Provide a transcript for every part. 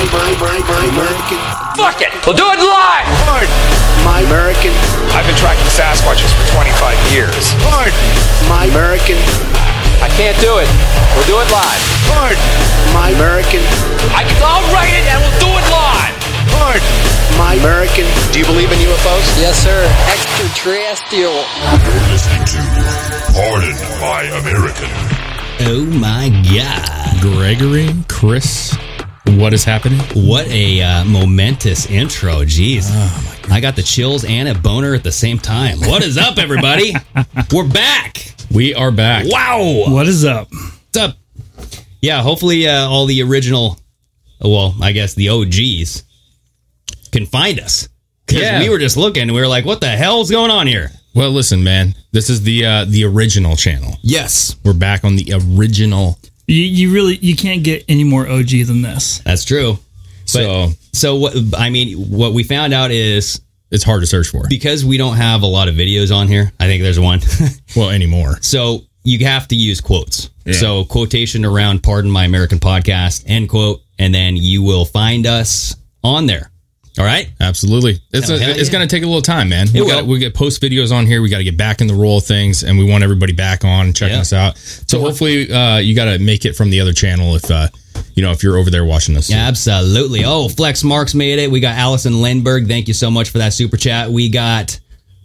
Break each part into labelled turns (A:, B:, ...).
A: American.
B: Fuck it. We'll do it live.
A: Pardon. My American.
C: I've been tracking Sasquatches for 25 years.
A: Pardon. My American.
B: I can't do it. We'll do it live.
A: Pardon. My American.
B: I can, I'll write it and we'll do it live.
A: Pardon. My American.
C: Do you believe in UFOs?
D: Yes, sir. Extraterrestrial.
E: You're listening to Pardon My American.
F: Oh my God.
G: Gregory, Chris, what is happening?
F: What a uh, momentous intro. Jeez.
G: Oh
F: I got the chills and a boner at the same time. What is up, everybody? We're back.
G: We are back.
F: Wow.
G: What is up?
F: What's up? Yeah, hopefully uh, all the original, well, I guess the OGs can find us. 'Cause
G: Yeah.
F: we were just looking and we were like, what the hell's going on here?
G: Well, listen, man. This is the uh, the original channel.
F: Yes.
G: We're back on the original.
H: You, you really you can't get any more OG than this.
F: That's true.
G: So
F: So, what, I mean, what we found out is
G: it's hard to search for.
F: because we don't have a lot of videos on here, I think there's one.
G: Well, anymore.
F: So you have to use quotes.
G: Yeah.
F: So quotation around "Pardon My American Podcast" end quote, and then you will find us on there. All right.
G: Absolutely. It's
F: Oh,
G: a,
F: hell
G: it's
F: yeah.
G: going to take a little time, man. we
F: will.
G: got we get post videos on here. We got to get back in the roll of things, and we want everybody back on checking
F: Yeah.
G: us out. So hopefully, uh, you got to make it from the other channel if uh, you know if you're over there watching this.
F: Absolutely. Oh, Flex Marks made it. We got Allison Lindberg. Thank you so much for that super chat. We got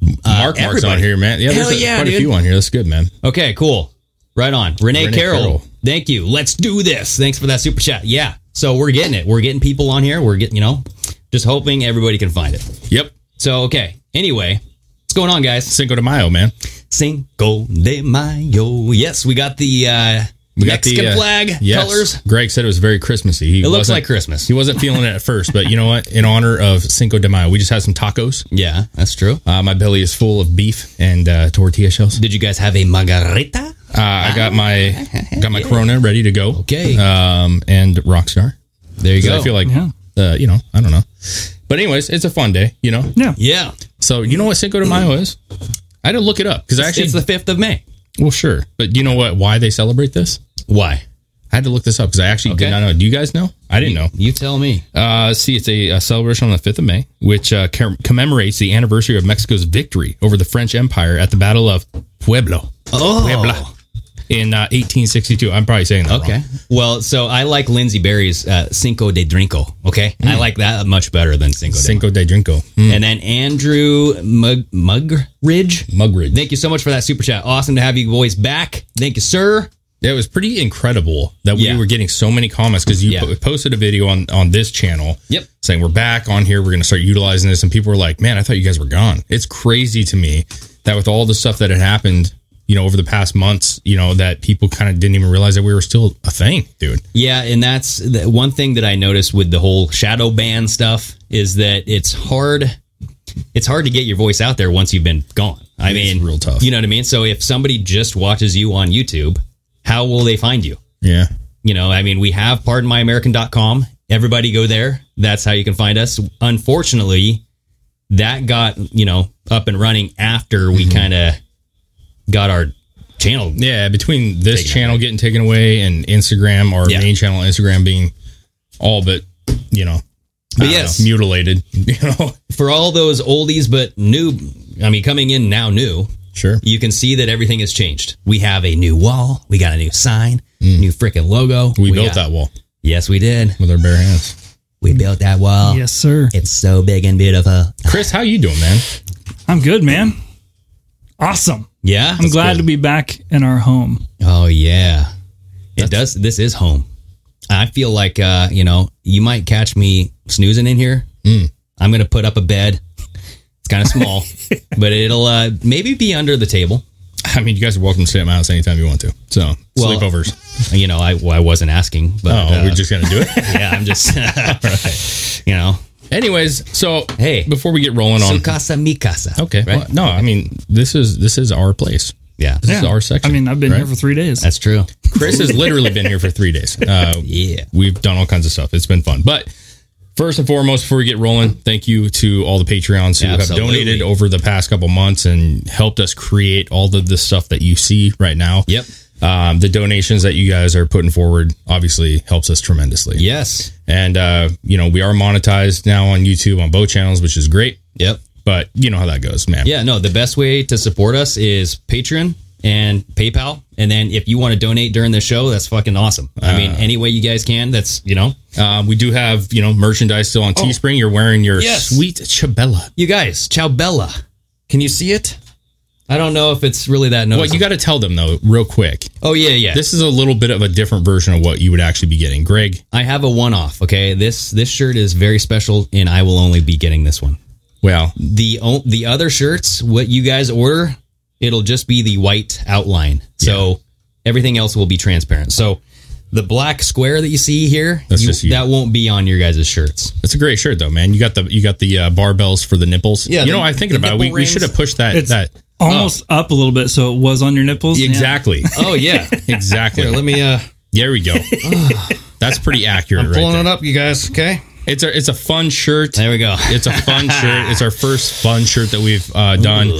F: uh,
G: Mark Mark's
F: everybody.
G: on here, man. Yeah, there's
F: Hell
G: a-
F: yeah,
G: quite a
F: dude.
G: few on here. That's good, man.
F: okay, cool. Right on. Renee,
G: Renee
F: Carroll.
G: Carroll.
F: Thank you. Let's do this. Thanks for that super chat. Yeah. So we're getting it. We're getting people on here. We're getting, you know, just hoping everybody can find it.
G: Yep.
F: So okay. Anyway, what's going on, guys?
G: Cinco de Mayo, man.
F: Cinco de Mayo. Yes, we got the uh, Mexican
G: uh,
F: flag
G: yes.
F: colors.
G: Greg said it was very Christmassy. He
F: It looks
G: wasn't-
F: like Christmas.
G: He wasn't feeling it at first, but you know what? In honor of Cinco de Mayo, we just had some tacos.
F: Yeah, that's true.
G: Uh, my belly is full of beef and uh, tortilla shells.
F: Did you guys have a margarita?
G: Uh, I got my got my Corona ready to go.
F: Okay.
G: Um, and Rockstar.
F: There you
G: 'Cause
F: go.
G: I feel like,
H: Yeah.
G: uh, you know, I don't know. But anyways, it's a fun day, you know.
H: Yeah.
F: yeah,
G: So you know what Cinco de Mayo is? I had to look it up because I actually
F: it's the fifth of May.
G: well sure, but you know what? Why they celebrate this?
F: Why?
G: I had to look this up because I actually
F: Okay.
G: did not know. Do you guys know? I didn't know.
F: You tell me.
G: Uh, see, it's a, uh celebration on the 5th of May, which uh, com- commemorates the anniversary of Mexico's victory over the French Empire at the Battle of Pueblo
F: Oh,
G: in uh, 1862. I'm probably saying that
F: okay.
G: wrong.
F: Well, so I like Lindsay Berry's uh, Cinco de Drinko. Okay, I like that much better than Mm. Cinco de.
G: Cinco de Drinko. Mm.
F: Mayo. And then Andrew Mug Mugridge.
G: Mugridge.
F: Thank you so much for that super chat. Awesome to have you boys back. Thank you, sir.
G: It was pretty incredible that we
F: Yeah.
G: were getting so many comments because you
F: Yeah.
G: po- posted a video on, on this channel
F: Yep.
G: saying we're back on here. We're going to start utilizing this. And people were like, man, I thought you guys were gone. It's crazy to me that with all the stuff that had happened, you know, over the past months, you know, that people kind of didn't even realize that we were still a thing, dude.
F: Yeah, and that's the one thing that I noticed with the whole shadow ban stuff is that it's hard it's hard to get your voice out there once you've been gone. I
G: It's
F: mean,
G: real tough.
F: You know what I mean? So if somebody just watches you on YouTube, how will they find you?
G: Yeah.
F: You know, I mean, we have pardonmyamerican.com. Everybody go there. That's how you can find us. Unfortunately, that got, you know, up and running after
G: Mm-hmm.
F: we kind of got our channel.
G: Yeah, between this
F: Taken
G: channel getting taken away and Instagram, our
F: Yeah.
G: main channel, Instagram being all but, you know, I don't
F: yes.
G: know, mutilated, you know.
F: For all those oldies but new, I mean, coming in now new,
G: Sure.
F: you can see that everything has changed. We have a new wall. We got a new sign, new freaking logo.
G: Mm. We, built
F: got-
G: that wall
F: Yes, we did.
G: with our bare hands.
F: We built that wall.
H: Yes, sir.
F: It's so big and beautiful.
G: Chris, how you doing, man?
H: I'm good, man. Awesome.
F: Yeah.
H: I'm glad to be back in our home.
F: Oh yeah. It does. This is home. I feel like uh, you know, you might catch me snoozing in here.
G: Mm.
F: I'm gonna put up a bed. It's kind of small, but it'll uh, maybe be under the table.
G: I mean, you guys are welcome to stay at my house anytime you want to. So
F: Well,
G: sleepovers.
F: You know, I well, I wasn't asking, but
G: Oh,
F: uh,
G: we're just gonna do it.
F: yeah, I'm just you know.
G: Anyways, so
F: Hey.
G: before we get rolling
F: Su
G: on,
F: casa, mi casa.
G: okay,
F: right?
G: well, no, I mean this is this is our place.
F: Yeah,
G: This is our section.
H: I mean, I've been
G: right?
H: here for three days.
F: that's true.
G: Chris has literally been here for three days. Uh,
F: Yeah.
G: we've done all kinds of stuff. It's been fun. But first and foremost, before we get rolling, thank you to all the Patreons who
F: Absolutely.
G: have donated over the past couple months and helped us create all of the stuff that you see right now.
F: Yep.
G: um, the donations that you guys are putting forward obviously helps us tremendously.
F: Yes.
G: And, uh, you know, we are monetized now on YouTube on both channels, which is great.
F: Yep.
G: But you know how that goes, man.
F: Yeah, no, the best way to support us is Patreon and PayPal. And then if you want to donate during the show, that's fucking awesome. I mean, any way you guys can, that's, you know, Uh,
G: Um, we do have, you know, merchandise still on Teespring. You're wearing your
F: Oh. Yes.
G: sweet Chabela.
F: you guys, Ciao Bella. Can you see it? I don't know if it's really that
G: Well,
F: noticeable.
G: you got to tell them, though, real quick.
F: oh, yeah, yeah.
G: This is a little bit of a different version of what you would actually be getting. Greg,
F: I have a one off. Okay. This this shirt is very special and I will only be getting this one.
G: well,
F: The o- the other shirts, what you guys order, it'll just be the white outline. So everything else will be transparent. So the black square that you see here,
G: That's
F: you-
G: just you.
F: that won't be on your guys' shirts.
G: That's a great shirt though, man. You got the you got the uh, barbells for the nipples.
F: Yeah,
G: you know
F: the-
G: I'm thinking
F: the
G: about it. we,
F: nipple
G: we
F: rings.
G: should have pushed that
H: It's-
G: that
H: Almost up a little bit, so it was on your nipples. Yeah.
G: exactly
F: Oh yeah.
G: exactly.
F: Here, let me uh
G: there we go. That's pretty accurate, right
F: pulling
G: there.
F: it up, you guys. Okay.
G: It's a it's a fun shirt.
F: There we go.
G: It's a fun shirt. It's our first fun shirt that we've uh, done,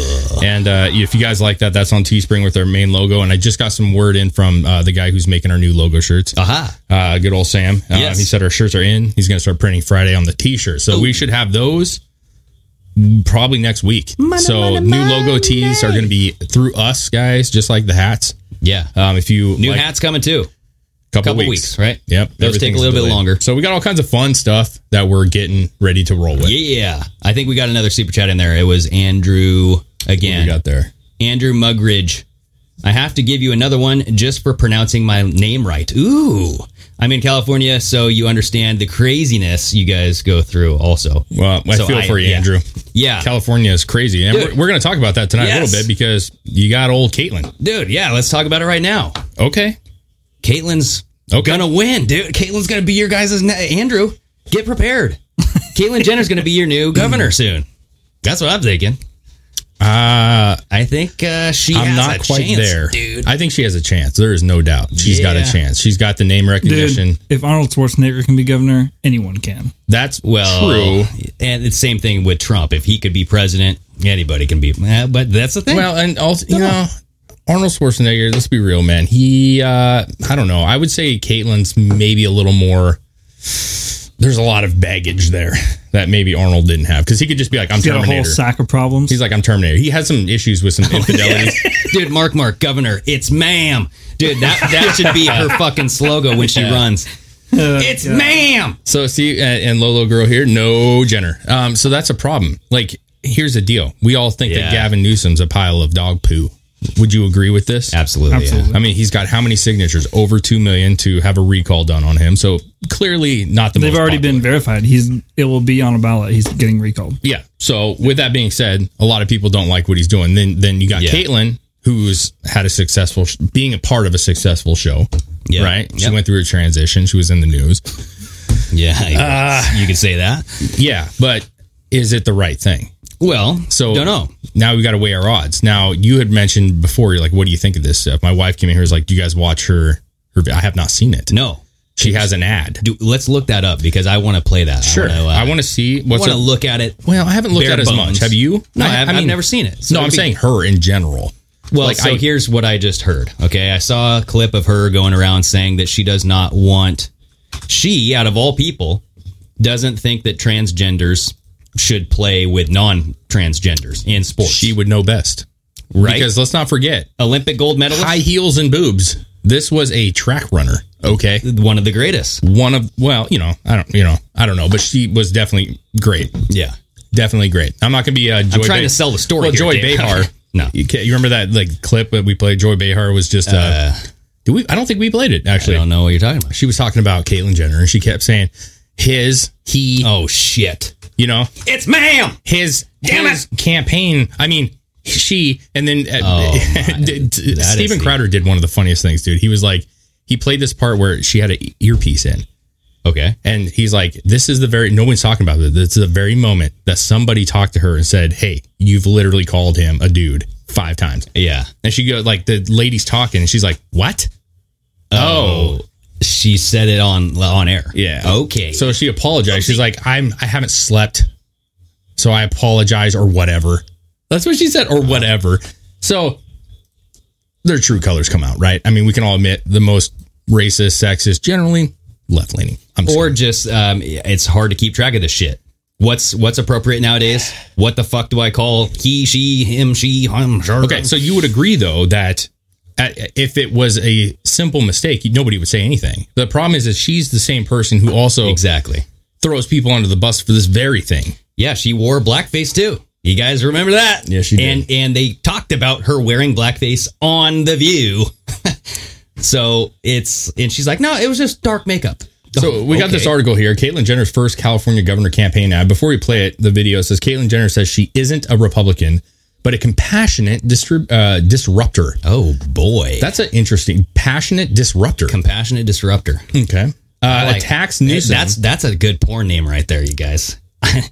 G: and uh, if you guys like that, that's on Teespring with our main logo. And I just got some word in from uh, the guy who's making our new logo shirts.
F: Aha.
G: uh, good old Sam. Uh,
F: Yes.
G: He said our shirts are in. He's going to start printing Friday on the T-shirt, so we should have those probably next week. so new logo tees are going to be through us guys, just like the hats.
F: Yeah.
G: Um, if you
F: New
G: like-
F: hats coming too.
G: couple,
F: couple weeks, right?
G: Yep,
F: Those take a
G: everything's
F: little bit
G: delayed.
F: longer.
G: So we got all kinds of fun stuff that we're getting ready to roll with.
F: Yeah. I think we got another super chat in there. It was Andrew
G: What
F: again.
G: we got there.
F: Andrew Mugridge. I have to give you another one just for pronouncing my name right. Ooh. I'm in California, so you understand the craziness you guys go through also.
G: Well, I
F: So
G: feel
F: I-
G: for you,
F: yeah.
G: Andrew.
F: Yeah.
G: California is crazy, and
F: Dude.
G: we're, we're going to talk about that tonight a
F: Yes.
G: little bit because you got old Caitlin.
F: Dude, yeah, let's talk about it right now.
G: Okay,
F: Caitlin's
G: Okay.
F: gonna win, dude. Caitlin's gonna be your guys' ne- Andrew. Get prepared. Caitlin Jenner's gonna be your new
G: Mm.
F: governor soon. That's what I'm thinking.
G: uh,
F: I think uh, she.
G: I'm
F: has
G: not
F: a
G: quite
F: chance,
G: there.
F: dude.
G: I think she has a chance. There is no doubt. She's got
F: Yeah.
G: a chance. She's got the name
H: Dude,
G: recognition.
H: if Arnold Schwarzenegger can be governor, anyone can.
G: That's
F: Well,
G: true.
F: and it's same thing with Trump. If he could be president, anybody can be. eh, But that's the thing.
G: Well, and also, you know, Arnold Schwarzenegger, let's be real, man. He, uh, I don't know. I would say Caitlyn's maybe a little more. There's a lot of baggage there that maybe Arnold didn't have because he could just be like, I'm
H: He's got a
G: Terminator.
H: whole sack of problems.
G: He's like, I'm Terminator. He has some issues with some
F: Oh,
G: infidelities.
F: dude, Mark, Mark, governor, it's ma'am, dude. That that should be her fucking slogan when she runs.
G: Oh,
F: It's ma'am.
G: So see, and, and Lolo girl here, no Jenner. Um, so that's a problem. Like, here's the deal: we all think
F: Yeah.
G: that Gavin Newsom's a pile of dog poo. Would you agree with this?
F: Absolutely.
H: Absolutely.
G: I mean, he's got how many signatures? Over two million to have a recall done on him. So clearly, not the.
H: They've
G: most
H: already
G: popular.
H: been verified. He's it will be on a ballot. He's getting recalled.
G: Yeah. So with that being said, a lot of people don't like what he's doing. Then then you got
F: Yeah.
G: Caitlyn, who's had a successful, sh- being a part of a successful show.
F: Yeah.
G: Right. She
F: Yep.
G: went through a transition. She was in the news.
F: Yeah, you,
G: Uh,
F: you could say that.
G: Yeah, but is it the right thing?
F: Well,
G: So
F: don't know.
G: Now we got to weigh our odds. Now you had mentioned before, you're like, what do you think of this stuff? My wife came in here was like, do you guys watch her? Her, vi-" I have not seen it.
F: No,
G: She has an ad. uh,
F: Do, let's look that up because I want to play that.
G: Sure. I want
F: to.
G: to see
F: I
G: what's
F: want to
G: it-
F: look at it.
G: Well, I haven't looked
F: bare
G: at it as
F: bones.
G: much. Have you?
F: No, I, have I've never seen it. So
G: no, I'm
F: it'd be-
G: saying her in general.
F: Well,
G: like,
F: so
G: I-
F: here's what I just heard. Okay, I saw a clip of her going around saying that she does not want. She, out of all people, doesn't think that transgenders should play with non-transgenders in sports.
G: She would know best.
F: right? Oh.
G: Because let's not forget
F: Olympic gold medalist,
G: high heels and boobs. This was a track runner. Okay.
F: one of the greatest.
G: One of well, you know, I don't, you know, I don't know, but she was definitely great,
F: Yeah,
G: definitely great. I'm not gonna be uh, Joy.
F: trying
G: Ba-
F: to sell the story
G: Well,
F: here,
G: Joy
F: Dave.
G: Behar.
F: No.
G: you, can't, you remember that like clip that we played? Joy Behar was just. Uh, do we? I don't think we played it
F: I
G: actually.
F: don't know what you're talking about.
G: She was talking about Caitlyn Jenner, and she kept saying his, he,
F: Oh shit!
G: you know,
F: It's ma'am.
G: his
F: Damn
G: his campaign. I mean, she and then uh, d- d-
F: Oh, That is
G: Steven
F: the-
G: Crowder did one of the funniest things, dude. He was like, he played this part where she had an earpiece in,
F: Okay.
G: and he's like, "This is the very no one's talking about this. This is the very moment that somebody talked to her and said, "Hey, you've literally called him a dude five times."
F: Yeah.
G: And she goes like, the lady's talking, and she's like, "What?" Oh,
F: She said it on on air.
G: Yeah.
F: Okay.
G: So she apologized. She's like, I'm I haven't slept. So I apologize or whatever. That's what she said, or whatever. So their true colors come out, right? I mean, we can all admit the most racist, sexist, generally left leaning. I'm
F: or
G: sorry.
F: just um, it's hard to keep track of this shit. What's what's appropriate nowadays? What the fuck do I call he, she, him, she, him? Sure.
G: Okay, so you would agree though that at, if it was a simple mistake, nobody would say anything. The problem is that she's the same person who also
F: exactly.
G: throws people under the bus for this very thing.
F: Yeah, she wore blackface too. You guys remember that?
G: Yeah, she did.
F: And and they talked about her wearing blackface on The View. so it's and she's like, no, it was just dark makeup.
G: So we got
F: Okay.
G: this article here. Caitlyn Jenner's first California governor campaign ad. Before we play it, the video says Caitlyn Jenner says she isn't a Republican, but a compassionate distrib- uh, disruptor.
F: Oh boy,
G: That's an interesting passionate disruptor.
F: compassionate disruptor.
G: okay. Uh,
F: like-
G: attacks
F: Hey,
G: Newsom.
F: That's that's a good porn name right there, you guys.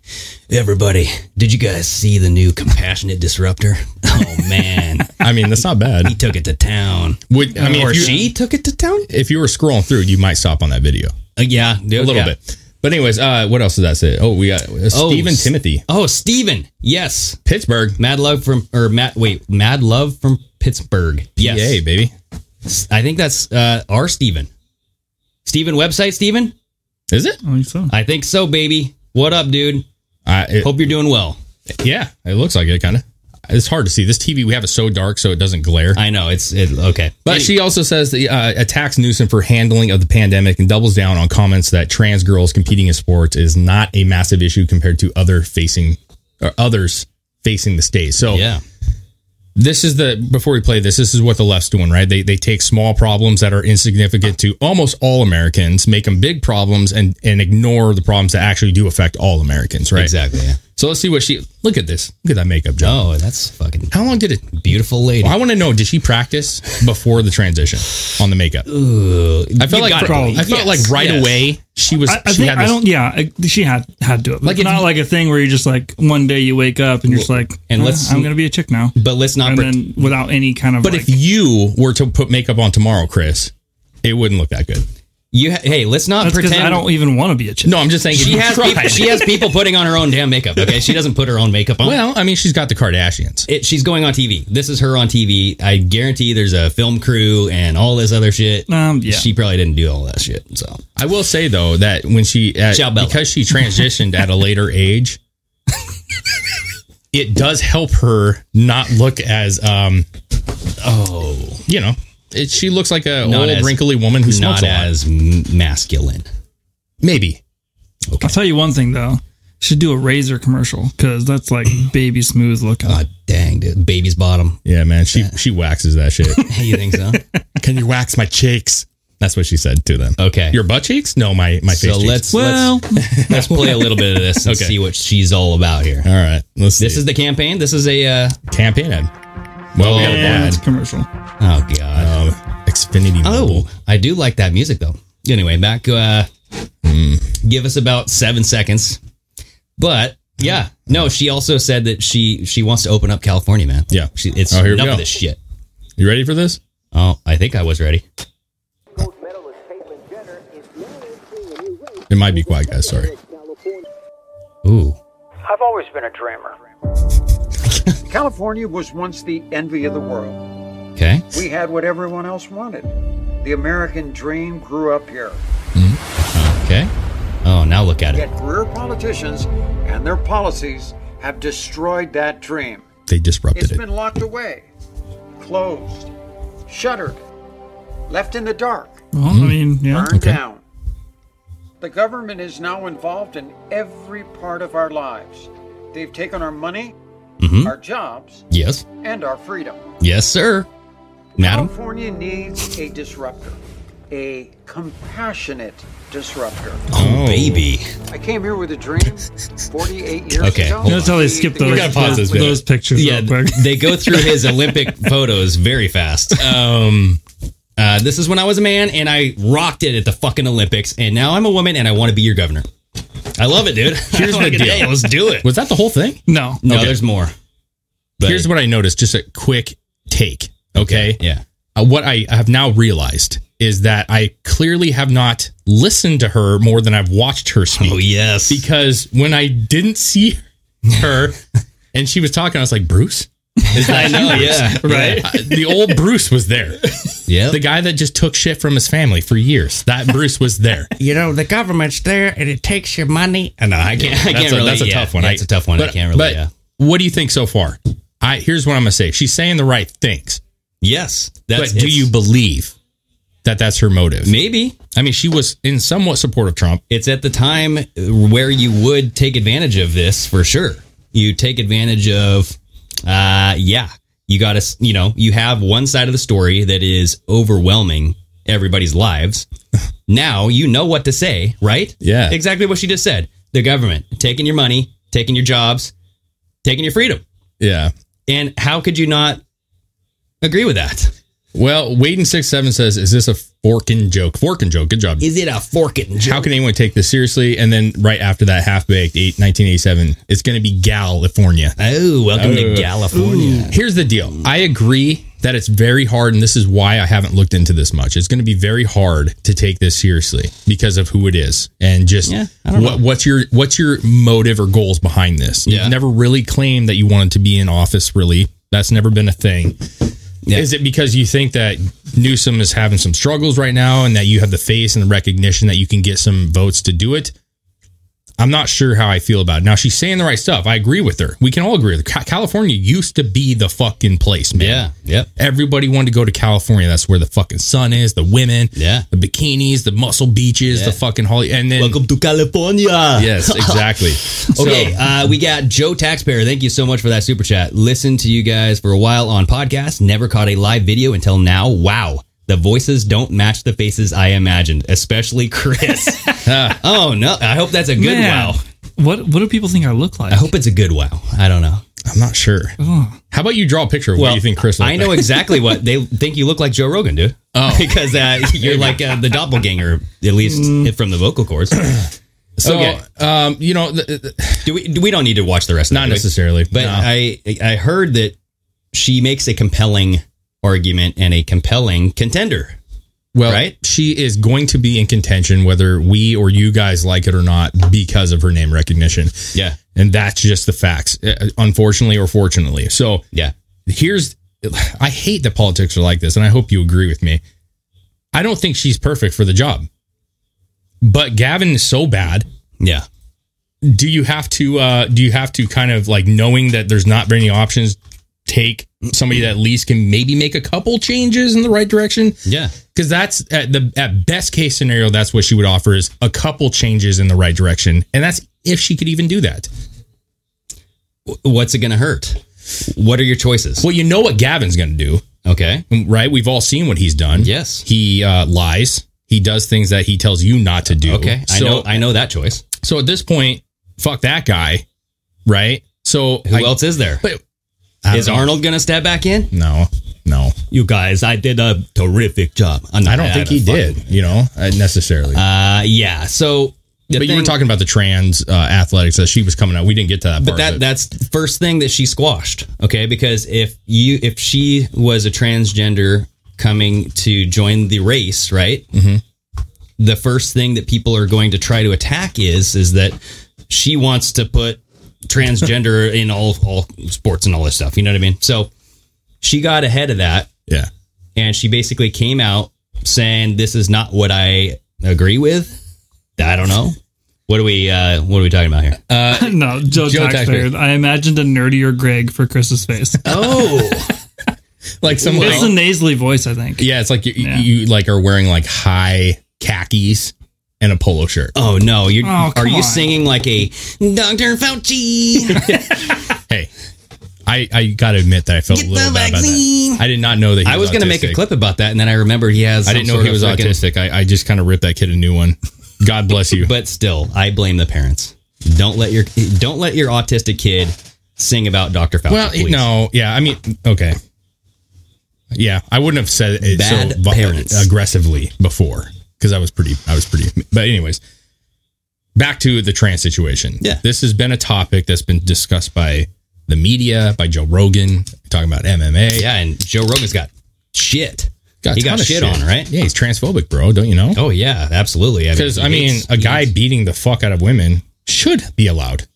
F: Everybody, did you guys see the new compassionate disruptor? Oh man,
G: I mean, that's not bad.
F: he took it to town.
G: Would, I mean,
F: or
G: if you,
F: she took it to town?
G: if you were scrolling through, you might stop on that video
F: Uh, yeah, dude,
G: a little
F: yeah.
G: bit. But anyways, uh, what else did that say? Oh, we got uh,
F: Oh,
G: Stephen
F: S-
G: Timothy,
F: Oh, Stephen. Yes,
G: Pittsburgh,
F: Mad Love from or Matt. Wait, Mad Love from Pittsburgh. Yes,
G: yay baby.
F: I think that's uh, our Stephen. Stephen website, Stephen.
G: Is it?
H: I think so.
F: I think so, baby. What up, dude?
G: Uh, it
F: Hope you're doing well.
G: yeah, it looks like it kind of. It's hard to see. This TV we have is so dark, so it doesn't glare.
F: I know it's it, okay,
G: But she also says the uh, attacks Newsom for handling of the pandemic and doubles down on comments that trans girls competing in sports is not a massive issue compared to other facing or others facing the stage. So
F: yeah.
G: this is the before we play this, this is what the left's doing, right? They they take small problems that are insignificant to almost all Americans, make them big problems, and and ignore the problems that actually do affect all Americans, right?
F: Exactly. Yeah.
G: So let's see what she look at this. Look at that makeup job.
F: Oh, that's fucking
G: How long did it?
F: beautiful lady.
G: I want to know. Did she practice before the transition on the makeup? I felt
F: You
G: like
F: gotta
G: fr-
H: believe.
G: I felt
F: Yes,
G: like right
F: yes.
G: away she was
H: I, I
G: she
H: think
G: had
H: I
G: this,
H: don't. Yeah, I, she had had to.
G: Like,
H: Like
G: if
H: it's not
G: you-
H: like a thing where you're just like one day you wake up and you're just like,
F: And
H: and
F: let's-
H: let's I'm gonna be a chick now,
F: but let's not.
H: and
F: pret-
H: then without any kind of.
G: But
H: like,
G: if you were to put makeup on tomorrow, Chris, it wouldn't look that good.
F: you ha- hey, let's not
H: that's because
F: pretend.
H: I don't even want to be a chick.
G: No, I'm just saying. if
F: She
G: you
F: has
G: tried-
F: people, she has people putting on her own damn makeup. Okay, she doesn't put her own makeup on.
G: well, I mean, she's got the Kardashians.
F: it, she's going on TV. This is her on TV. I guarantee there's a film crew and all this other shit.
H: Um, yeah.
F: She probably didn't do all that shit. So
G: I will say though that when she at,
F: Ciao, Bella.
G: because she transitioned at a later age, it does help her not look as um oh you know it, she looks like a
F: Not
G: old
F: as-
G: wrinkly woman who smokes
F: not
G: a lot.
F: as m- masculine.
G: maybe
H: I'll tell you one thing though. Should do a razor commercial because that's like baby smooth looking.
F: God dang, dude. Baby's bottom.
G: yeah man she she waxes that shit.
F: You think so?
G: Can you wax my cheeks? That's what she said to them.
F: Okay.
G: Your butt cheeks? No, my my face.
F: so
G: cheeks.
F: let's,
H: well,
F: let's let's play a little bit of this and
G: Okay.
F: see what she's all about here.
G: All right. Let's.
F: This is the campaign. This is a uh,
G: campaign ad. Oh, Well, we got an
H: yeah,
G: ad.
H: it's commercial.
F: oh god.
G: Um, Xfinity.
F: Oh,
G: Mobile.
F: I do like that music though. Anyway, back. Uh,
G: Hmm.
F: Give us about seven seconds, but yeah, no. She also said that she she wants to open up California, man.
G: Yeah.
F: she, it's
G: Oh, here we
F: enough
G: go.
F: of this shit.
G: You ready for this?
F: Oh, I think I was ready.
G: It might be quiet, guys. Sorry.
F: Ooh,
I: I've always been a dreamer.
A: California was once the envy of the world.
F: okay.
I: We had what everyone else wanted. The American dream grew up here.
F: Okay. Oh, now look at it.
I: Yet career politicians and their policies have destroyed that dream.
G: They
I: It's
G: disrupted it.
I: been locked away, closed, shuttered, left in the dark,
H: Well,
F: Mm-hmm.
H: I mean, yeah.
I: burned down. The government is now involved in every part of our lives. They've taken our money, our jobs,
F: Yes.
I: and our freedom.
F: Yes, sir. Madam.
I: California needs a disruptor, a compassionate disruptor.
F: Oh, baby.
I: I came here with a dream 48 years
F: Okay,
I: ago.
F: hold
H: That's how they skip
I: The-
H: those
G: gotta pause this
H: those,
G: bit.
H: those pictures
F: Yeah,
H: real quick.
F: they go through his Olympic photos very fast. Um, uh, this is when I was a man and I rocked it at the fucking Olympics, and now I'm a woman and I want to be your governor. I love it, dude. Here's
G: the deal.
F: Let's do it.
G: Was that the whole thing?
H: no,
F: No,
G: Okay.
F: there's more. But-
G: Here's what I noticed. Just a quick take. Okay.
F: Yeah.
G: Uh, what I have now realized is that I clearly have not listened to her more than I've watched her speak.
F: Oh yes.
G: because when I didn't see her and she was talking, I was like, Bruce,
F: I know, yeah.
H: Right?
G: Uh, the old Bruce was there.
F: Yeah.
G: The guy that just took shit from his family for years. That Bruce was there.
F: you know, the government's there and it takes your money. I know. I can't, I
G: That's
F: can't
G: a-
F: relate.
G: That's a
F: yeah,
G: tough one.
F: That's
G: a
F: a tough one. I can't relate. yeah.
G: What do you think so far? I here's what I'm gonna say. She's saying the right things,
F: Yes. That's,
G: but do
F: it's-
G: you believe that that's her motive?
F: Maybe.
G: I mean, she was in somewhat support of Trump.
F: it's at the time where you would take advantage of this for sure. You take advantage of, uh, yeah, you got to, you know, you have one side of the story that is overwhelming everybody's lives. now you know what to say, right?
G: Yeah.
F: Exactly what she just said. The government taking your money, taking your jobs, taking your freedom.
G: Yeah.
F: And how could you not agree with that?
G: Well, Wade six seven says, "Is this a forkin' joke? Forkin' joke. Good job.
F: Is it a forking joke?
G: How can anyone take this seriously?" And then right after that, half baked eight 1987. It's going to be California.
F: oh, welcome to
G: Oh.
F: California.
G: Here's the deal. I agree that it's very hard, and this is why I haven't looked into this much. It's going to be very hard to take this seriously because of who it is and just
F: Yeah, I don't
G: what, what's your what's your motive or goals behind this.
F: Yeah.
G: You've never really claimed that you wanted to be in office. Really, that's never been a thing.
F: Yeah.
G: Is it because you think that Newsom is having some struggles right now, and that you have the face and the recognition that you can get some votes to do it? I'm not sure how I feel about it. Now she's saying the right stuff. I agree with her. We can all agree with her. Ca- California used to be the fucking place, man.
F: Yeah. Yep.
G: Everybody wanted to go to California. That's where the fucking sun is, the women,
F: Yeah.
G: the bikinis, the muscle beaches,
F: Yeah.
G: the fucking Holly. And then,
F: Welcome to California.
G: yes, exactly.
F: Okay, uh, we got Joe Taxpayer. Thank you so much for that super chat. Listen to you guys for a while on podcast. Never caught a live video until now. Wow. The voices don't match the faces I imagined, especially Chris. oh, no. I hope that's a good
H: Man,
F: wow.
H: What What do people think I look like?
F: I hope it's a good wow. I don't know.
G: So, I'm not sure. How about you draw a picture of what you think Chris looks
F: I know
G: like?
F: exactly what they think you look like Joe Rogan, dude.
G: Oh.
F: because uh, you're like uh, the doppelganger, at least from the vocal cords.
G: So,
F: okay.
G: um, you know, th- th-
F: Do we? do- We don't need to watch the rest. of
G: Not
F: the movie.
G: necessarily,
F: But
G: no.
F: I I heard that she makes a compelling argument and a compelling contender.
G: well,
F: Right?
G: she is going to be in contention whether we or you guys like it or not because of her name recognition.
F: Yeah.
G: And that's just the facts, uh, unfortunately or fortunately. So,
F: Yeah.
G: here's I hate that politics are like this, and I hope you agree with me. I don't think she's perfect for the job. But Gavin is so bad.
F: Yeah.
G: Do you have to uh do you have to kind of like knowing that there's not very many options, take somebody that at least can maybe make a couple changes in the right direction?
F: Yeah.
G: Because that's at the at best case scenario, that's what she would offer is a couple changes in the right direction. And that's if she could even do that.
F: W- What's it going to hurt? What are your choices?
G: Well, you know what Gavin's gonna do.
F: Okay.
G: right? We've all seen what he's done.
F: Yes.
G: he uh, lies. He does things that he tells you not to do.
F: Okay. I
G: so,
F: know. I know that choice.
G: so at this point, fuck that guy, right? So
F: Who
G: I-
F: else is there? Is
G: But I don't know.
F: Arnold going to step back in?
G: No, no,
F: You guys, I did a terrific job. I'm not
G: I don't
F: bad
G: think
F: at
G: he
F: fucking-
G: did. You know, uh, necessarily.
F: Uh, yeah. So, the
G: but you were
F: thing-
G: talking about the trans uh, athletics that she was coming out. We didn't get to that part.
F: But that
G: of it.
F: that's the first thing that she squashed. Okay, because if you if she was a transgender coming to join the race, right?
G: Mm-hmm.
F: The first thing that people are going to try to attack is is that she wants to put transgender in all all sports and all this stuff. You know what I mean? So she got ahead of that
G: yeah,
F: and she basically came out saying this is not what I agree with. I don't know. What are we uh what are we talking about here?
G: Uh,
H: no, Joe,
G: Joe
H: Taxpayer. I imagined a nerdier Greg for Chris's face.
F: oh.
G: like some.
H: it's a
G: like-
H: nasally voice, I think.
G: yeah, it's like you, you-
H: Yeah.
G: you like are wearing like high khakis and a polo shirt.
F: Oh no! You're,
H: Oh, come
F: are you
H: on.
F: singing like a Dr. Fauci?
G: Hey, I I gotta admit that I felt
F: Get
G: a little
F: the
G: bad about
F: vaccine.
G: that. I did not know that. He
F: I was gonna make a
G: autistic.
F: clip about that, and then I remembered he has.
G: I
F: some
G: didn't know
F: sort
G: he
F: of
G: was
F: freaking-
G: autistic. I, I just kind of ripped that kid a new one. God bless you.
F: But still, I blame the parents. Don't let your don't let your autistic kid sing about Dr. Fauci.
G: well,
F: please.
G: no, yeah. I mean, okay, yeah. I wouldn't have said it
F: Bad
G: so vo-
F: parents.
G: aggressively before because I was pretty. I was pretty. But anyways, back to the trans situation.
F: Yeah.
G: this has been a topic that's been discussed by the media, by Joe Rogan, talking about MMA.
F: Yeah, and Joe Rogan's got shit.
G: a
F: he
G: ton
F: got
G: of
F: shit, on, right?
G: Yeah, he's transphobic, bro. Don't you know?
F: Oh yeah, absolutely.
G: Because I
F: he
G: mean,
F: hates-
G: a
F: he
G: guy
F: hates-
G: beating the fuck out of women should be allowed.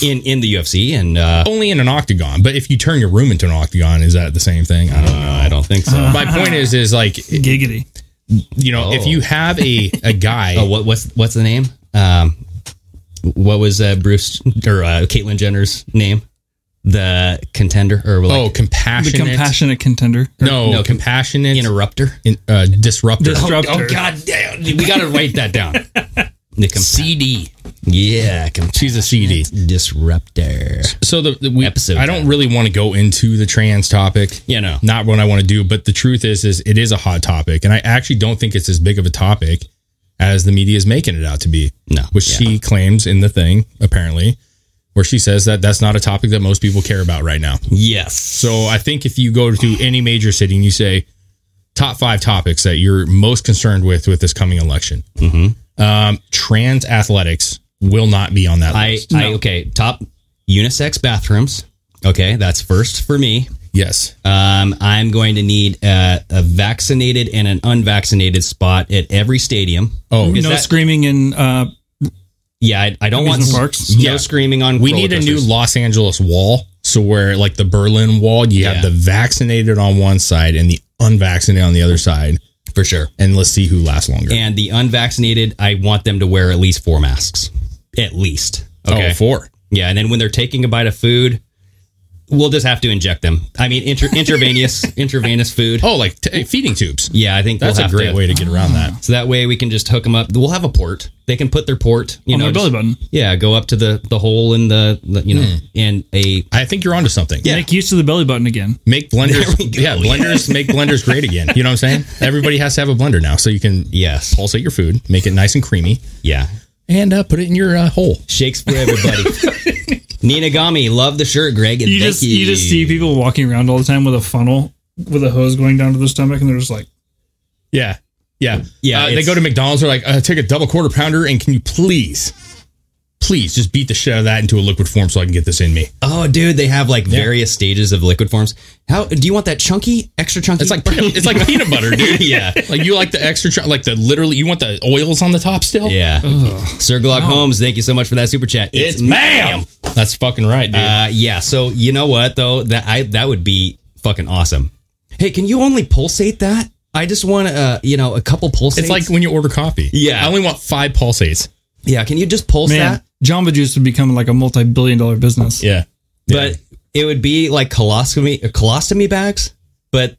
F: in in the UFC, and uh,
G: Only in an octagon, but if you turn your room into an octagon, is that the same thing? I don't know.
F: Uh, I don't think so.
G: My point is, is like
H: Giggity.
G: you know, if
F: Oh.
G: you have a a guy,
F: Oh, what, what's what's the name? Um, what was uh, Bruce or uh, Caitlyn Jenner's name? The contender or like
G: oh,
H: The
G: compassionate,
H: compassionate contender.
G: no,
F: No, com-
G: compassionate
F: interrupter.
G: in- uh, disruptor.
H: Dis-
F: Oh,
H: Disruptor.
F: oh, God damn! We gotta write that down. The CD. Yeah,
G: She's a CD.
F: compassionate disruptor.
G: So the, the we,
F: Episode
G: I don't
F: time.
G: really want to go into the trans topic.
F: Yeah, no.
G: not what I want to do. But the truth is, is it is a hot topic, and I actually don't think it's as big of a topic as the media is making it out to be.
F: No,
G: which
F: yeah.
G: she claims in the thing apparently, where she says that that's not a topic that most people care about right now.
F: Yes.
G: So I think if you go to any major city and you say top five topics that you're most concerned with with this coming election,
F: Mm-hmm.
G: um, trans athletics will not be on that
F: I,
G: list.
F: I okay. Top unisex bathrooms. Okay, that's first for me.
G: yes,
F: Um, I'm going to need a, a vaccinated and an unvaccinated spot at every stadium.
G: Oh,
F: Is
H: no
F: that-
H: screaming in uh,
F: Yeah, I, I don't want
H: Amusement
F: s-
H: parks?
F: no
G: Yeah.
F: screaming on.
G: we
F: roller
G: need a new
F: coasters.
G: Los Angeles wall. So where like the Berlin Wall, you
F: Yeah.
G: have the vaccinated on one side and the unvaccinated on the other side,
F: for sure.
G: and let's see who lasts longer.
F: And the unvaccinated, I want them to wear at least four masks, at least.
G: Oh, four.
F: Yeah, and then when they're taking a bite of food, we'll just have to inject them. I mean, intra- intravenous intravenous food.
G: Oh, like t- feeding tubes.
F: Yeah, I think
G: That's a
F: we'll have
G: great
F: to,
G: way to get around that.
F: So that way we can just hook them up. We'll have a port. They can put their port, you
G: Oh,
H: on
F: know,
H: their belly
F: just-
H: button.
F: Yeah, go up to the the hole in the, the you know, and a
G: I think you're onto something.
H: Make use of the belly button again.
G: Make blenders,
F: we go.
G: yeah, blenders make blenders great again. You know what I'm saying? Everybody has to have a blender now, so you can
F: yes,
G: pulsate your food, make it nice and creamy,
F: yeah,
G: and uh, put it in your uh, hole.
F: shakes for everybody. Ninagami, love the shirt, Greg, and
H: You
F: thank
H: just you. just see people walking around all the time with a funnel with a hose going down to their stomach, and they're just like,
G: Yeah, yeah,
F: Yeah,
G: Uh, they
F: it's-
G: go to McDonald's. They're like, uh, take a double quarter pounder, and can you please, please, just beat the shit out of that into a liquid form so I can get this in me.
F: Oh, dude, they have like various stages of liquid forms. How do you want that chunky, extra chunky?
G: It's like it's like peanut butter, dude.
F: yeah,
G: Like you like the extra, tr- like the literally, you want the oils on the top still.
F: yeah. Sir Glock Holmes, thank you so much for that super chat.
G: it's ma'am. That's fucking right, dude.
F: Uh, yeah. So you know what though that I that would be fucking awesome. Hey, can you only pulsate that? I just want uh you know a couple pulsates.
G: it's like when you order coffee.
F: Yeah.
G: I only want five pulsates.
F: yeah. Can you just pulse
H: "Man,
F: that?
H: Jamba Juice would become like a multi-billion-dollar business."
G: Yeah.
F: But it would be like colostomy uh, colostomy bags, but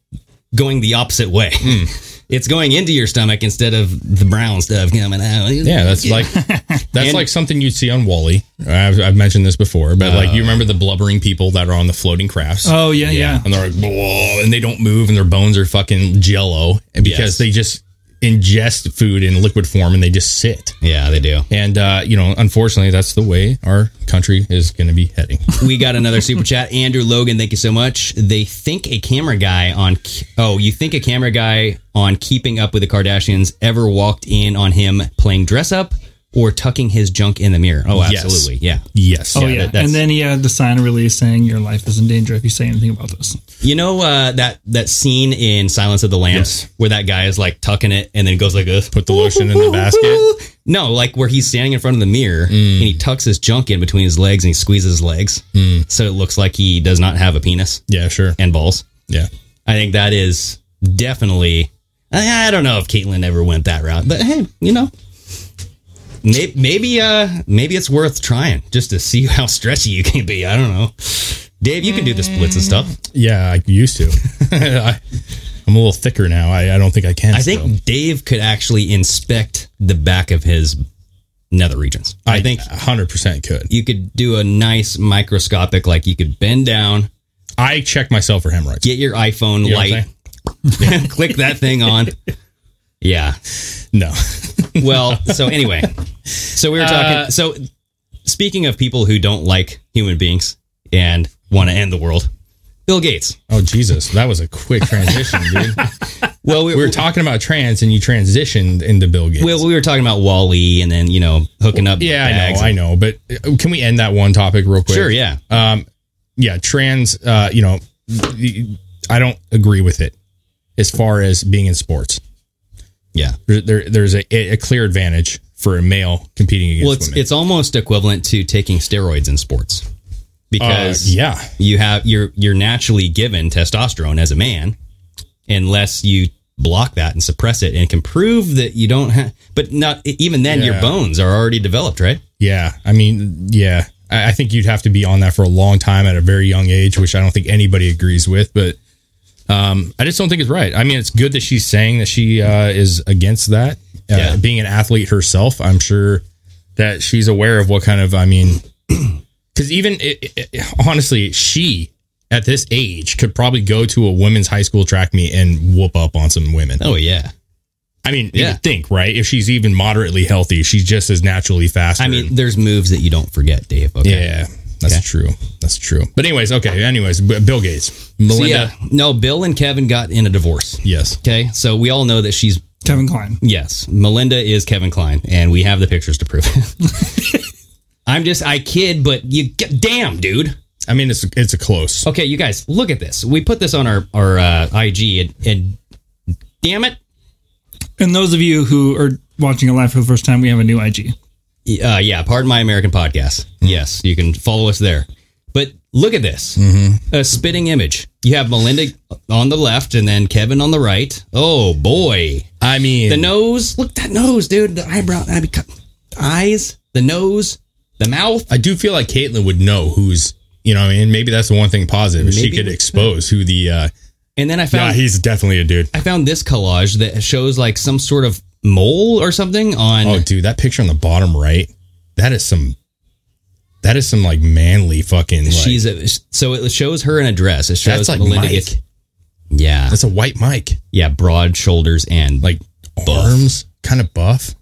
F: going the opposite way.
G: Hmm.
F: It's going into your stomach instead of the brown stuff coming out.
G: Yeah, that's like that's like something you'd see on Wally. I've, I've mentioned this before, but like you remember the blubbering people that are on the floating crafts.
H: Uh. Oh yeah, yeah.
G: and they're like, "Whoa," and they don't move, and their bones are fucking jello, and because
F: Yes.
G: they just ingest food in liquid form and they just sit.
F: yeah, they do.
G: And uh, you know, unfortunately, that's the way our country is going to be heading.
F: we got another super chat. Andrew Logan, thank you so much. They think a camera guy on. Oh, you think a camera guy on Keeping Up with the Kardashians ever walked in on him playing dress up or tucking his junk in the mirror? Oh,
G: Yes.
F: absolutely. Yeah.
G: yes.
H: Oh yeah,
F: that- that's-
H: and then he had the sign released saying your life is in danger if you say anything about this.
F: You know uh, that that scene in Silence of the Lambs where that guy is like tucking it and then goes like this.
G: Put the lotion in the basket.
F: No, like where he's standing in front of the mirror and he tucks his junk in between his legs and he squeezes his legs so it looks like he does not have a penis
G: Yeah. Sure.
F: and balls.
G: Yeah.
F: I think that is definitely. I I don't know if Caitlyn ever went that route, but hey, you know, maybe maybe, uh, maybe it's worth trying just to see how stretchy you can be. I don't know, Dave. You can do the splits and stuff.
G: Yeah. I used to. I, I'm a little thicker now. I, I don't think I can.
F: I think
G: still.
F: Dave could actually inspect the back of his nether regions. I, think
G: 100 percent could.
F: you could do a nice microscopic, like you could bend down,
G: I check myself for hemorrhoids.
F: get your iPhone
G: You know what I'm
F: light, click that thing on. Yeah,
G: No.
F: Well, so anyway, so we were talking.
G: Uh,
F: so speaking of people who don't like human beings and want to end the world, Bill Gates.
G: Oh Jesus, that was a quick transition, dude.
F: Well, we,
G: We
F: were
G: were
F: talking.
G: talking about trans, and you transitioned into Bill Gates.
F: Well, we were talking about Wally, and then you know hooking up.
G: yeah, I
F: bags
G: know, I know. But uh, can we end that one topic real quick?
F: Sure, yeah.
G: Um, yeah, trans. Uh, you know, I don't agree with it as far as being in sports.
F: yeah,
G: There, there there's a, a clear advantage for a male competing against
F: Well, it's
G: women.
F: it's almost equivalent to taking steroids in sports
G: Uh,
F: because
G: yeah,
F: you have you're you're naturally given testosterone as a man unless you block that and suppress it and can prove that you don't have but not e, even then your
G: Yeah.
F: bones are already developed right
G: yeah. I mean, yeah. I, I think you'd have to be on that for a long time at a very young age, which I don't think anybody agrees with. But um, I just don't think it's right. I mean, it's good that she's saying that she uh, is against that. Uh,
F: Yeah.
G: Being an athlete herself, I'm sure that she's aware of what kind of. I mean, because even it, it- it- honestly, she at this age could probably go to a women's high school track meet and whoop up on some women.
F: oh yeah
G: I mean, you
F: Yeah.
G: would think, right? If she's even moderately healthy, she's just as naturally fast.
F: i mean there's moves that you don't forget dave okay
G: yeah, that's
F: Okay.
G: true. That's true. But anyways, okay. Anyways, B- Bill Gates, Melinda.
F: So, yeah no bill and kevin got in a divorce
G: Yes.
F: okay so we all know that she's
H: Kevin Klein.
F: Yes, Melinda is Kevin Klein, and we have the pictures to prove it. I'm just, I kid, but you, get, damn, dude.
G: I mean, it's it's a close.
F: Okay, you guys, look at this. We put this on our our uh, IG, and, and damn it,
H: And those of you who are watching it live for the first time, we have a new IG.
F: uh, yeah, pardon my American podcast. Yes, you can follow us there. But look at this, a spitting image. You have Melinda on the left, and then Kevin on the right. Oh boy,
G: I mean,
F: the nose. Look at that nose, dude. The eyebrow, I mean, eyes, the nose, the mouth.
G: I do feel like Caitlyn would know who's. You know, what I mean, maybe that's the one thing positive. is She
F: Maybe
G: could
F: we-
G: expose who the. uh
F: And then I found
G: Yeah, he's definitely a dude.
F: I found this collage that shows like some sort of mole or something on.
G: Oh, dude, that picture on the bottom right, that is some. That is some like manly fucking. Like,
F: she's a, so it shows her in a dress. It shows
G: That's like Mike.
F: gets- yeah,
G: that's a white mic,
F: yeah, broad shoulders and
G: like arms, kind of buff.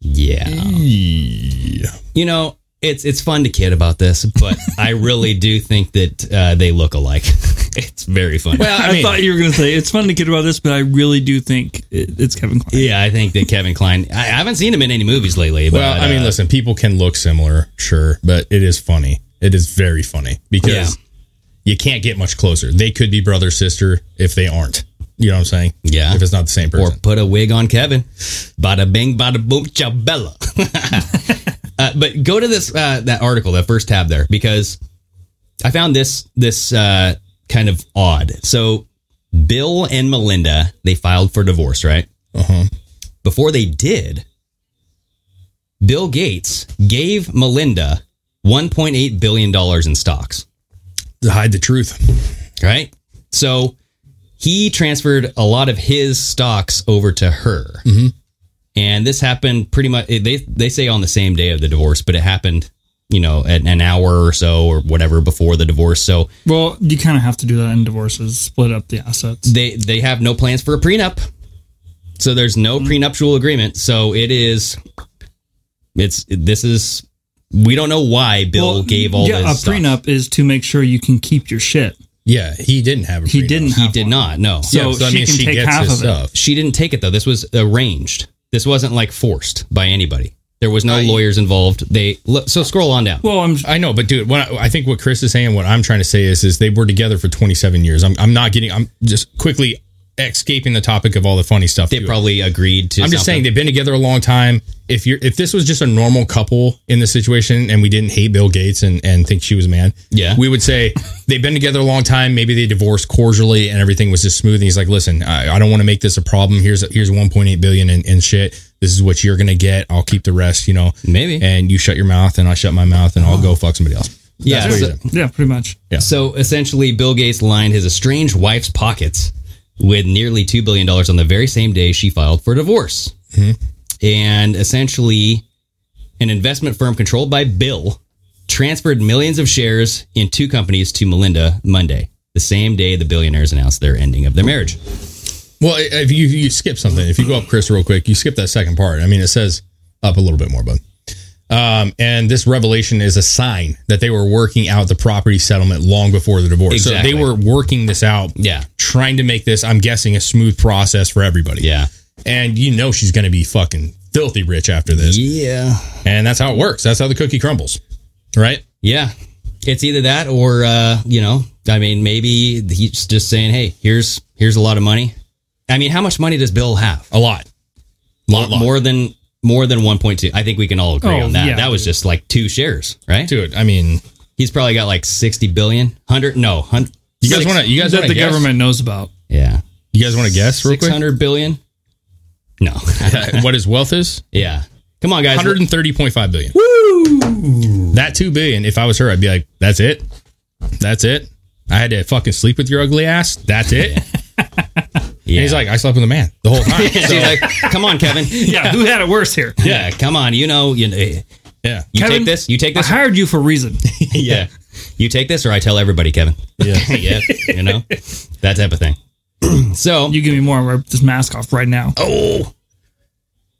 F: yeah.
G: Yeah.
F: You know, it's it's fun to kid about this, but I really do think that uh, they look alike. it's very funny.
G: Well, I,
H: I,
G: mean,
H: thought you were going to say it's fun to kid about this, but I really do think it, it's Kevin Klein.
F: yeah, I think that Kevin Klein. I haven't seen him in any movies lately. But,
G: well, I mean,
F: uh,
G: listen, people can look similar, sure, but it is funny. It is very funny because
F: Yeah.
G: you can't get much closer. They could be brother sister if they aren't. You know what I'm saying?
F: Yeah.
G: If it's not the same
F: or
G: person.
F: put a wig on Kevin. Bada bing, bada boom, chabella. uh, but go to this uh, that article, that first tab there, because I found this this uh, kind of odd. So Bill and Melinda they filed for divorce, right?
G: Uh-huh.
F: Before they did, Bill Gates gave Melinda 1.8 billion dollars in stocks
G: To hide the truth.
F: right? So he transferred a lot of his stocks over to her,
H: Mm-hmm.
F: and this happened pretty much. They they say on the same day of the divorce, but it happened, you know, at an hour or so or whatever before the divorce. So
H: Well, you kind of have to do that in divorces, split up the assets.
F: they they have no plans for a prenup, so there's no
H: Mm-hmm.
F: prenuptial agreement. So it is, it's this is. We don't know why Bill
H: Well,
F: gave all
H: yeah,
F: this.
H: a
F: stuff.
H: prenup is to make sure you can keep your shit.
G: Yeah, he didn't have a
H: He
G: prenup.
H: didn't
F: He
H: have
F: did
H: one.
F: not. No.
G: Yeah,
H: So she can take half of it.
F: Uh, She didn't take it though. This was arranged. This wasn't like forced by anybody. There was no lawyers involved. They look, so scroll on down.
H: Well, I'm
G: I know, but dude, what I, I think what Chris is saying, what I'm trying to say is, is they were together for 27 years. I'm, I'm not getting, I'm just quickly escaping the topic of all the funny stuff.
F: they
G: too.
F: probably agreed to.
G: I'm just saying
F: something.
G: they've been together a long time. If you're if this was just a normal couple in this situation and we didn't hate Bill Gates and, and think she was a man,
F: Yeah.
G: we would say they've been together a long time. Maybe they divorced cordially and everything was just smooth. And he's like, listen, I, I don't want to make this a problem. Here's here's 1.8 billion in, in shit. This is what you're gonna get. I'll keep the rest, you know.
F: Maybe.
G: And you shut your mouth and I shut my mouth and I'll
F: Uh-huh.
G: go fuck somebody else.
F: yeah.
G: what
F: so-
G: he said.
H: yeah, pretty much.
F: So essentially, Bill Gates lined his estranged wife's pockets with nearly $2 billion on the very same day she filed for divorce.
G: Mm-hmm.
F: And essentially, an investment firm controlled by Bill transferred millions of shares in two companies to Melinda Monday, the same day the billionaires announced their ending of their marriage.
G: Well, if you you skip something, if you go up, Chris, real quick, you skip that second part. I mean, it says up a little bit more, bud. Um, and this revelation is a sign that they were working out the property settlement long before the divorce.
F: Exactly.
G: So they were working this out,
F: Yeah.
G: trying to make this, I'm guessing, a smooth process for everybody.
F: Yeah.
G: And you know she's going to be fucking filthy rich after this.
F: Yeah.
G: And that's how it works. That's how the cookie crumbles, right?
F: Yeah. It's either that or, uh, you know, I mean, maybe he's just saying, hey, here's here's a lot of money. I mean, how much money does Bill have?
G: A lot. Lot, lot.
F: more than More than 1.2. I think we can all agree
H: Oh,
F: on that.
H: yeah,
F: that was just like two shares, right?
G: dude. I mean,
F: He's probably got like 60 billion, 100, no, 100.
G: you guys want to? You guys
H: that
G: want
H: the
G: to guess?
H: government knows about.
F: Yeah.
G: You guys want to guess real quick?
F: 600 billion? No.
G: what his wealth is?
F: yeah. Come on, guys.
G: 130.5 billion. Woo! That two billion. If I was her, I'd be like, "That's it. That's it. I had to fucking sleep with your ugly ass. That's it."
F: Yeah.
G: And he's like, "I slept with a man the whole time."
F: She's
G: So,
F: like, come on, Kevin.
H: Yeah, who had it worse here?
F: Yeah, come on. You know, you, you
G: yeah,
H: Kevin,
F: take this. You take
H: I
F: this.
H: hired you for a reason.
F: yeah. You take this, or I tell everybody, Kevin.
G: yeah.
F: yeah. You know, that type of thing. so
H: You give me more. I rip this mask off right now.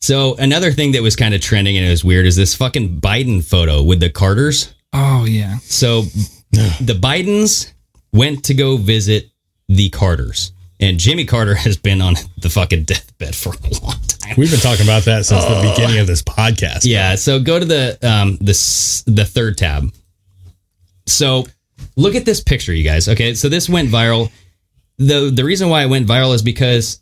F: So another thing that was kind of trending and it was weird is this fucking Biden photo with the Carters.
H: Oh yeah.
F: So the Bidens went to go visit the Carters. And Jimmy Carter has been on the fucking deathbed for a long time.
G: We've been talking about that since the beginning of this podcast.
F: Yeah, so go to the um the s- the third tab. So look at this picture, you guys. Okay, so this went viral. the The reason why it went viral is because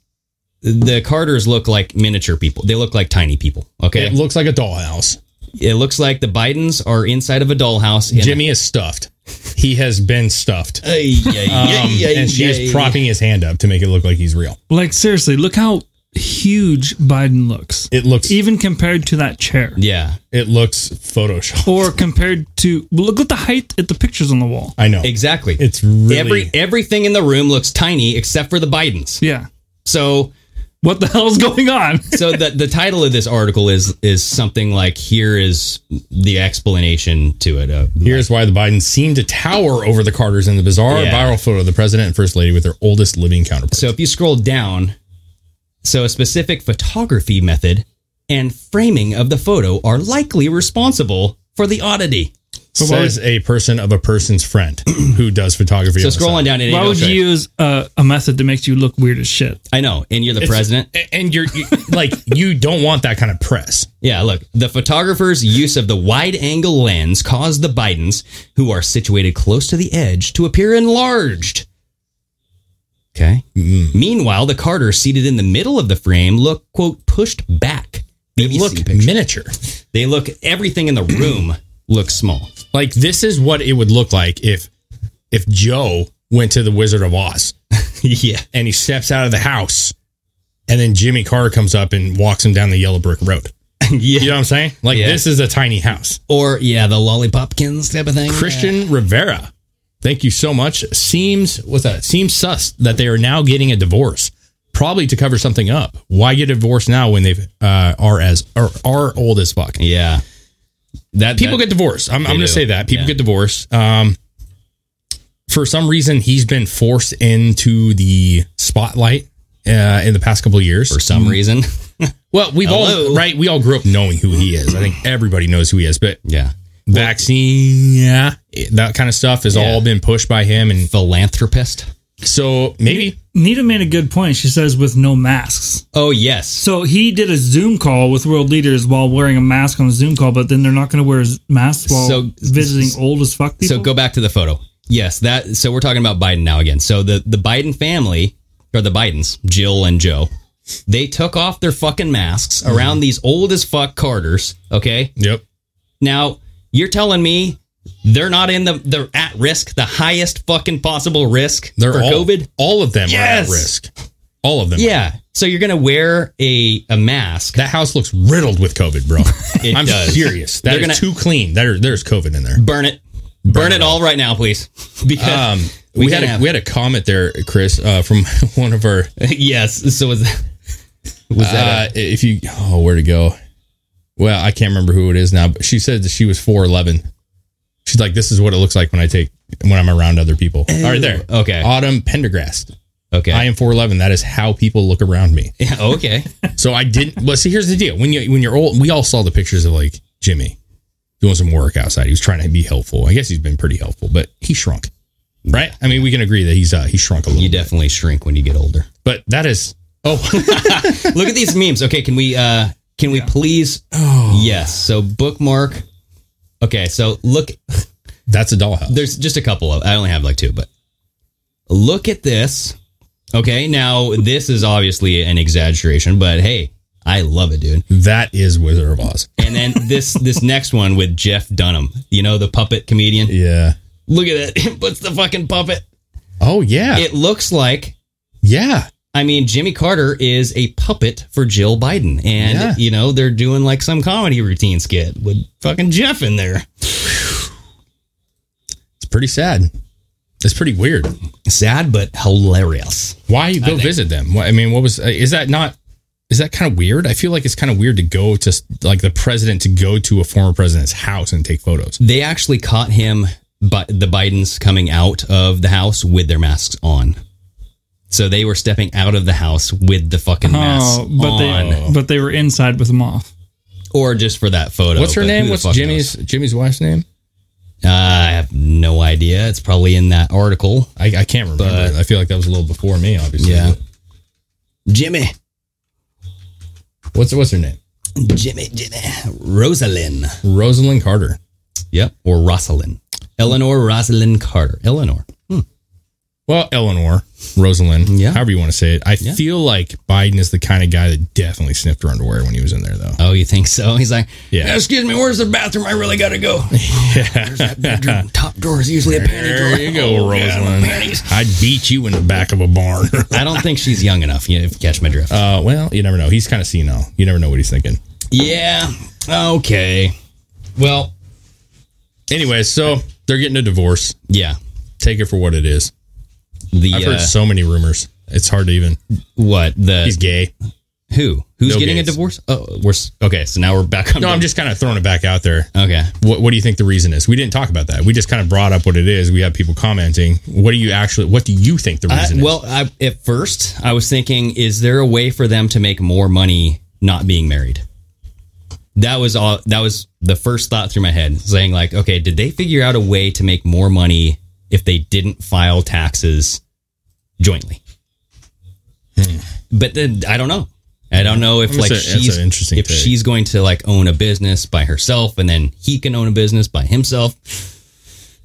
F: the Carters look like miniature people. They look like tiny people. Okay,
G: It looks like a dollhouse.
F: It looks like the Bidens are inside of a dollhouse. and-
G: Jimmy is stuffed. He has been stuffed.
F: Ay, ay, ay,
G: Um,
F: ay,
G: and she
F: ay.
G: is propping his hand up to make it look like he's real.
H: Like seriously, look how huge Biden looks.
G: It looks
H: even compared to that chair.
F: Yeah,
G: it looks photoshopped.
H: Or compared to well, look at the height at the pictures on the wall.
G: I know.
F: exactly.
G: It's really
F: every everything in the room looks tiny except for the Bidens.
H: Yeah.
F: So
H: What the hell's going on?
F: so the the title of this article is is something like here is the explanation to it. Uh,
G: Here's why the Bidens seem to tower over the Carters in the bizarre
F: Yeah.
G: viral photo of the president and first lady with their oldest living counterparts.
F: so if you scroll down, so a specific photography method and framing of the photo are likely responsible for the oddity.
G: says a person of a person's friend who does photography.
F: So
G: on the
F: scroll on
G: side.
F: down. and
H: Why
F: it'll
H: would
F: show
H: you use a, a method that makes you look weird as shit?
F: I know, and you're the
G: It's-
F: president.
G: a- and you're you, like you don't want that kind of press.
F: Yeah, look, the photographer's use of the wide angle lens caused the Bidens, who are situated close to the edge, to appear enlarged. Okay. Meanwhile, the Carter seated in the middle of the frame look, quote, pushed back.
G: They
F: BBC
G: look
F: picture.
G: miniature.
F: They look, everything in the room looks small.
G: Like this is what it would look like if if Joe went to the Wizard of Oz
F: yeah.
G: and he steps out of the house, and then Jimmy Carter comes up and walks him down the yellow brick road. You know
F: yeah.
G: what I'm saying? Like
F: Yeah.
G: this is a tiny house.
F: Or, yeah, the lollipopkins type of thing.
G: Christian Rivera. Thank you so much. Seems what's that? Seems sus that they are now getting a divorce, probably to cover something up. Why get a divorce now when they uh, are as are, are old as fuck?
F: Yeah. That
G: People get
F: that-
G: divorced. I'm, I'm going
F: do.
G: to say that people
F: Yeah.
G: get divorced. Um, for some reason, he's been forced into the spotlight uh, in the past couple of years.
F: for some reason.
G: well, we've
F: Hello.
G: all right. We all grew up knowing who he is. I think everybody knows who he is, but
F: yeah.
G: vaccine, yeah, that kind of stuff has
F: Yeah.
G: all been pushed by him, and
F: Philanthropist.
G: so maybe
H: Nita made a good point. She says with no masks.
F: Oh, yes.
H: So he did a Zoom call with world leaders while wearing a mask on a Zoom call, but then they're not going to wear his masks while
F: So-
H: visiting old as fuck people.
F: So go back to the photo. Yes, that. So we're talking about Biden now again. So the the Biden family or the Bidens, Jill and Joe, they took off their fucking masks
G: Mm-hmm.
F: around these old as fuck Carters. Okay,
G: Yep.
F: now you're telling me they're not in the they're at risk, the highest fucking possible risk
G: They're
F: for
G: all,
F: COVID.
G: All of them
F: Yes.
G: are at risk. All of them.
F: Yeah. So you're gonna wear a a mask.
G: That house looks riddled with COVID, bro.
F: It
G: I'm
F: does.
G: serious. That
F: They're
G: is too
F: gonna-
G: clean. There, there's COVID in there.
F: burn it. Burn, it all right now, please. Because
G: Um,
F: We
G: we, had
F: can't
G: a,
F: have-
G: we had a comment there, Chris, uh, from one of our.
F: yes. So was that, was that a-
G: uh, if you oh, where to go? Well, I can't remember who it is now, but she said that she was four eleven. She's like, this is what it looks like when I take when I'm around other people. All right, there.
F: okay.
G: Autumn Pendergast.
F: okay?
G: I am four eleven. That is how people look around me.
F: Yeah, oh. okay.
G: So I didn't. Well, see, here's the deal. When you when you're old, we all saw the pictures of like Jimmy doing some work outside. He was trying to be helpful. I guess he's been pretty helpful, but he shrunk. Right? I mean, we can agree that he's uh, he shrunk a little.
F: You
G: bit.
F: definitely shrink when you get older.
G: But that is oh
F: Look at these memes. Okay, can we uh can we please Yes. So bookmark. Okay, so look
G: that's a dollhouse.
F: there's just a couple of I only have like two, but look at this. Okay, now this is obviously an exaggeration, but hey, I love it, dude.
G: That is Wizard of Oz.
F: And then this this next one with Jeff Dunham, you know the puppet comedian.
G: Yeah.
F: Look at it. He puts the fucking puppet.
G: Oh yeah.
F: It looks like
G: yeah.
F: I mean, Jimmy Carter is a puppet for Jill Biden, and
G: Yeah.
F: you know they're doing like some comedy routine skit with fucking Jeff in there.
G: It's pretty sad. It's pretty weird.
F: Sad but hilarious.
G: Why go visit them? Why- I mean, what was uh, is that not? Is that kind of weird? I feel like it's kind of weird to go to s- like the president to go to a former president's house and take photos.
F: They actually caught him, but the Bidens coming out of the house with their masks on. So they were stepping out of the house with the fucking mask
H: Oh, but
F: on,
H: they but they were inside with them off.
F: or just for that photo.
G: What's her
F: but who
G: name?
F: the
G: What's
F: fuck
G: Jimmy's Jimmy's wife's name?
F: knows? Uh, I have no idea. It's probably in that article.
G: I, I can't remember.
F: But-
G: I feel like that was a little before me, obviously.
F: Yeah. Jimmy,
G: What's what's her name?
F: Jimmy, Jimmy, Rosalind.
G: Rosalind Carter.
F: Yep. Or Rosalind. Eleanor Rosalind Carter. Eleanor.
G: Well, Eleanor, Rosalind,
F: Yeah.
G: however you want to say it. I
F: Yeah.
G: feel like Biden is the kind of guy that definitely sniffed her underwear when he was in there, though.
F: Oh, you think so? He's like,
G: Yeah.
F: Excuse me, where's the bathroom? I really gotta go. There's that bedroom. Top drawer is usually a panty drawer.
G: There you go,
F: Oh, God, my
G: Rosalind.
F: panties.
G: I'd beat you in the back of a barn.
F: I don't think she's young enough. You know, if you catch my drift.
G: uh, well, you never know. He's kind of senile. You never know what he's thinking.
F: yeah. Okay. Well.
G: Anyway, so they're getting a divorce.
F: Yeah.
G: Take it for what it is.
F: The
G: I've
F: uh,
G: heard so many rumors. It's hard to even.
F: what the
G: He's gay.
F: who who's
G: Bill
F: getting
G: Gates.
F: a divorce? Oh, we're s- okay. So now we're back on.
G: No, I'm
F: the-
G: just kind of throwing it back out there.
F: okay.
G: What, what do you think the reason is? We didn't talk about that. We just kind of brought up what it is. We have people commenting. What do you actually? What do you think the
F: I-
G: reason is?
F: well, I, at first, I was thinking, is there a way for them to make more money not being married? That was all. That was the first thought through my head, saying like, okay, did they figure out a way to make more money if they didn't file taxes jointly? But then I don't know. I don't know if
G: That's
F: like
G: a- that's an
F: she's
G: interesting
F: if
G: take.
F: she's going to like own a business by herself, and then he can own a business by himself.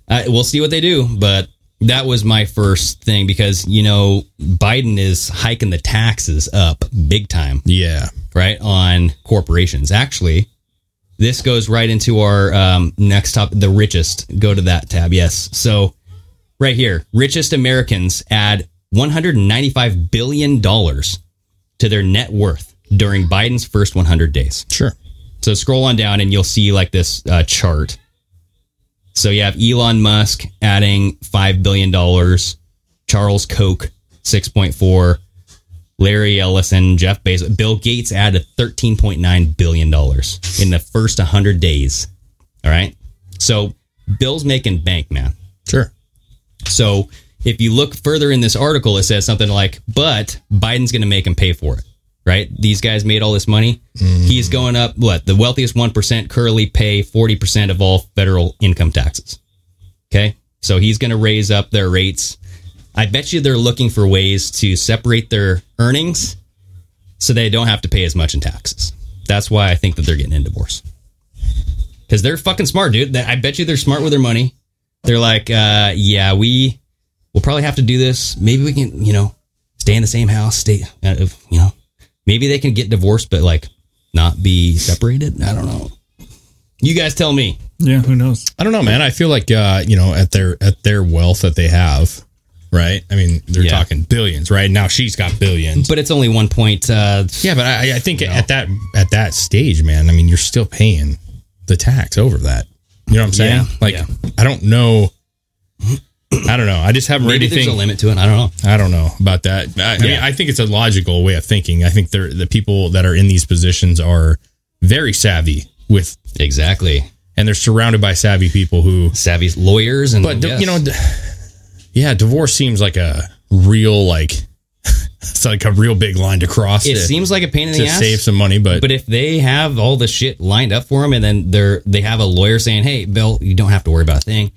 F: Uh, we'll see what they do, but that was my first thing because you know Biden is hiking the taxes up big time,
G: yeah.
F: right on corporations. Actually, this goes right into our um, next top, the richest. Go to that tab. Yes, so right here, richest Americans add 195 billion dollars to their net worth during Biden's first 100 days.
G: Sure.
F: So scroll on down and you'll see like this uh, chart. So you have Elon Musk adding five billion dollars, Charles Koch six point four, Larry Ellison, Jeff Bezos, Bill Gates added thirteen point nine billion dollars in the first hundred days. All right, so Bill's making bank, man.
G: Sure.
F: So if you look further in this article, it says something like, but Biden's going to make him pay for it, right? These guys made all this money.
G: Mm-hmm.
F: He's going up, what? The wealthiest 1% currently pay 40% of all federal income taxes. Okay. So he's going to raise up their rates. I bet you they're looking for ways to separate their earnings so they don't have to pay as much in taxes. That's why I think that they're getting in divorce. Because they're fucking smart, dude. That- I bet you they're smart with their money they're like, uh, yeah, we will probably have to do this. Maybe we can, you know, stay in the same house, stay, uh, if- you know, maybe they can get divorced, but like not be separated. I don't know. You guys tell me.
H: Yeah, who knows?
G: I don't know, man. I feel like uh, you know, at their at their wealth that they have, right? I mean, they're
F: Yeah.
G: talking billions, right? Now she's got billions.
F: But it's only one point. Uh,
G: yeah, but I, I think at that at that stage, man, I mean, you're still paying the tax over that. You know what I'm saying?
F: Yeah,
G: Like,
F: yeah.
G: I don't know. I don't know. I just haven't read
F: maybe there's a
G: anything.
F: limit to it. I don't know.
G: I don't know about that. I, I mean, I think it's a logical way of thinking. I think they're, the people that are in these positions are very savvy with,
F: Exactly.
G: and they're surrounded by savvy people who
F: Savvy lawyers and
G: but d
F: yes.
G: you know, d- yeah, divorce seems like a real like it's like a real big line to cross.
F: it
G: to,
F: seems like a pain in
G: to
F: the ass.
G: save some money, but,
F: but if they have all the shit lined up for them and then they're they have a lawyer saying hey bill you don't have to worry about a thing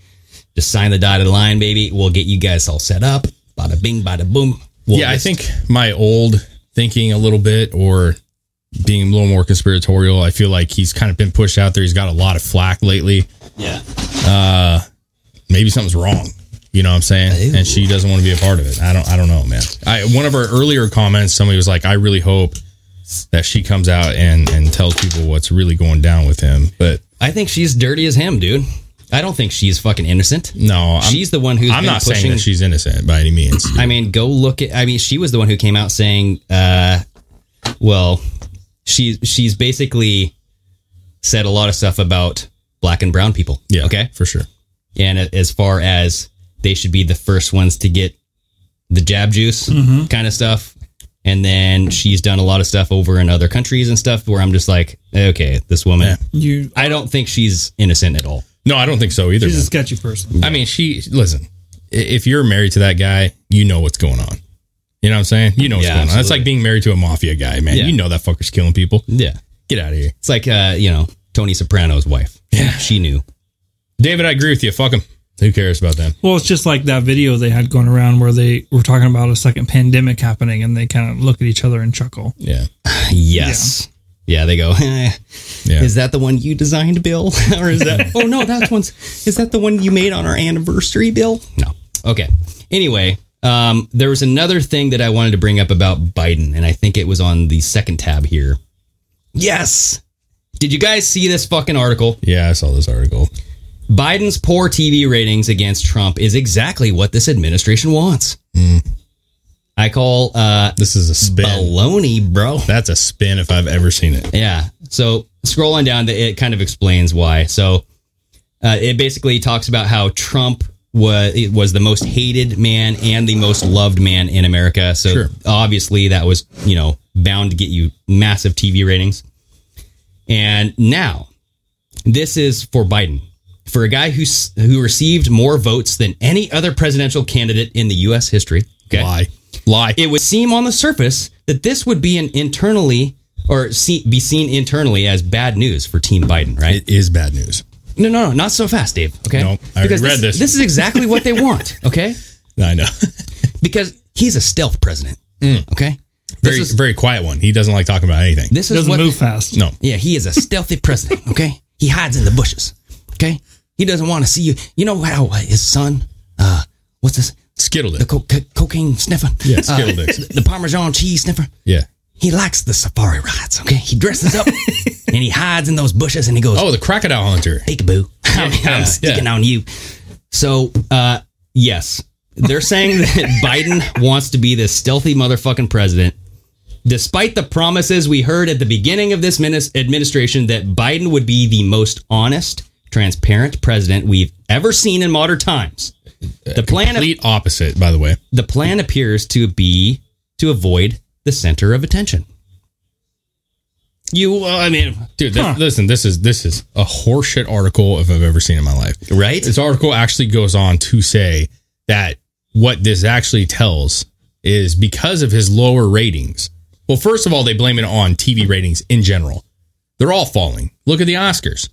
F: just sign the dotted line baby we'll get you guys all set up bada bing bada boom We'll
G: yeah, I
F: just-
G: think my old thinking a little bit or being a little more conspiratorial, I feel like he's kind of been pushed out there. He's got a lot of flack lately. Uh,
F: yeah
G: Maybe something's wrong. You know what I'm saying? And she doesn't want to be a part of it. I don't I don't know, man. I one of our earlier comments, somebody was like, I really hope that she comes out and and tells people what's really going down with him. But
F: I think she's dirty as him, dude. I don't think she's fucking innocent.
G: no, I'm,
F: she's the one who's
G: I'm
F: been
G: not
F: pushing.
G: saying that she's innocent by any means.
F: I mean, go look at. I mean, she was the one who came out saying, uh, "Well, she's she's basically said a lot of stuff about black and brown people."
G: yeah,
F: Okay.
G: for sure.
F: And a- as far as they should be the first ones to get the jab juice
G: Mm-hmm.
F: kind of stuff, and then she's done a lot of stuff over in other countries and stuff where I'm just like, okay, this woman.
J: You,
F: I don't think she's innocent at all.
G: No, I don't think so either.
J: she's a
G: man.
J: sketchy person.
G: I mean, she listen. i- If you're married to that guy, you know what's going on. You know what I'm saying? You know what's
F: Yeah,
G: going on. It's
F: absolutely.
G: like being married to a mafia guy, man.
F: Yeah.
G: You know that fucker's killing people.
F: Yeah.
G: Get out of here,
F: It's like uh, you know, Tony Soprano's wife. Yeah. She knew.
G: David. I agree with you. Fuck him. Who cares about them?
J: Well,
H: Well, it's just like that video they had going around where they were talking about a second pandemic happening and they kind of look at each other and chuckle.
G: Yeah,
F: Yes. Yeah, they go. "Eh,
G: yeah.
F: Is that the one you designed, Bill? or is that? oh no, that one's. Is that the one you made on our anniversary, Bill? No. Okay. Anyway, um, there was another thing that I wanted to bring up about Biden, and I think it was on the second tab here. Yes. Did you guys see this fucking article?
G: yeah, I saw this article.
F: Biden's poor TV ratings against Trump is exactly what this administration wants.
G: Mm.
F: I call uh,
G: This is a spin.
F: baloney, bro.
G: That's a spin if I've ever seen it.
F: Yeah. So scrolling down, the- it kind of explains why. So uh, it basically talks about how Trump was was the most hated man and the most loved man in America. So
G: Sure.
F: obviously that was you know bound to get you massive TV ratings. And now this is for Biden. For a guy who's, who received more votes than any other presidential candidate in the U.S. history, okay?
G: Lie, lie.
F: it would seem on the surface that this would be an internally or see, be seen internally as bad news for Team Biden, right?
G: it is bad news.
F: no, no, no, not so fast, Dave. Okay,
G: Nope, I already
F: because
G: read
F: this,
G: this.
F: is exactly what they want. Okay,
G: I know.
F: because he's a stealth president.
G: Mm.
F: Okay,
G: very,
F: is-
G: very quiet one. He doesn't like talking about anything.
F: this is
H: Doesn't
F: what.
H: move fast.
G: no,
F: Yeah, he is a stealthy president. Okay, he hides in the bushes. Okay, he doesn't want to see you. You know how uh, his son, uh, what's this?
G: skittled
F: The
G: it.
F: co- co- cocaine sniffer.
G: Yeah,
F: Uh,
G: skittle dicks.
F: the Parmesan cheese sniffer.
G: Yeah.
F: he likes the safari rides. Okay, he dresses up and he hides in those bushes and he goes,
G: Oh, the crocodile hunter.
F: peekaboo. I'm, I'm sticking on you. So, uh, yes, they're saying that Biden wants to be this stealthy motherfucking president. Despite the promises we heard at the beginning of this minis- administration that Biden would be the most honest, transparent president we've ever seen in modern times, the plan of
G: Complete opposite, by the way.
F: the plan appears to be to avoid the center of attention. You, uh, I mean,
G: Dude, this, listen, this is this is a horseshit article if I've ever seen in my life.
F: right?
G: This article actually goes on to say that what this actually tells is because of his lower ratings. Well, first of all, they blame it on TV ratings in general. They're all falling. Look at the Oscars.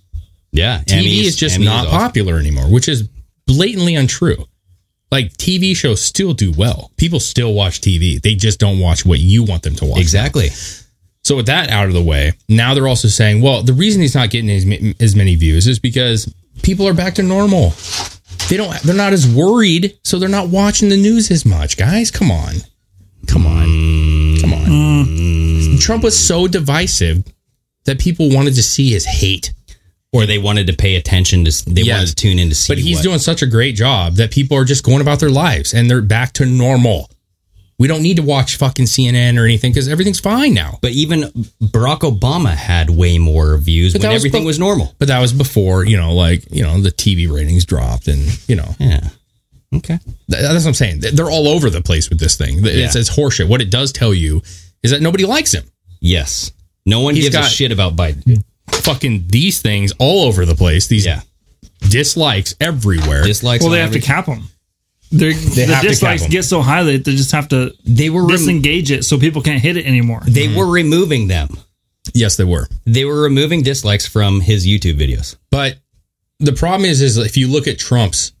F: yeah,
G: TV is just not popular anymore, which is blatantly untrue. Like TV shows still do well. People still watch TV. They just don't watch what you want them to watch.
F: Exactly.
G: So with that out of the way, now they're also saying, well, the reason he's not getting as, ma- as many views is because people are back to normal. They don't. They're not as worried, so they're not watching the news as much. Guys, come on, come on,
F: Mm.
G: come on. Trump was so divisive that people wanted to see his hate.
F: Or they wanted to pay attention to. They
G: Yeah.
F: wanted to tune in to see.
G: But he's
F: what-
G: doing such a great job that people are just going about their lives and they're back to normal. We don't need to watch fucking CNN or anything because everything's fine now.
F: But even Barack Obama had way more views
G: But that
F: when
G: was
F: everything
G: bef-
F: was normal.
G: But that was before, you know, like, you know, the TV ratings dropped and, you know,
F: Yeah. Okay.
G: th- that's what I'm saying. Th- They're all over the place with this thing. Th- It's,
F: Yeah.
G: it's horseshit. What it does tell you is that nobody likes him.
F: Yes. No one
G: He's
F: gives a
G: got-
F: shit about Biden.
G: Fucking these things all over the place, these
F: Yeah.
G: dislikes everywhere.
F: Dislikes.
H: Well,
F: on
H: they have to
F: every-
H: cap them. They're, the
G: have to cap
H: dislikes
G: 'em.
H: get so high that they just have to
F: They were rem-
H: disengage it so people can't hit it anymore.
F: they were removing them.
G: yes, they were.
F: They were removing dislikes from his YouTube videos.
G: But the problem is, is if you look at Trump's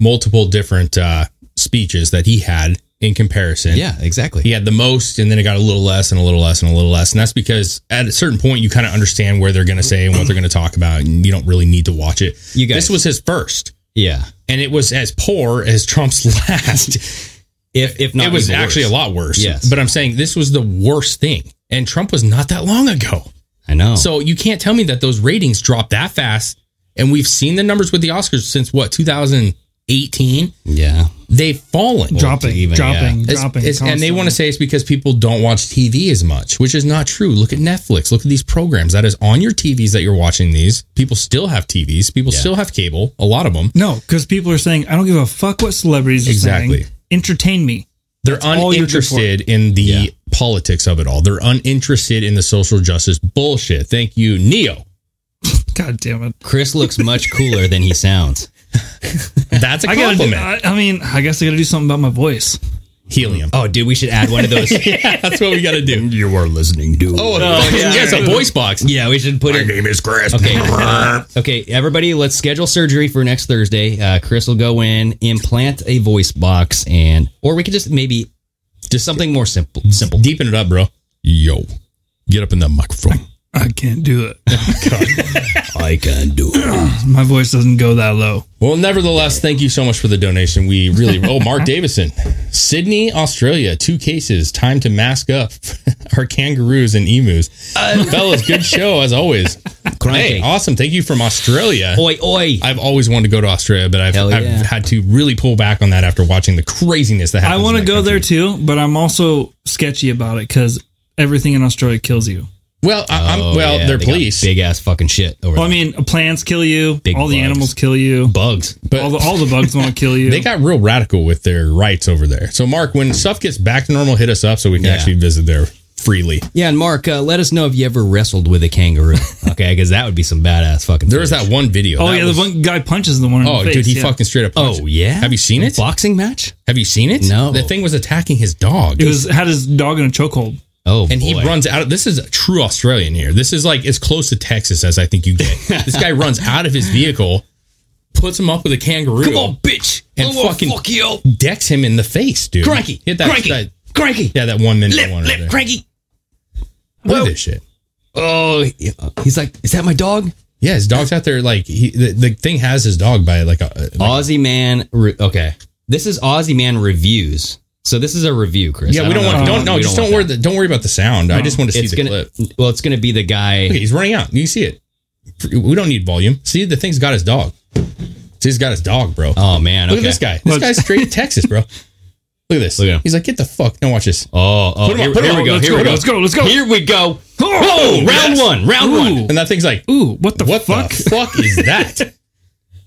G: multiple different uh, speeches that he had in comparison,
F: exactly.
G: he had the most, and then it got a little less, and a little less, and a little less, and that's because at a certain point you kind of understand where they're going to say and what they're going to talk about, and you don't really need to watch it.
F: You guys-
G: this was his first,
F: Yeah.
G: and it was as poor as Trump's last.
F: If if not,
G: it was
F: even
G: actually
F: worse.
G: a lot worse.
F: Yes.
G: but I'm saying this was the worst thing. And Trump was not that long ago.
F: I know.
G: So you can't tell me that those ratings dropped that fast. And we've seen the numbers with the Oscars since what 2018.
F: yeah,
G: They've fallen.
H: dropping,
F: even,
H: dropping,
G: It's-
H: dropping.
G: it's- and they
H: constantly.
G: want to say it's because people don't watch TV as much, which is not true. Look at Netflix. Look at these programs that is on your TVs that you're watching. These people still have TVs. People
F: Yeah.
G: still have cable. A lot of them.
H: no, because people are saying, I don't give a fuck what celebrities are
G: Exactly.
H: saying. Entertain me.
G: They're
H: all you're good for.
G: uninterested in the
F: Yeah.
G: politics of it all. They're uninterested in the social justice bullshit. Thank you, Neo.
H: God damn it.
F: Chris looks much cooler than he sounds.
G: That's a
H: I gotta. Do,
G: compliment.
H: I, I mean, I guess I gotta do something about my voice.
G: Helium.
F: Oh, dude, we should add one of those.
G: yeah, that's what we got to do.
F: you are listening to.
G: Oh, yeah, it's a voice box.
F: Yeah, we should put it.
E: name is Chris.
F: Okay. uh, okay, everybody, let's schedule surgery for next Thursday. Uh, Chris will go in, implant a voice box, and or we could just maybe just something more simple. Simple.
G: Deepen it up, bro. Yo, get up in the microphone.
H: I can't do it.
F: I can do it.
H: my voice doesn't go that low.
G: Well, nevertheless, thank you so much for the donation. We really. Oh, Mark Davison, Sydney, Australia, two cases. Time to mask up our kangaroos and emus.
F: Uh,
G: Fellas, good show as always. Hey,
F: Cranky.
G: awesome. Thank you from Australia.
F: Oh, Oi, oi.
G: I've always wanted to go to Australia, but I've,
F: Hell
G: I've
F: yeah.
G: had to really pull back on that after watching the craziness that
H: I
G: happens.
H: want to
G: in that
H: go there
G: country.
H: too, but I'm also sketchy about it because everything in Australia kills you.
G: Well, I,
F: Oh,
G: I'm, well, they're police.
F: Big ass fucking shit over
H: Well, I
F: there.
H: mean, plants kill you.
F: Big
H: all the
F: bugs.
H: animals kill you.
F: bugs.
G: but
H: all the all the bugs want to kill you.
G: they got real radical with their rights over there. So, Mark, when stuff gets back to normal, hit us up so we can
F: Yeah.
G: actually visit there freely.
F: Yeah, and Mark, uh, let us know if you ever wrestled with a kangaroo. Okay, because that would be some badass fucking.
G: There was that one video.
H: oh
G: that
H: yeah,
G: was-
H: the one guy punches the one. In
G: Oh,
H: the face,
G: dude, he
H: yeah.
G: fucking straight up. punched-
F: Oh yeah.
G: Have you seen it?
F: Boxing match?
G: Have you seen it?
F: No.
G: The thing was attacking his dog.
H: It was had his dog in a chokehold.
F: Oh,
G: and he
F: boy.
G: runs out. Of, this is a true Australian here. This is like as close to Texas as I think you get. this guy runs out of his vehicle, puts him up with a kangaroo.
F: Come on, bitch.
G: And
F: I wanna
G: fucking-
F: fuck you. up.
G: decks him in the face, dude.
F: Cranky.
G: Hit that.
F: cranky.
G: that-
F: cranky.
G: yeah, that one minute
F: Lip,
G: one.
F: lip,
G: right there.
F: cranky.
G: Look at
F: Well-
G: this shit.
F: Oh, he- he's like, is that my dog?
G: Yeah, his dog's out there. Like he, the, the thing has his dog by like a. like-
F: Aussie man. Re- okay, this is Aussie man reviews. So this is a review, Chris.
G: yeah,
F: I
G: we don't want.
F: know.
G: Don't no.
F: We
G: Just don't
F: want
G: worry.
F: that.
G: The, don't worry about the sound. I just want to see
F: It's
G: the
F: gonna.
G: clip.
F: Well, it's gonna be the guy.
G: Look, he's running out. You can see it. We don't need volume. See, the thing's got his dog. See, he's got his dog, bro.
F: Oh man.
G: Look
F: okay.
G: at this guy. This guy's straight to Texas, bro. Look at this.
F: Look at him.
G: He's like, get the fuck. No, watch this.
F: Oh, oh,
G: Put him
F: here,
G: up, put him
F: here
G: up.
F: we go.
G: Let's
F: here
G: go,
F: we go.
H: let's go, let's go.
F: Here we go.
H: Oh,
F: Oh, round one. Round one.
G: And that thing's like,
H: Ooh, what the
G: what
H: fuck?
G: the fuck is that?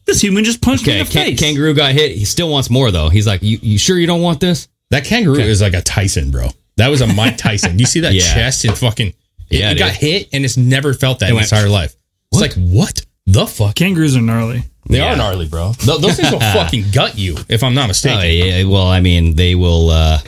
H: This human just punched me
F: Okay,
H: in the
F: can-
H: face.
F: kangaroo got hit. He still wants more though. He's like, you, you sure you don't want this?
G: That kangaroo is like a Tyson, bro. That was a Mike Tyson. You see that
F: Yeah.
G: chest and fucking it,
F: Yeah,
G: it got
F: dude.
G: hit and it's never felt that
F: It
G: in
F: went-
G: its entire life. It's like what the fuck?
H: Kangaroos are gnarly.
G: They
F: Yeah.
G: are gnarly, bro. Th- Oh, those things will fucking gut you if I'm not mistaken.
F: Oh, yeah. Well, I mean, they will uh,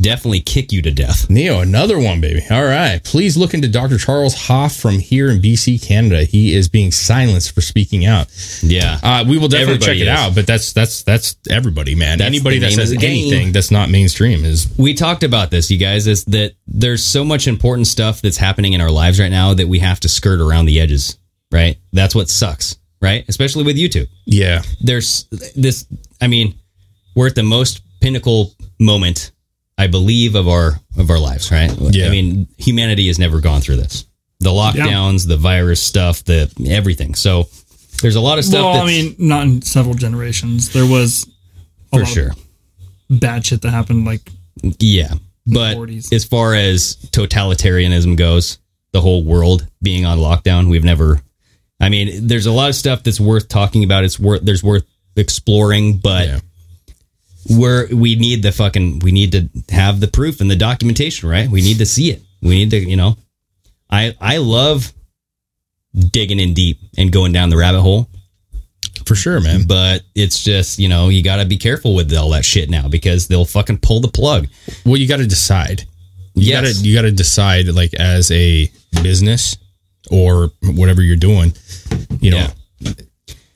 F: definitely kick you to death.
G: Neo, another one, baby. All right. Please look into Dr. Charles Hoff from here in BC, Canada. He is being silenced for speaking out.
F: Yeah.
G: Uh, we will definitely
F: Everybody
G: check it
F: is.
G: out, but that's that's that's everybody, man.
F: That's
G: Anybody
F: the
G: that
F: name of
G: says
F: the game.
G: anything that's not mainstream is
F: we talked about this, you guys, is that there's so much important stuff that's happening in our lives right now that we have to skirt around the edges, right? That's what sucks, right? Especially with YouTube.
G: yeah.
F: There's this, I mean, we're at the most pinnacle moment, I believe, of our of our lives, right?
G: Yeah.
F: I mean, humanity has never gone through this. The lockdowns, the virus stuff, the everything. So there's a lot of stuff
H: well,
F: that's
H: I mean, not in several generations. There was a
F: for
H: lot of
F: sure.
H: bad shit that happened. Like
F: Yeah. But
H: 40s.
F: as far as totalitarianism goes, the whole world being on lockdown, we've never I mean, there's a lot of stuff that's worth talking about. It's worth there's worth exploring, but
G: Yeah.
F: we're we need the fucking we need to have the proof and the documentation, right? We need to see it. We need to, you know. I I love digging in deep and going down the rabbit hole
G: For sure, man.
F: but it's just you know you got to be careful with all that shit now because they'll fucking pull the plug
G: Well, you got to decide. You
F: Yes.
G: gotta you gotta decide like as a business or whatever you're doing. You know.
F: Yeah.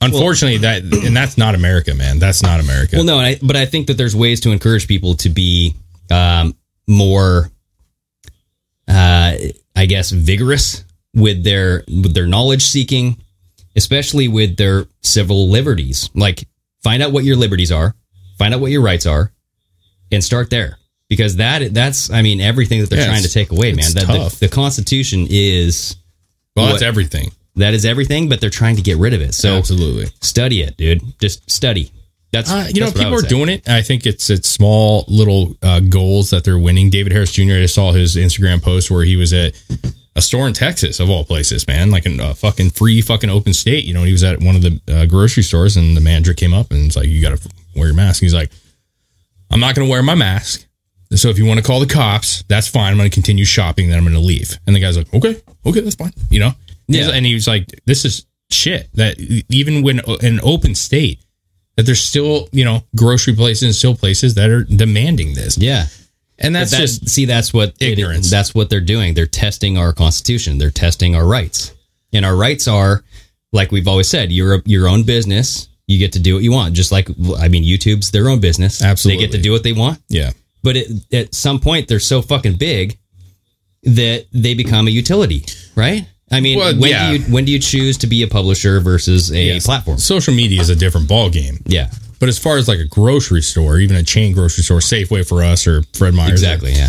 G: Unfortunately, that and that's not America, man. That's not America.
F: Well, no, and I, but I think that there's ways to encourage people to be um, more, uh, I guess, vigorous with their with their knowledge seeking, especially with their civil liberties. Like, find out what your liberties are, find out what your rights are, and start there. because that that's I mean everything that they're
G: Yeah,
F: trying to
G: it's-
F: take away, man.
G: it's
F: That the,
G: tough.
F: the Constitution is
G: Well, that's
F: What-
G: everything.
F: that is everything, but they're trying to get rid of it. So
G: Absolutely.
F: study it, dude. Just study. That's
G: Uh, you know,
F: that's what I
G: people
F: would
G: are
F: say.
G: doing it. I think it's it's small little uh, goals that they're winning. David Harris Jr. I saw his Instagram post where he was at a store in Texas of all places, man, like in a fucking free fucking open state. You know, and he was at one of the uh, grocery stores, and the manager came up and it's like, "You got to wear your mask." He's like, "I'm not going to wear my mask." So if you want to call the cops, that's fine. I'm going to continue shopping, then I'm going to leave. And the guy's like, "Okay, okay, that's fine." You know,
F: Yeah.
G: And he was like, "This is shit." That even when in an open state that there's still you know grocery places and still places that are demanding this
F: Yeah,
G: and
F: that's
G: that's
F: just see that's what it-
G: ignorance.
F: that's what they're doing. They're testing our Constitution. They're testing our rights, and our rights are like we've always said. You're a, your own business. You get to do what you want. Just like I mean, YouTube's their own business.
G: Absolutely.
F: they get to do what they want.
G: yeah
F: But it, at some point, they're so fucking big that they become a utility, right? I mean,
G: Well,
F: when
G: yeah.
F: do you when do you choose to be a publisher versus a
G: Yes.
F: platform?
G: social media is a different ball game
F: Yeah,
G: but as far as like a grocery store even a chain grocery store safeway for us or fred Meyer's
F: exactly. Yeah,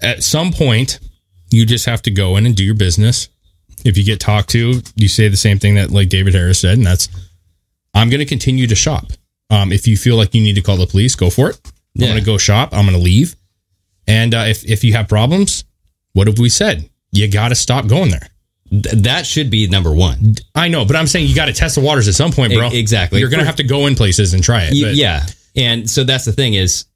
G: at some point you just have to go in and do your business if you get talked to you say the same thing that like david harris said and that's i'm going to continue to shop um, if you feel like you need to call the police go for it
F: Yeah.
G: i'm going to go shop i'm going to leave and uh, if, if you have problems what have we said you got to stop going there
F: Th- that should be number one.
G: i know but i'm saying you got to test the waters at some point bro
F: E- exactly.
G: you're going to have to go in places and try it
F: Y-
G: but-
F: yeah. And so that's the thing is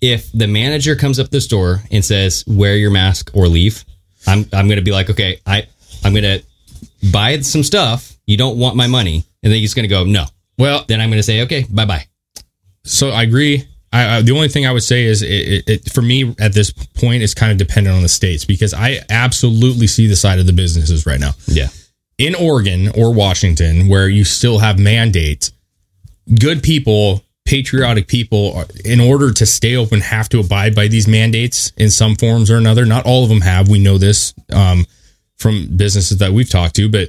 F: if the manager comes up to the store and says, wear your mask or leave, I'm, I'm going to be like, okay, I, I'm going to buy some stuff. You don't want my money. And then he's going to go, no.
G: well
F: Then I'm going to say, okay, bye bye.
G: So I agree. I, I the only thing I would say is it, it, it for me at this point is kind of dependent on the states because I absolutely see the side of the businesses right now
F: Yeah.
G: in Oregon or Washington where you still have mandates. Good people, patriotic people, are- in order to stay open, have to abide by these mandates in some forms or another. Not all of them have. We know this um, from businesses that we've talked to, but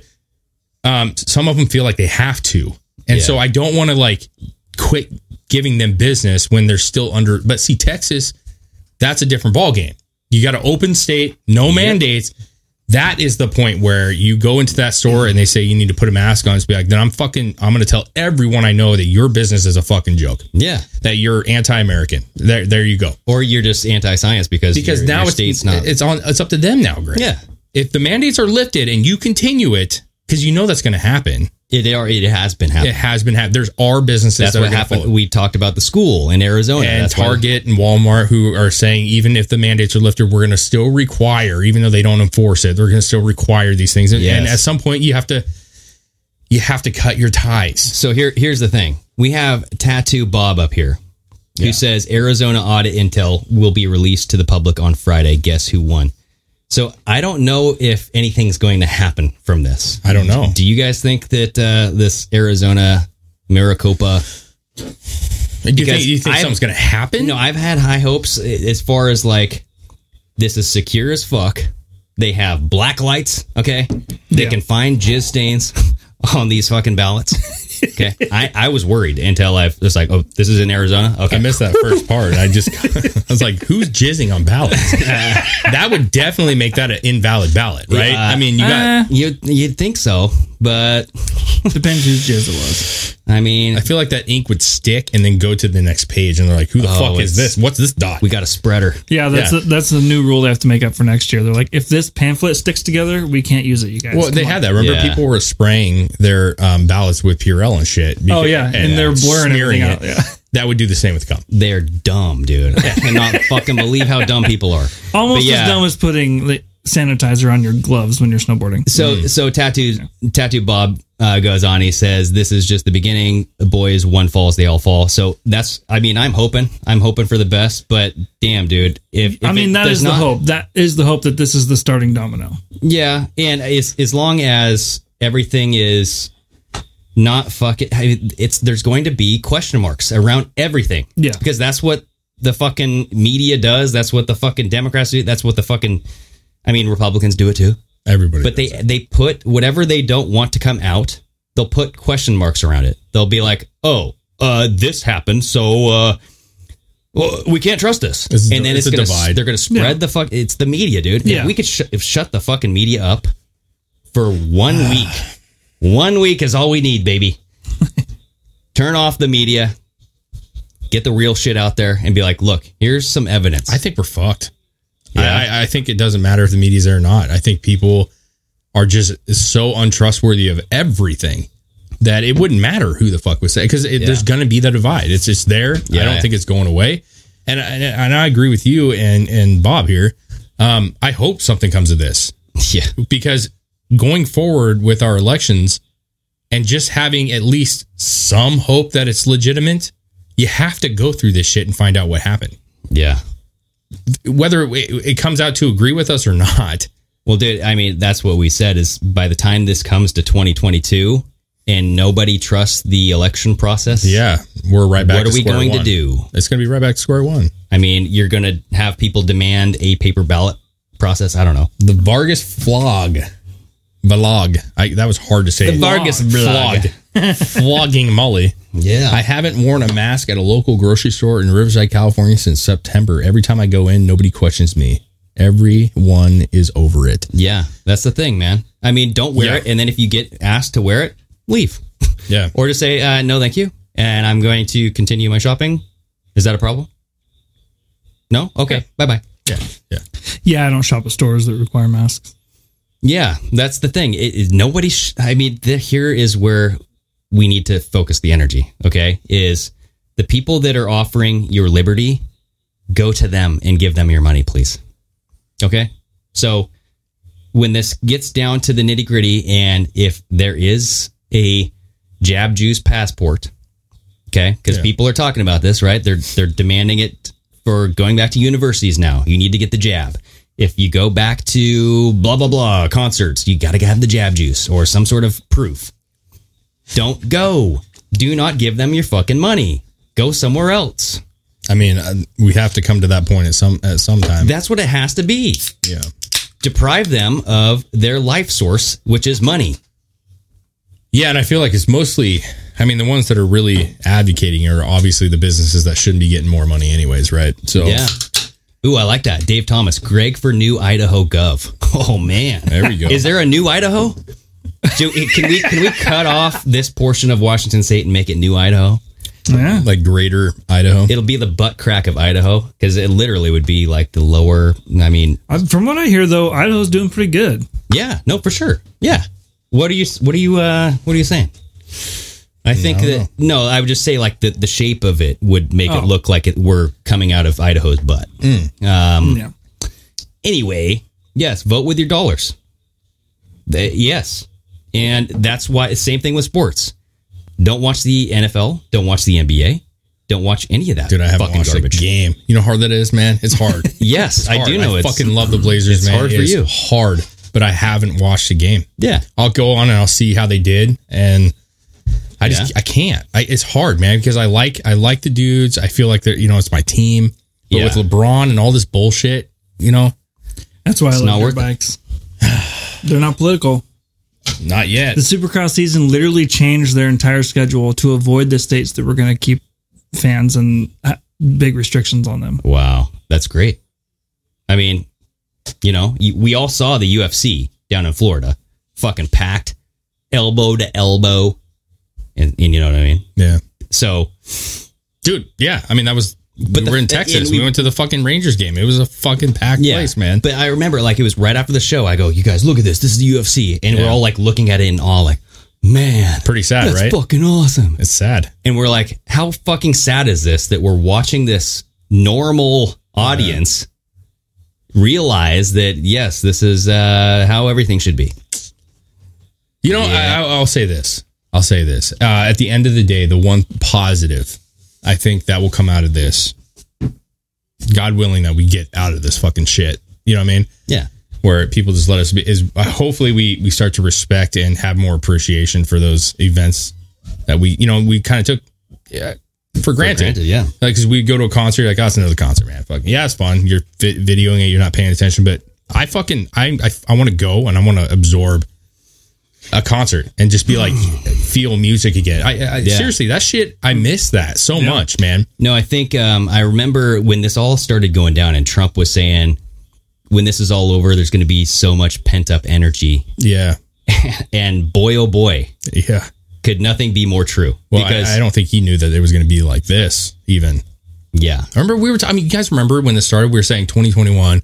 G: um, some of them feel like they have to. And
F: Yeah.
G: so I don't want to like quit giving them business when they're still under. But see, Texas, that's a different ballgame. You got an open state, no mandates. That is the point where you go into that store and they say you need to put a mask on. It's be like, then I'm fucking, I'm going to tell everyone I know that your business is a fucking joke,
F: Yeah.
G: that you're anti-American. There, there you go.
F: Or you're just anti science because,
G: Because
F: your-
G: now
F: your
G: it's
F: state's not.
G: it's on it's up to them now, Greg.
F: yeah.
G: If the mandates are lifted and you continue it, because you know that's going to happen.
F: It, are- it has been happening.
G: It has been happening. There's our businesses
F: That's
G: that are
F: what
G: gonna
F: happened.
G: follow.
F: We talked about the school in Arizona.
G: and
F: That's why-
G: Target and Walmart who are saying even if the mandates are lifted, we're going to still require, even though they don't enforce it, they're going to still require these things. And, and
F: Yes.
G: at some point, you have to you have to cut your ties.
F: So here, here's the thing. We have Tattoo Bob up here, who says Arizona audit intel will be released to the public on Friday. Guess who won? So I don't know if anything's going to happen from this.
G: I don't know.
F: Do you guys think that uh, this Arizona Maricopa?
G: Do you think,
F: Because
G: you think
F: I've-
G: something's going to happen?
F: No, I've had high hopes i- as far as like this is secure as fuck. They have black lights. Okay, they can find jizz stains on these fucking ballots. Okay, I, I was worried until I was like, oh, this is in Arizona. Okay,
G: I missed that first part. I just I was like, who's jizzing on ballots? that would definitely make that an invalid ballot, right?
F: Yeah.
G: I mean, you got.
F: You you'd think so, but
H: Depends whose jizz it was.
F: I mean,
G: I feel like that ink would stick and then go to the next page, and they're like, "Who the
F: Oh,
G: fuck
F: it's-
G: is this? What's this dot?"
F: we got a spreader.
H: Yeah, that's
G: Yeah.
H: The, that's the new rule they have to make up for next year. They're like, if this pamphlet sticks together, we can't use it, you guys.
G: Well, they
H: Come on.
G: had that. Remember,
F: Yeah.
G: people were spraying their um, ballots with Purell and shit.
H: Oh
G: because-
H: yeah, and, they're blurring
G: smearing
H: everything out.
G: it.
H: Yeah.
G: That would do the same with cum.
F: They're dumb, dude. I cannot fucking believe how dumb people are.
H: Almost
F: But yeah.
H: as dumb as putting like, sanitizer on your gloves when you're snowboarding.
F: So so tattoo tattoo Bob uh, goes on. He says this is just the beginning. The boys one falls, they all fall. So that's I mean I'm hoping I'm hoping for the best, but damn dude, if, if
H: I mean,
F: it
H: that
F: does
H: is the
F: not-
H: hope. That is the hope that this is the starting domino.
F: Yeah, and as as long as everything is not fucking, I mean, it's there's going to be question marks around everything.
H: Yeah.
F: because that's what the fucking media does. That's what the fucking Democrats do. That's what the fucking, I mean, Republicans do it too.
G: Everybody.
F: But they
G: does it.
F: they put whatever they don't want to come out, they'll put question marks around it. They'll be like, oh, uh, this happened, so uh, well, we can't trust this.
G: It's a-
F: and then
G: it's
F: it's,
G: a
F: gonna
G: divide.
F: they're going to spread
H: Yeah.
F: the fuck. It's the media, dude.
H: Yeah.
F: If we could sh- if shut the fucking media up for one week. One week is all we need, baby. Turn off the media. Get the real shit out there and be like, look, here's some evidence.
G: I think we're fucked.
F: Yeah.
G: I, I, I think it doesn't matter if the media's there or not. I think people are just so untrustworthy of everything that it wouldn't matter who the fuck was saying because there's going to be the divide. It's just there. I
F: Yeah.
G: don't think it's going away. And I- and, I- and I agree with you and and Bob here. Um, I hope something comes of this
F: yeah.
G: because going forward with our elections and just having at least some hope that it's legitimate, you have to go through this shit and find out what happened
F: Yeah.
G: whether it, it comes out to agree with us or not.
F: Well, dude, I mean, that's what we said is by the time this comes to 2022 and nobody trusts the election process.
G: Yeah, we're right back.
F: What
G: to
F: are we
G: square
F: going to
G: one.
F: do?
G: It's going to be right back to square one.
F: I mean, you're going to have people demand a paper ballot process. I don't know.
G: The Vargas flog, vlog. I, that was hard to say.
F: The Vargas
G: flog, flogging Molly.
F: Yeah.
G: I haven't worn a mask at a local grocery store in Riverside, California, since September. Every time I go in, nobody questions me. Everyone is over it.
F: yeah. That's the thing, man. I mean, don't wear
G: Yeah.
F: it. And then if you get asked to wear it, leave.
G: Yeah,
F: Or just say, uh, no, thank you. And I'm going to continue my shopping. Is that a problem? No? Okay. Bye bye.
G: yeah, yeah.
H: Yeah, I don't shop at stores that require masks.
F: Yeah, that's the thing. It, it, nobody. Sh- I mean, the, here is where we need to focus the energy. Okay, is the people that are offering your liberty, go to them and give them your money, please. Okay, so when this gets down to the nitty gritty, and if there is a jab juice passport, okay, because
G: Yeah.
F: people are talking about this, right? They're they're demanding it for going back to universities now. You need to get the jab. If you go back to blah blah blah concerts, you got to have the jab juice or some sort of proof. Don't go. Do not give them your fucking money. Go somewhere else.
G: I mean, uh, we have to come to that point at some at some time.
F: That's what it has to be.
G: yeah.
F: Deprive them of their life source, which is money.
G: Yeah, and I feel like it's mostly, I mean, the ones that are really advocating are obviously the businesses that shouldn't be getting more money, anyways, right? So
F: Yeah. Ooh, I like that. Dave Thomas, Greg for new Idaho Gov. Oh man.
G: there we go.
F: Is there a new Idaho? Do, eh, can we can we cut off this portion of Washington State and make it new Idaho?
H: Yeah.
G: like Greater Idaho?
F: It'll be the butt crack of Idaho because it literally would be like the lower. I mean,
H: I, from what I hear, though, Idaho's doing pretty good.
F: yeah, no, for sure, yeah. What are you? What are you? Uh, what are you saying? I think
G: I don't
F: that no, I would just say like the the shape of it would make it
H: Oh.
F: look like it were coming out of Idaho's butt. Um,
H: Yeah.
F: anyway, yes, vote with your dollars. Th- yes. And that's why same thing with sports. Don't watch the NFL, don't watch the NBA, don't watch any of that.
G: Dude, I haven't watched a game. You know how hard that is, man? It's hard.
F: Yes,
G: It's
F: I
G: hard.
F: do know
G: I
F: it's
G: fucking love the Blazers,
F: it's
G: man.
F: hard
G: It
F: for
G: is
F: you.
G: Hard, but I haven't watched a game.
F: Yeah.
G: I'll go on and I'll see how they did, and I just I can't. I, it's hard, man, because I like I like the dudes. I feel like they're you know it's my team. But
F: Yeah.
G: with LeBron and all this bullshit, you know,
H: That's why I love
F: not
H: dirt
F: worth it.
H: bikes. They're not political.
G: not yet.
H: The Supercross season literally changed their entire schedule to avoid the states that were going to keep fans and uh, big restrictions on them.
F: Wow, that's great. I mean, you know, you, we all saw the UFC down in Florida, fucking packed, elbow to elbow, and, and you know what I mean.
G: Yeah.
F: So
G: dude. Yeah, I mean that was. But
F: But
G: we
F: the-
G: were in
F: and
G: Texas.
F: we-
G: We, went to the fucking Rangers game. It was a fucking packed place, man.
F: But I remember like it was right after the show. I go, you guys, look at this. This is the UFC, and
G: Yeah.
F: we're all like looking at it in awe, like, man,
G: Pretty sad,
F: that's
G: right?
F: fucking awesome.
G: it's sad.
F: And we're like, how fucking sad is this that we're watching this normal audience realize that yes, this is uh, how everything should be.
G: You know, I, I, I'll say this. I'll say this. Uh, at the end of the day, the one positive I think that will come out of this, God willing, that we get out of this fucking shit. You know what I mean?
F: Yeah,
G: Where people just let us be is uh, hopefully we we start to respect and have more appreciation for those events that we you know we kind of took yeah, for granted.
F: yeah.
G: Like, cause we go to a concert, like, oh, it's another concert, man. Fuck yeah, it's fun. You're vi- videoing it, you're not paying attention, but I fucking, I, I, I want to go and I want to absorb a concert and just be like, feel music again. I, I
F: Yeah.
G: seriously, that shit, I miss that so much, man.
F: No, I think um, I remember when this all started going down, and Trump was saying, "When this is all over, there's going to be so much pent up energy."
G: Yeah,
F: And boy, oh boy,
G: yeah.
F: could nothing be more true?
G: Well, I, I don't think he knew that it was going to be like this. Even
F: yeah,
G: I remember we were. T- I mean, you guys remember when this started? We were saying 2021.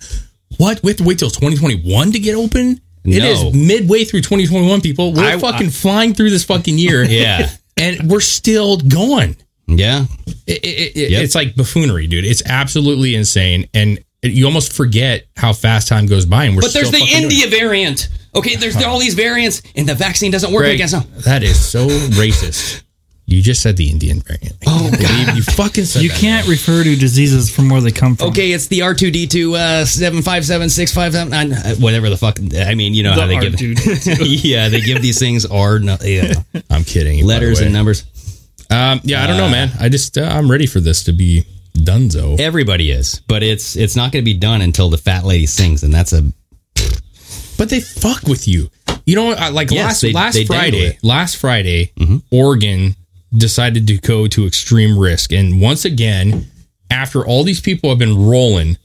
G: What? We have to wait till 2021 to get open? It
F: No.
G: is midway through 2021, people. We're
F: I-
G: fucking flying through this fucking year.
F: yeah,
G: and we're still going.
F: yeah.
G: It, it, it,
F: Yep.
G: It's like buffoonery, dude. It's absolutely insane, and it, you almost forget how fast time goes by. And we're
F: But there's
G: still
F: the
G: fucking doing
F: India variant. Okay, there's all these variants, and the vaccine doesn't
G: it.
F: work
G: Greg,
F: against them.
G: That is so racist. You just said the Indian variant. I can't
F: Oh,
G: believe you fucking said
H: You
G: that.
H: can't refer to diseases from where they come from.
F: Okay, it's the R two D two uh, seven five seven six five seven nine uh, whatever the fuck. I mean, you know
H: The
F: how they
H: R
F: give.
H: dude.
F: yeah, they give these things R no, yeah,
G: I'm kidding. by the
F: letters
G: way.
F: and numbers.
G: Um, yeah, I don't know, man. I just uh, I'm ready for this to be donezo.
F: Everybody is, but it's it's not going to be done until the fat lady sings, and that's a
G: But they fuck with you. You know, I, like
F: Yes,
G: last
F: they-
G: last
F: they dangle
G: Friday,
F: it. Mm-hmm.
G: last Friday, Oregon decided to go to extreme risk, and once again, after all these people have been rolling,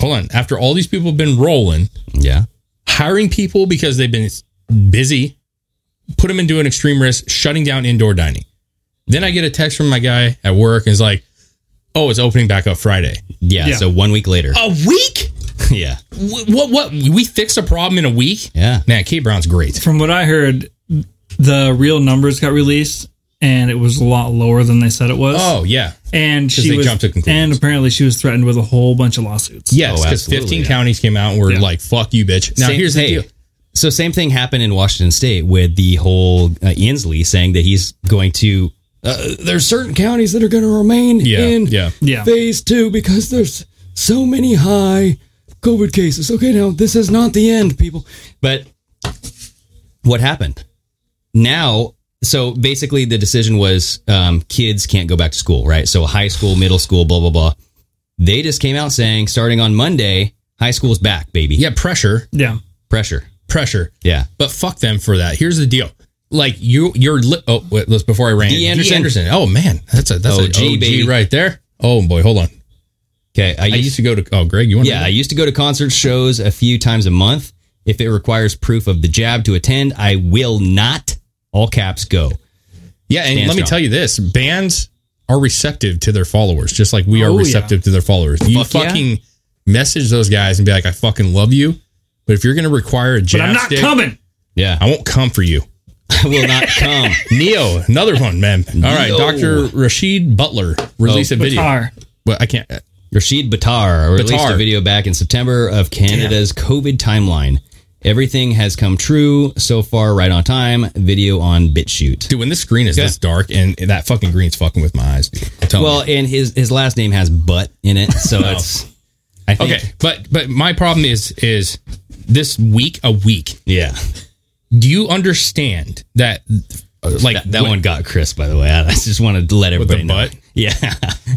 G: hold on, after all these people have been rolling,
F: yeah.
G: hiring people because they've been busy, put them into an extreme risk, shutting down indoor dining. Then I get a text from my guy at work, and it's like, "Oh, it's opening back up Friday."
F: yeah,
H: Yeah.
F: So one week later,
G: A week?
F: yeah,
G: Wh- what what we fix a problem in a week
F: yeah,
G: man kate brown's great
H: From what I heard, the real numbers got released, and it was a lot lower than they said it was.
G: oh yeah
H: and she
G: they
H: was,
G: jumped to conclusions.
H: and apparently she was threatened with a whole bunch of lawsuits.
G: yes
F: Oh,
G: because
F: absolutely,
G: 15
F: yeah.
G: counties came out and were like fuck you bitch now
F: Same-
G: here's the
F: hey,
G: deal
F: So same thing happened in Washington State with the whole uh, Inslee saying that he's going to. Uh, there's certain counties that are going to remain
G: Yeah,
F: in
G: yeah.
H: Yeah.
F: phase two because there's so many high COVID cases. Okay, now this is not the end, people. But what happened now? So basically, the decision was um, kids can't go back to school, right? So high school, middle school, blah blah blah. They just came out saying starting on Monday, high school's back, baby.
G: yeah pressure
H: Yeah.
F: pressure.
G: pressure
F: Yeah.
G: but fuck them for that here's the deal like you you're li- oh wait, let's before i ran
F: Dee Anderson.
G: oh man that's a that's a
F: OG,
G: OG
F: baby.
G: right there oh boy hold on
F: Okay. I
G: i used
F: used,
G: to go to oh greg you want
F: yeah, I used to go to concert shows a few times a month. If it requires proof of the jab to attend, I will not. All caps go.
G: yeah and
F: Stand
G: let me
F: strong.
G: tell you this bands are receptive to their followers just like we are
H: Oh, yeah.
G: receptive to their followers you
F: Fuck yeah.
G: fucking message those guys and be like i fucking love you but if you're gonna require a jab
H: But I'm not
G: stick-
H: coming.
F: Yeah,
G: I won't come for you.
F: I will not come.
G: Neo, another one, man. All right,
F: Neo.
G: Dr. Rashid Butler released
F: Oh,
G: a video.
H: Qatar.
G: But I can't.
F: Rashid Batar released
G: Battar.
F: a video back in September of Canada's COVID timeline. Everything has come true so far, right on time. Video on BitChute.
G: Dude, when this screen is this dark and that fucking green's fucking with my eyes, dude. I'm telling
F: Well,
G: you.
F: and his his last name has butt in it, so it's. I think,
G: Oh. okay. But but my problem is is this week a week.
F: Yeah.
G: Do you understand that uh, like
F: That, that
G: when-
F: one got Chris, by the way. I, I just wanted to let everybody know.
G: butt?
F: Yeah.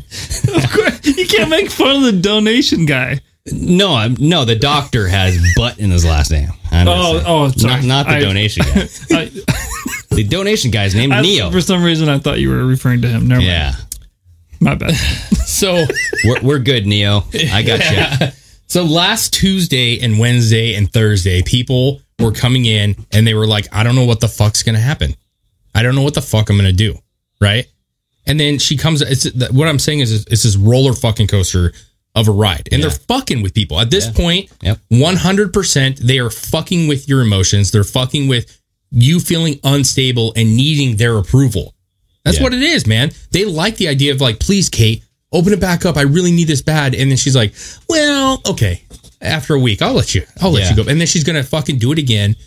H: you can't make fun of the donation guy.
F: No, I'm, no, the doctor has butt in his last name. I'm just
H: Oh,
F: saying.
H: oh, sorry.
F: not, not the
H: I-
F: donation guy.
H: I,
F: The donation guy's named
H: I-
F: Neo.
H: For some reason, I thought you were referring to him. Never mind.
F: Yeah,
H: My bad.
G: So
F: we're, we're good, Neo. I got you.
G: So last Tuesday and Wednesday and Thursday, people were coming in and they were like, I don't know what the fuck's going to happen. I don't know what the fuck I'm going to do. Right. And then she comes, it's th- what I'm saying is it's this roller fucking coaster of a ride and they're fucking with people at this point.
F: Yep.
G: 100% they are fucking with your emotions. They're fucking with you feeling unstable and needing their approval. That's
F: Yeah.
G: what it is, man. They like the idea of like, please, Kate, open it back up. I really need this bad. And then she's like, well, okay. After a week, I'll let you. I'll let
F: Yeah.
G: you go. And then she's gonna fucking do it again.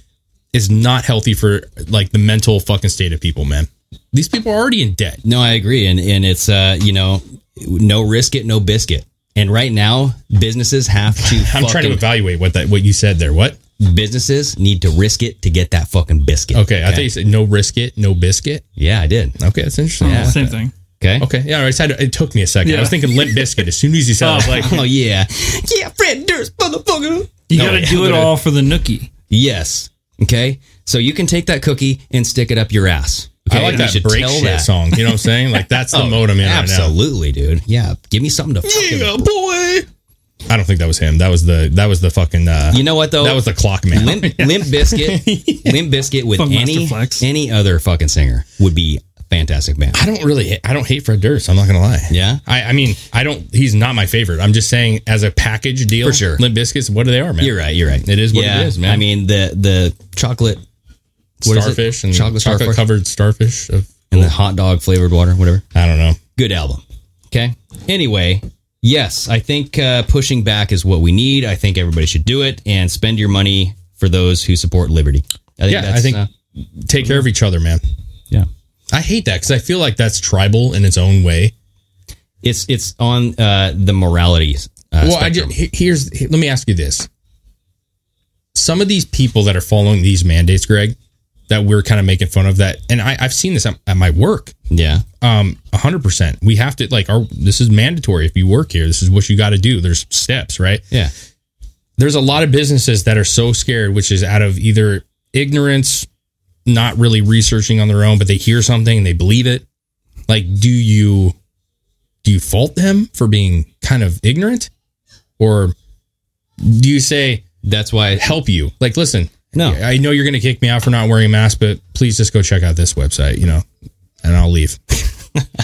G: Is not healthy for like the mental fucking state of people, man. These people are already in debt.
F: No, I agree, and and it's uh, you know, no risk it, no biscuit. And right now, businesses have to.
G: I'm trying to
F: fucking-
G: evaluate what that what you said there. What?
F: businesses need to risk it to get that fucking biscuit.
G: Okay, I thought you said no risk it, no biscuit.
F: Yeah, I did. Oh,
G: Okay, that's interesting.
H: Yeah, Same thing.
F: Okay.
G: Okay, yeah, I just had to- it took me a second. I
H: Yeah.
G: was thinking limp biscuit as soon as you said, it, I was like,
F: Oh yeah, yeah, Fred Durst, motherfucker.
H: You got to
G: yeah,
H: do it
G: but-
H: all for the nookie.
F: Yes. Okay. So you can take that cookie and stick it up your ass.
G: I like
F: You
G: that
F: should
G: break
F: tell
G: shit song. You know what I'm saying? Like that's the
F: Oh,
G: mode I'm in
F: Absolutely, dude. Yeah, give me something to
G: right
F: fucking.
G: now. Yeah, boy. I don't think that was him. That was the that was the fucking uh,
F: You know what though?
G: that was the clock man.
F: Limp, Limp Biscuit. Limp Biscuit with
H: Fuck
F: any
H: Masterflex.
F: any other fucking singer would be a fantastic band.
G: I don't really I don't hate Fred Durst. I'm not gonna lie.
F: Yeah?
G: I, I mean I don't. He's not my favorite. I'm just saying as a package deal
F: For sure.
G: Limp Biscuits. What do they are, man?
F: You're right. You're right.
G: It is what
F: Yeah,
G: it is, man.
F: I mean the the chocolate what is it?
G: starfish and
F: chocolate,
G: chocolate,
F: starfish
G: covered Uh. starfish. Of,
F: and the hot dog flavored water, whatever.
G: I don't know.
F: Good album. Okay. Anyway, yes, I think uh, pushing back is what we need. I think everybody should do it and spend your money for those who support liberty. I think
G: Yeah, I think
F: uh,
G: take care of each other, man.
F: yeah.
G: I hate that because I feel like that's tribal in its own way.
F: It's it's on uh, the morality. Uh,
G: well, I
F: spectrum.
G: just he- here's he- let me ask you this: some of these people that are following these mandates, Greg, that we're kind of making fun of that, and I, I've seen this at, at my work.
F: yeah.
G: Um, hundred percent. We have to like our this is mandatory. If you work here, this is what you got to do. There's steps, right?
F: Yeah.
G: there's a lot of businesses that are so scared, which is out of either ignorance, not really researching on their own, but they hear something and they believe it. Like, do you do you fault them for being kind of ignorant, or do you say
F: That's why
G: help you? Like, listen,
F: No.
G: I know you're going to kick me out for not wearing a mask, but please just go check out this website, you know, and I'll leave.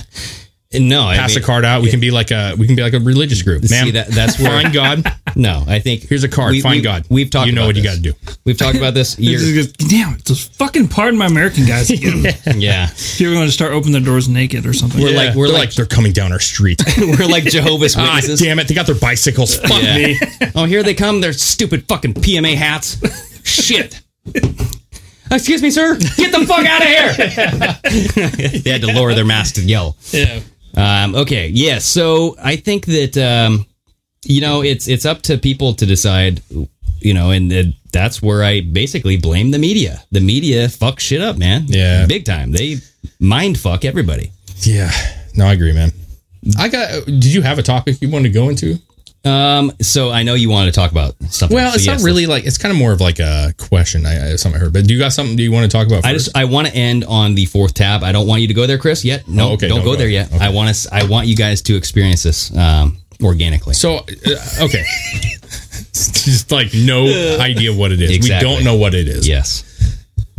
F: no, I
G: Pass
F: mean,
G: a card out. We can be like a we can be like a religious group,
F: See,
G: man.
F: that- that's where-
G: find God.
F: No, I think
G: Here's a card. Find God.
F: We've talked.
G: You know
F: about
G: what you
F: this.
G: gotta do.
F: We've talked about this.
H: It's
F: years.
H: just- Damn it! Those fucking pardon my American guys. again.
F: yeah,
H: People are going to start opening their doors naked or something.
F: We're like-
G: They're like they're coming down our street.
F: we're like Jehovah's
G: Ah,
F: Witnesses.
G: damn it. They got their bicycles. Fuck
F: Yeah.
G: me.
F: Oh, here they come. Their stupid fucking PMA hats. Shit. Excuse me, sir. Get the fuck out of here. they had to lower their mask to yell. Yeah. Um, okay. Yeah. So I think that um, you know it's it's up to people to decide. You know, and that- that's where I basically blame the media. The media fuck shit up, man.
G: Yeah.
F: Big time. They mind fuck everybody.
G: Yeah. No, I agree, man. I got. Did you have a topic you wanted to go into?
F: Um. So I know you wanted to talk about something.
G: Well,
F: So
G: it's
F: yes,
G: not really like it's kind of more of like a question. I, I something I heard, but do you got something? Do you want to talk about? First?
F: I just I want to end on the fourth tab. I don't want you to go there, Chris. Yet, no,
G: Oh, okay,
F: don't,
G: don't
F: go,
G: go.
F: there yet. I want to. I want you guys to experience this um, organically.
G: so uh, okay. It's just like no idea what it is.
F: Exactly.
G: We don't know what it is.
F: yes,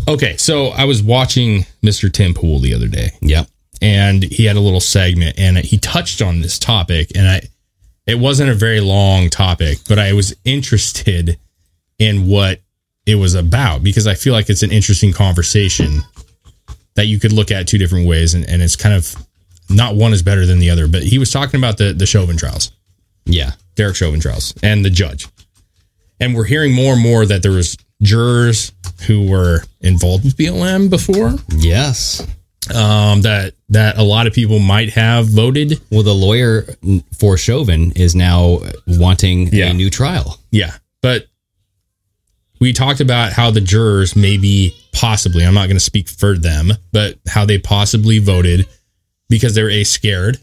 G: Okay. So I was watching Mr. Tim Pool the other day.
F: yep,
G: and he had a little segment and he touched on this topic and I it wasn't a very long topic but I was interested in what it was about because I feel like it's an interesting conversation that you could look at two different ways and, and it's kind of not one is better than the other but he was talking about the the Chauvin trials
F: yeah,
G: Derek Chauvin trials and the judge. And we're hearing more and more that there was jurors who were involved with BLM before,
F: yes.
G: um, that that a lot of people might have voted
F: Well, the lawyer for Chauvin is now wanting
G: Yeah.
F: a new trial.
G: Yeah. But we talked about how the jurors maybe possibly, I'm not going to speak for them, but how they possibly voted because they're A, scared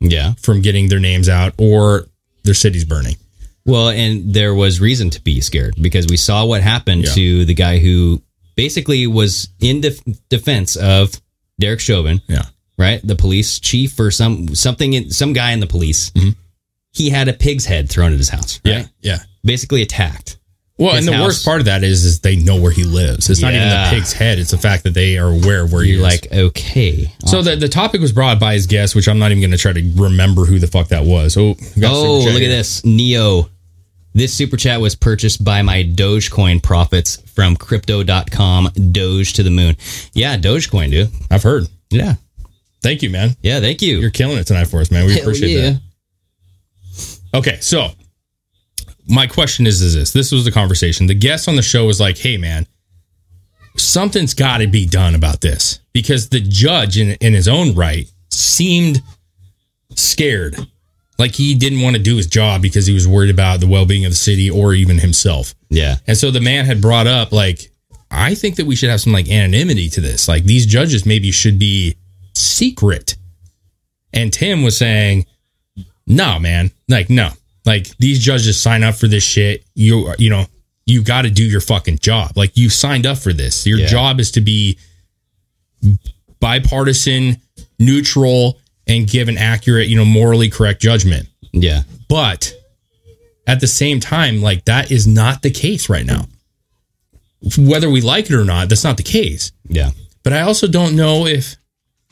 F: Yeah.
G: from getting their names out or their city's burning.
F: Well, and there was reason to be scared because we saw what happened
G: Yeah.
F: to the guy who basically was in def- defense of Derek Chauvin.
G: Yeah.
F: right? The police chief or some something in some guy in the police. He had a pig's head thrown at his house. Right?
G: Mm-hmm. Yeah. Yeah.
F: Basically attacked.
G: Well,
F: His
G: and the
F: house.
G: worst part of that is, is they know where he lives. It's not even the
F: Yeah.
G: pig's head. It's the fact that they are aware of where he
F: You're
G: is.
F: like, okay.
G: so the, the topic was brought by his guest, which I'm not even going to try to remember who the fuck that was. Oh, we got a
F: oh,
G: super chat
F: look
G: here.
F: at this. Neo. This super chat was purchased by my Dogecoin profits from crypto.com Doge to the moon. Yeah, Dogecoin, dude.
G: I've heard.
F: Yeah.
G: Thank you, man.
F: Yeah, thank you.
G: You're killing it tonight for us, man. We
F: Hell
G: appreciate that. Okay, so my question is, is this? This was the conversation. The guest on the show was like, "Hey, man, something's got to be done about this because the judge, in in his own right, seemed scared, like he didn't want to do his job because he was worried about the well being of the city or even himself."
F: Yeah.
G: And so the man had brought up like, I think that we should have some like anonymity to this. Like these judges maybe should be secret. And Tim was saying, No, man, like no, like these judges sign up for this shit. You you know you got to do your fucking job. Like you signed up for this. Your
F: Yeah.
G: job is to be bipartisan, neutral, and give an accurate, you know, morally correct judgment.
F: Yeah.
G: But at the same time, like that is not the case right now. Whether we like it or not, that's not the case.
F: Yeah.
G: But I also don't know if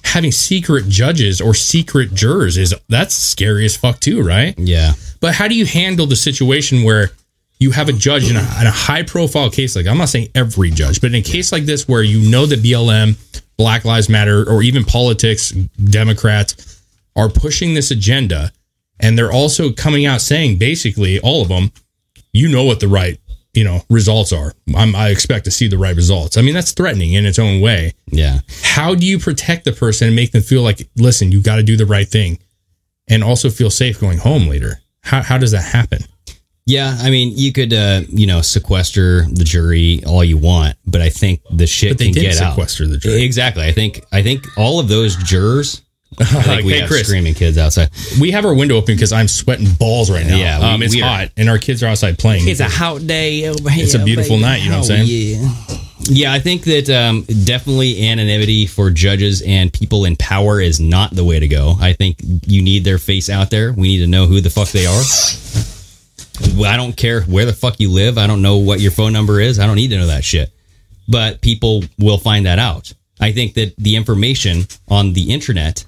G: having secret judges or secret jurors is that's scary as fuck too, right?
F: Yeah.
G: But how do you handle the situation where you have a judge in a, in a high profile case like I'm not saying every judge, but in a case like this where you know that BLM, Black Lives Matter, or even politics, Democrats are pushing this agenda, and they're also coming out saying basically all of them, you know what the right you know results are. I'm, I expect to see the right results. I mean that's threatening in its own way
F: Yeah.
G: how do you protect the person and make them feel like listen you got to do the right thing and also feel safe going home later how, how does that happen
F: Yeah. I mean, you could, uh, you know, sequester the jury all you want, but I think the shit
G: But they
F: can
G: did
F: get out.
G: sequester the jury.
F: Exactly. I think, I think all of those jurors, I think we
G: Hey,
F: have
G: Chris.
F: screaming kids outside.
G: we have our window open because i'm sweating balls right now
F: Yeah, we-
G: um, it's
F: we are-
G: hot and our kids are outside playing
F: It's a hot day. Over here,
G: It's a beautiful
F: baby.
G: night, you know what I'm
F: Oh, Yeah. Yeah. I think that um, definitely anonymity for judges and people in power is not the way to go. I think you need their face out there. We need to know who the fuck they are. Well, I don't care where the fuck you live. I don't know what your phone number is. I don't need to know that shit. But people will find that out. I think that the information on the internet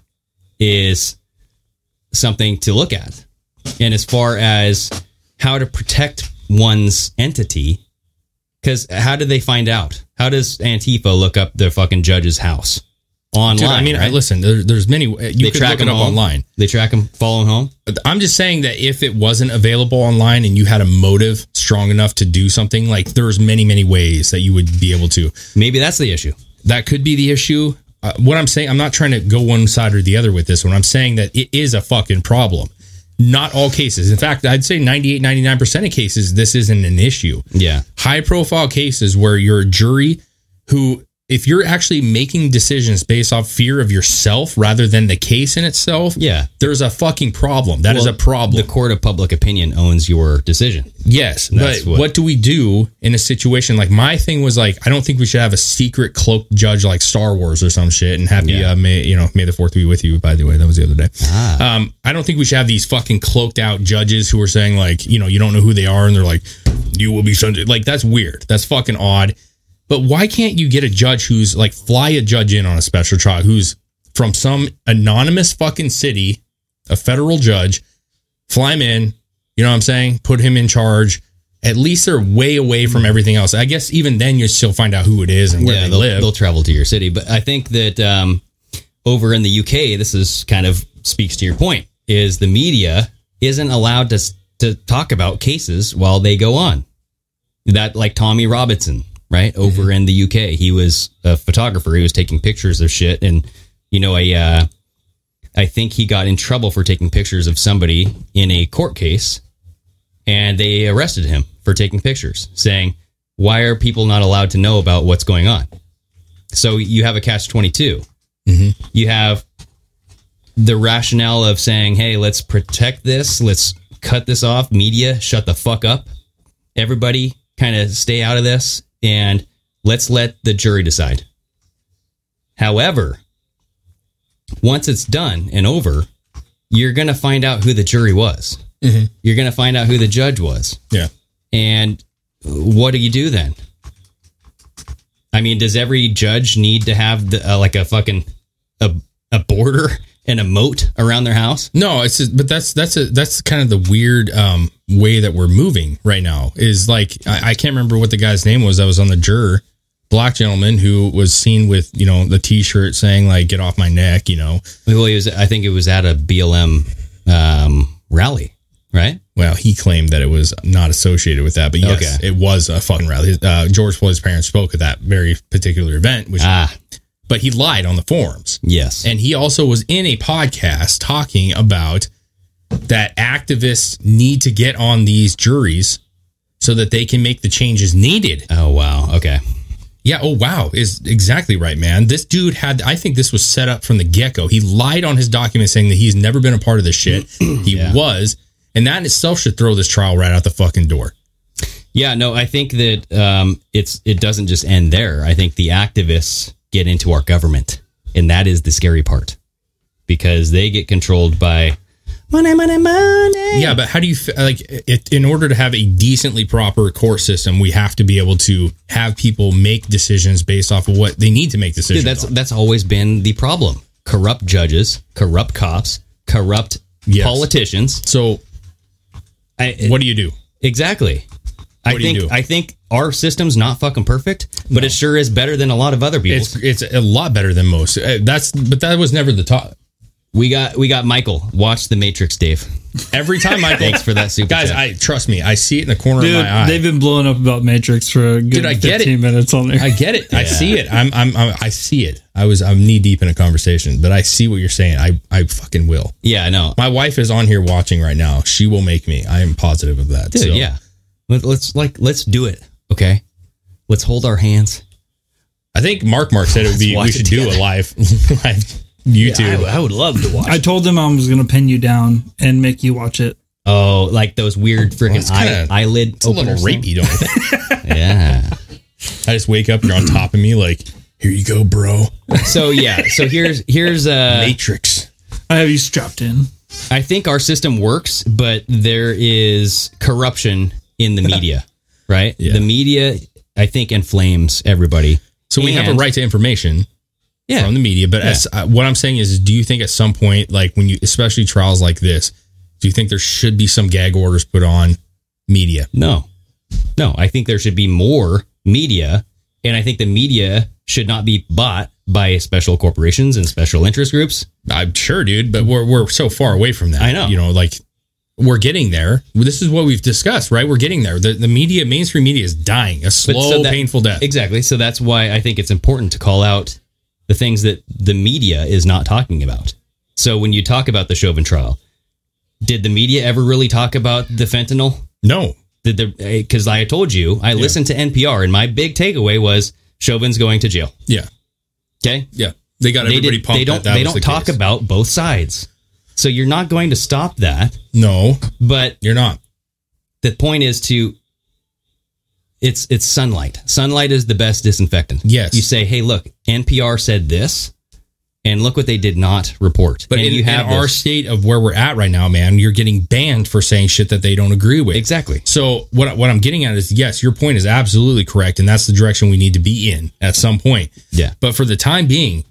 F: is something to look at. And as far as how to protect one's entity, because how do they find out? How does Antifa look up their fucking judge's house online?
G: Dude, i mean I,
F: right?
G: listen there, there's many you
F: they
G: can could
F: track
G: look it
F: them
G: up
F: home.
G: online
F: They track them, follow 'em home.
G: I'm just saying that if it wasn't available online and you had a motive strong enough to do something, like there's many, many ways that you would be able to.
F: Maybe that's the issue.
G: that could be the issue. Uh, what I'm saying, I'm not trying to go one side or the other with this one. I'm saying that it is a fucking problem. Not all cases. In fact, I'd say 98, 99% of cases, this isn't an issue.
F: Yeah.
G: High profile cases where you're a jury who, if you're actually making decisions based off fear of yourself rather than the case in itself,
F: Yeah.
G: there's a fucking problem. That is
F: Well,
G: a problem.
F: The court of public opinion owns your decision.
G: Yes,
F: That's
G: but
F: what-
G: what, do we do in a situation like my thing was like I don't think we should have a secret cloaked judge like Star Wars or some shit. And happy
F: Yeah.
G: uh, May you know May the Fourth be with you. By the way, that was the other day.
F: Ah.
G: Um, I don't think we should have these fucking cloaked out judges who are saying like you know you don't know who they are and they're like you will be subject. Like that's weird. That's fucking odd. But why can't you get a judge who's like fly a judge in on a special trial who's from some anonymous fucking city, a federal judge, fly him in, you know what I'm saying? Put him in charge. At least they're way away from everything else. I guess even then you still find out who it is and where they
F: they'll,
G: live.
F: they'll travel to your city. But I think that um, over in the UK, this is kind of speaks to your point: is the media isn't allowed to s- to talk about cases while they go on. That like Tommy Robinson, right? Over in the UK, he was a photographer. He was taking pictures of shit, and you know, a uh, I think he got in trouble for taking pictures of somebody in a court case, and they arrested him for taking pictures, saying, "Why are people not allowed to know about what's going on?" So you have a catch 22 You have the rationale of saying, "Hey, let's protect this. Let's cut this off. Media, shut the fuck up. Everybody, kind of stay out of this, and let's let the jury decide." However, once it's done and over, you're going to find out who the jury was. You're going to find out who the judge was.
G: yeah.
F: And what do you do then? I mean, does every judge need to have the, uh, like a fucking a, a border and a moat around their house?
G: No, it's just, but that's that's a that's kind of the weird um, way that we're moving right now. Is like I, I can't remember what the guy's name was that was on the juror, black gentleman who was seen with you know the T-shirt saying like "Get off my neck," you know.
F: Well, it was, I think it was at a BLM um, rally, right?
G: Well, he claimed that it was not associated with that, but yes,
F: Okay.
G: it was a fucking rally. His- Uh, George Floyd's parents spoke at that very particular event, which
F: Ah,
G: but he lied on the forms.
F: yes.
G: And he also was in a podcast talking about that activists need to get on these juries so that they can make the changes needed.
F: oh, wow. Okay.
G: Yeah, oh wow, is exactly right, man. This dude had I think this was set up from the get-go. He lied on his document saying that he's never been a part of this shit. he was, and that in itself should throw this trial right out the fucking door.
F: Yeah, no, I think that um, it's it doesn't just end there. I think the activists get into our government, and that is the scary part because they get controlled by money, money, money.
G: Yeah, but how do you f- like it, in order to have a decently proper court system, we have to be able to have people make decisions based off of what they need to make decisions.
F: Dude, that's
G: on.
F: that's always been the problem: corrupt judges, corrupt cops, corrupt
G: Yes.
F: politicians.
G: so
F: I,
G: what do you do?
F: exactly? I
G: What do you
F: think
G: do?
F: I think our system's not fucking perfect, but it sure is better than a lot of other people's.
G: It's it's a lot better than most. Uh, That's but that was never the top.
F: we got we got Michael. Watch the Matrix, Dave.
G: Every time I
F: Thanks for that super
G: guys,
F: chat.
G: I trust me. I see it in the corner
H: Dude,
G: of my eye.
H: they've been blowing up about Matrix for a good
G: Dude, I get it.
H: 15 minutes on there.
G: I get it. I
F: Yeah.
G: see it. I'm, I'm I'm I see it. I was I'm knee deep in a conversation, but I see what you're saying. I I fucking will.
F: yeah, no,
G: My wife is on here watching right now. She will make me. I am positive of that.
F: dude
G: so.
F: yeah Let, let's like let's do it okay let's hold our hands
G: I think Mark Mark said it would be
F: watch
G: we
F: it
G: should do
F: together.
G: a live live YouTube.
F: would love to watch
H: I told them I was going to pin you down and make you watch it.
F: oh like those weird freaking
G: it's kinda-
F: eye, eyelid
G: it's a little
F: openers
G: rapey, don't you think?
F: yeah
G: I just wake up, you're on top of me, like here you go, bro.
F: so yeah so here's here's uh
G: Matrix.
H: I have you strapped in.
F: i think our system works but there is corruption in the media right
G: Yeah.
F: the media i think inflames everybody
G: So we have a
F: And-
G: right to information.
F: yeah
G: from the media. But as, uh, what I'm saying is, do you think at some point, like when you, especially trials like this, do you think there should be some gag orders put on media?
F: No, no. I think there should be more media, and I think the media should not be bought by special corporations and special interest groups.
G: I'm sure, dude, but we're, we're so far away from that.
F: I know.
G: You know, like we're getting there. This is what we've discussed, right? We're getting there. The, the media, mainstream media is dying a
F: But
G: slow,
F: so that-
G: painful death.
F: Exactly. So that's why I think it's important to call out the things that the media is not talking about. So when you talk about the Chauvin trial, did the media ever really talk about the fentanyl?
G: no.
F: Did the because I told you I listened to NPR and my big takeaway was Chauvin's going to jail.
G: Yeah.
F: Okay,
G: Yeah. They got
F: they,
G: everybody
F: did,
G: pumped.
F: they don't
G: that that
F: they
G: was
F: don't
G: the
F: talk
G: case.
F: about both sides. So you're not going to stop that,
G: No,
F: but
G: you're not.
F: the point is to it's it's sunlight. Sunlight is the best disinfectant.
G: Yes.
F: You say, "Hey, look, NPR said this." And look what they did not report.
G: But
F: and
G: in,
F: you have
G: in our
F: this.
G: state of where we're at right now, man, you're getting banned for saying shit that they don't agree with.
F: exactly.
G: So what what I'm getting at is yes, your point is absolutely correct, and that's the direction we need to be in at some point.
F: Yeah.
G: But for the time being,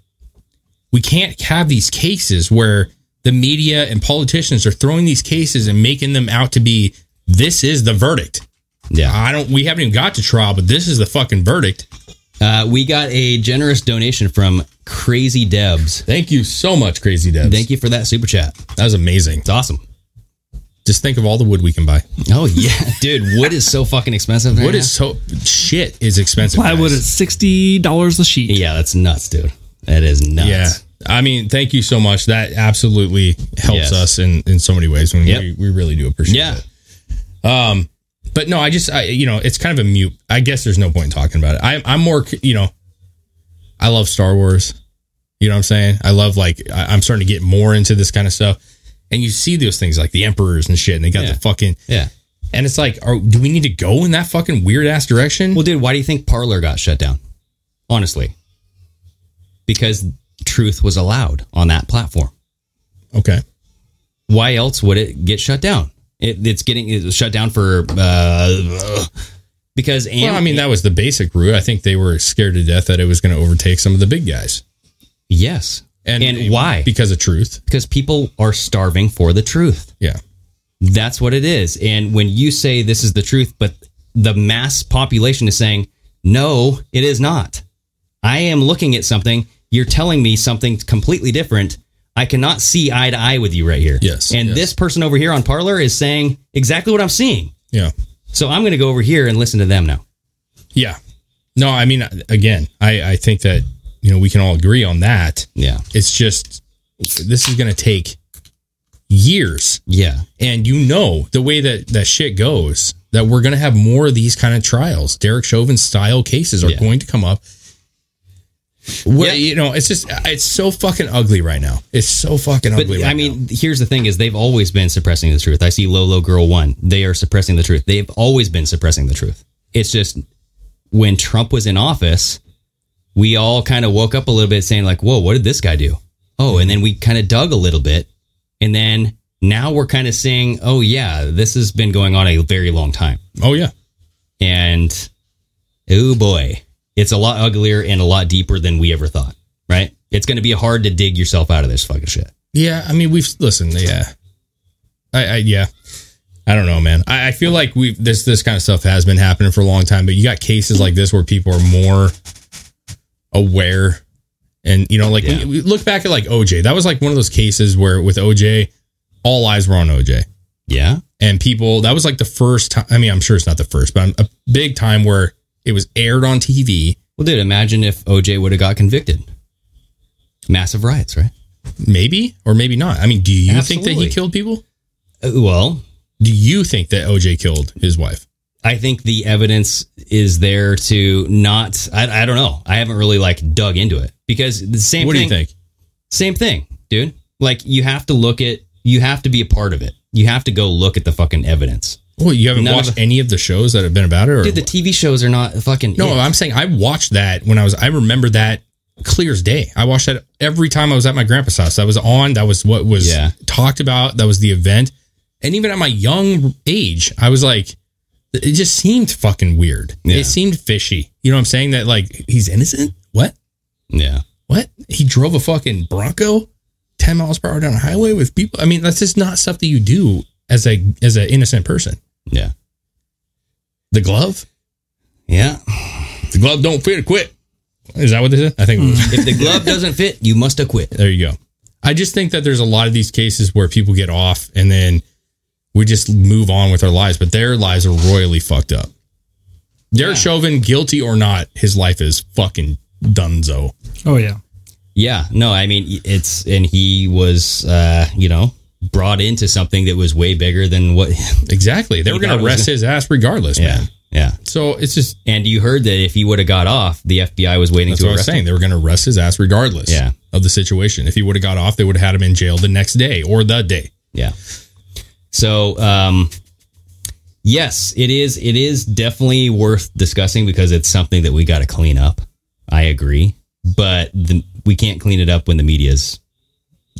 G: we can't have these cases where the media and politicians are throwing these cases and making them out to be this is the verdict.
F: Yeah.
G: I don't. We haven't even got to trial, but this is the fucking verdict.
F: Uh, we got a generous donation from Crazy Debs.
G: Thank you so much, Crazy Debs.
F: Thank you for that super chat. Uh,
G: That was amazing.
F: It's awesome.
G: Just think of all the wood we can buy.
F: Oh yeah, dude, wood is so fucking expensive. right
G: Wood
F: now.
G: is so shit is expensive.
H: Plywood
G: guys.
H: is $60 a sheet.
F: Yeah, that's nuts, dude. That is nuts.
G: Yeah. I mean, thank you so much. That absolutely helps
F: Yes.
G: us in, in so many ways. And
F: Yep.
G: we, we really do appreciate
F: Yeah.
G: it. Um, but no, I just, I, you know, it's kind of a mute. I guess there's no point in talking about it. I, I'm more, c- you know, I love Star Wars. You know what I'm saying? I love like, I, I'm starting to get more into this kind of stuff. And you see those things like the emperors and shit, and they got
F: Yeah.
G: the fucking,
F: Yeah.
G: and it's like, are, do we need to go in that fucking weird ass direction?
F: Well, dude, why do you think Parlor got shut down? Honestly, because truth was allowed on that platform.
G: okay.
F: Why else would it get shut down? It, it's getting it was shut down for uh, because and
G: Well, I mean, that was the basic route. I think they were scared to death that it was going to overtake some of the big guys.
F: yes, and, why?
G: Because of truth.
F: Because people are starving for the truth.
G: Yeah.
F: That's what it is. And when you say this is the truth, but the mass population is saying, no, it is not. I am looking at something. You're telling me something completely different. I cannot see eye to eye with you right here.
G: Yes,
F: And
G: yes.
F: this person over here on Parlor is saying exactly what I'm seeing.
G: Yeah.
F: So I'm going to go over here and listen to them now.
G: Yeah. No, I mean, again, I, I think that, you know, we can all agree on that.
F: Yeah.
G: It's just, this is going to take years.
F: Yeah.
G: And you know, the way that that shit goes, that we're going to have more of these kind of trials. Derek Chauvin style cases are
F: Yeah.
G: going to come up. What, You know, it's just it's so fucking ugly right now. It's so fucking
F: But
G: ugly. Right
F: I mean, here's the thing: is they've always been suppressing the truth. I see Lolo Girl One; they are suppressing the truth. They've always been suppressing the truth. It's just when Trump was in office, we all kind of woke up a little bit, saying like, "Whoa, what did this guy do?" Oh, and then we kind of dug a little bit, and then now we're kind of saying, "Oh yeah, this has been going on a very long time."
G: now. oh yeah,
F: And oh boy, it's a lot uglier and a lot deeper than we ever thought. Right? It's going to be hard to dig yourself out of this fucking shit.
G: yeah. I mean, we've listened. Yeah, I, I yeah. I don't know, man. I, I feel like we have this this kind of stuff has been happening for a long time, but you got cases like this where people are more aware, and you know, like
F: Yeah.
G: we, we look back at like OJ. That was like one of those cases where with OJ, all eyes were on OJ.
F: Yeah.
G: and people that was like the first time i mean i'm sure it's not the first but I'm, a big time where it was aired on tv
F: Well, dude, imagine if OJ would have got convicted. Massive riots, right?
G: maybe or maybe not i mean do you think that
F: Absolutely.
G: he killed people
F: Uh, Well,
G: do you think that oj killed his wife
F: I think the evidence is there to not. I, I don't know. I haven't really like dug into it because the same.
G: what do
F: thing,
G: you think
F: Same thing, dude. Like you have to look at. You have to be a part of it. You have to go look at the fucking evidence.
G: well you haven't
F: None of
G: watched
F: the-
G: any of the shows that have been about it or
F: Dude, the TV shows are not fucking.
G: no
F: it.
G: i'm saying i watched that when i was i remember that clear as day i watched that every time i was at my grandpa's house that was on that was what was
F: Yeah.
G: talked about that was the event and even at my young age i was like it just seemed fucking weird.
F: Yeah.
G: It seemed fishy. You know what I'm saying? That like he's innocent. What?
F: yeah.
G: What? He drove a fucking Bronco, ten miles per hour down a highway with people. I mean, that's just not stuff that you do as a as an innocent person.
F: Yeah.
G: The glove.
F: Yeah.
G: The glove don't fit. Quit. Is that what they said? I think. it was-
F: if the glove doesn't fit, you must acquit.
G: there you go. I just think that there's a lot of these cases where people get off and then we just move on with our lives, but their lives are royally fucked up. Derek Chauvin, guilty or not, his life is fucking dunzo.
H: Oh yeah.
F: Yeah, no, I mean it's and he was uh, you know, brought into something that was way bigger than what
G: Exactly. They
F: You
G: were going
F: thought it
G: to
F: was
G: arrest
F: gonna-
G: his ass regardless,
F: Yeah.
G: man.
F: Yeah.
G: So it's just
F: And you heard that if he would have got off, the FBI was waiting
G: that's
F: to
G: what I was
F: arrest
G: saying.
F: him.
G: They were going to arrest his ass regardless
F: Yeah.
G: of the situation. If he would have got off, they would have had him in jail the next day or the day.
F: Yeah. So, um yes, it is it is definitely worth discussing because it's something that we got to clean up. I agree, but the, we can't clean it up when the media's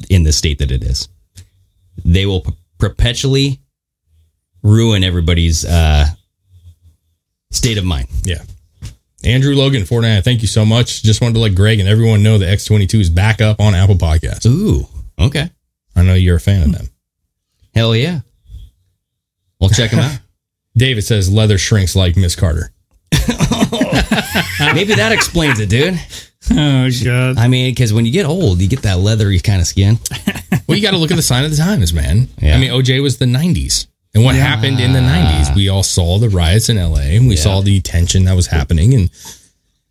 F: in the state that it is. They will p- perpetually ruin everybody's uh state of mind.
G: Yeah. Andrew Logan, 49, thank you so much. Just wanted to let Greg and everyone know that X22 is back up on Apple Podcasts.
F: Ooh, okay.
G: I know you're a fan of them.
F: Hell yeah. Well, check them out.
G: David says leather shrinks like Miss Carter.
F: Maybe that explains it, dude.
H: Oh god.
F: I mean, because when you get old, you get that leathery kind of skin.
G: Well, you got to look at the sign of the times, man.
F: Yeah.
G: I mean, OJ was the 90s. And what happened in the 90s? We all saw the riots in LA and we
F: Yeah.
G: saw the tension that was happening. And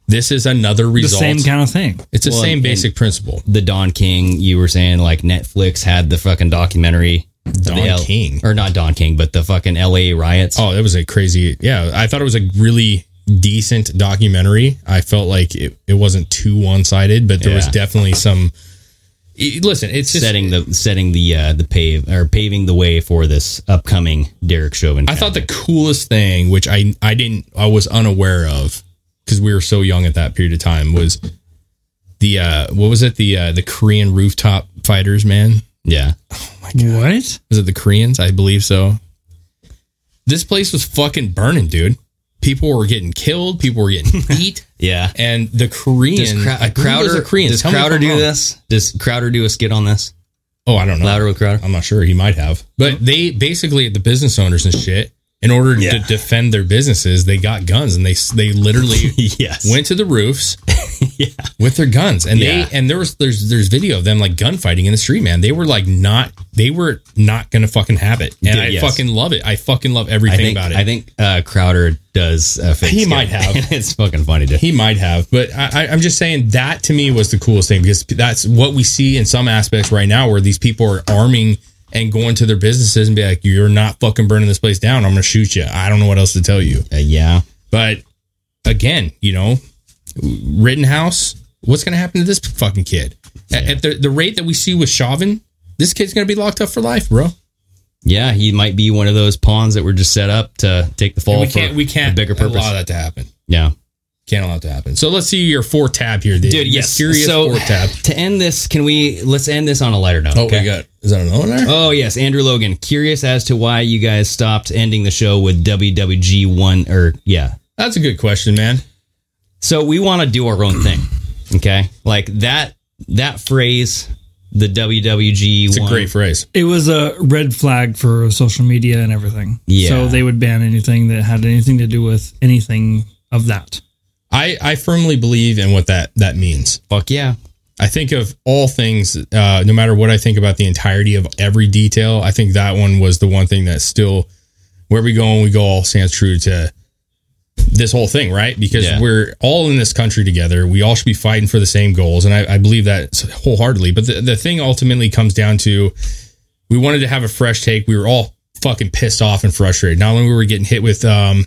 G: this is another
H: The
G: result.
H: same kind of thing.
G: it's the
F: Well,
G: same
F: and-
G: basic principle.
F: The Don King, you were saying, like Netflix had the fucking documentary.
G: Don
F: The L-
G: King.
F: Or not Don King, but the fucking LA riots.
G: Oh, that was a crazy. Yeah, I thought it was a really decent documentary. I felt like it, it wasn't too one sided, but there was
F: Yeah.
G: definitely some. i- Listen, it's just,
F: setting the setting the uh, the pave or paving the way for this upcoming Derek Chauvin.
G: I thought the coolest thing, which I I didn't I was unaware of because we were so young at that period of time, was the uh what was it the uh the Korean rooftop fighters man
F: yeah,
H: What?
G: was it the Koreans I believe so. This place was fucking burning, dude. People were getting killed. People were getting beat.
F: yeah.
G: And the Korean,
F: Does Crow-
G: I believe it was
F: Crowder
G: a Korean.
F: Does
G: Tell me if
F: Crowder
G: I'm
F: do
G: wrong.
F: this? Does Crowder do a skit on this?
G: Oh, I don't know.
F: Louder with Crowder.
G: I'm not sure. He might have. But they basically, the business owners and shit, in order to defend their businesses, they got guns and they they literally
F: yes.
G: went to the roofs with their guns and
F: Yeah.
G: they and there was there's there's video of them like gunfighting in the street man they were like not they were not gonna fucking have it and
F: Dude,
G: i
F: yes.
G: fucking love it i fucking love
F: I
G: everything
F: think
G: about it
F: I think uh, Crowder does. A fake
G: He
F: skit.
G: might have.
F: it's fucking funny, dude.
G: he might have but I, I i'm just saying that to me was the coolest thing because that's what we see in some aspects right now where these people are arming and going to their businesses and be like you're not fucking burning this place down i'm gonna shoot you i don't know what else to tell you
F: Uh, yeah.
G: But again, you know, Rittenhouse what's going to happen to this fucking kid? A- At, the, the rate that we see with Chauvin, this kid's going to be locked up for life, bro.
F: Yeah, he might be one of those pawns that were just set up to take the fall.
G: And we
F: for
G: can't we can't
F: a bigger purpose.
G: allow that to happen.
F: Yeah,
G: Can't allow it to happen. So let's see your four tab here, dude.
F: dude. Yes.
G: serious
F: so
G: four tab.
F: to end this, can we let's end this on a lighter note?
G: Oh, we got is that another one there?
F: Oh yes, Andrew Logan. Curious as to why you guys stopped ending the show with WWG one or yeah.
G: That's a good question, man.
F: So we want to do our own thing. Okay, like that that phrase, the WWG.
G: It's a great phrase.
H: It was a red flag for social media and everything.
F: Yeah.
H: So they would ban anything that had anything to do with anything of that.
G: I I firmly believe in what that that means.
F: Fuck yeah.
G: I think of all things, uh, no matter what I think about the entirety of every detail, I think that one was the one thing that still, where we go and we go all stands true to this whole thing, right? Because
F: Yeah.
G: we're all in this country together. We all should be fighting for the same goals. And I, I believe that wholeheartedly. But the, the thing ultimately comes down to we wanted to have a fresh take. We were all fucking pissed off and frustrated. Not only were we getting hit with um,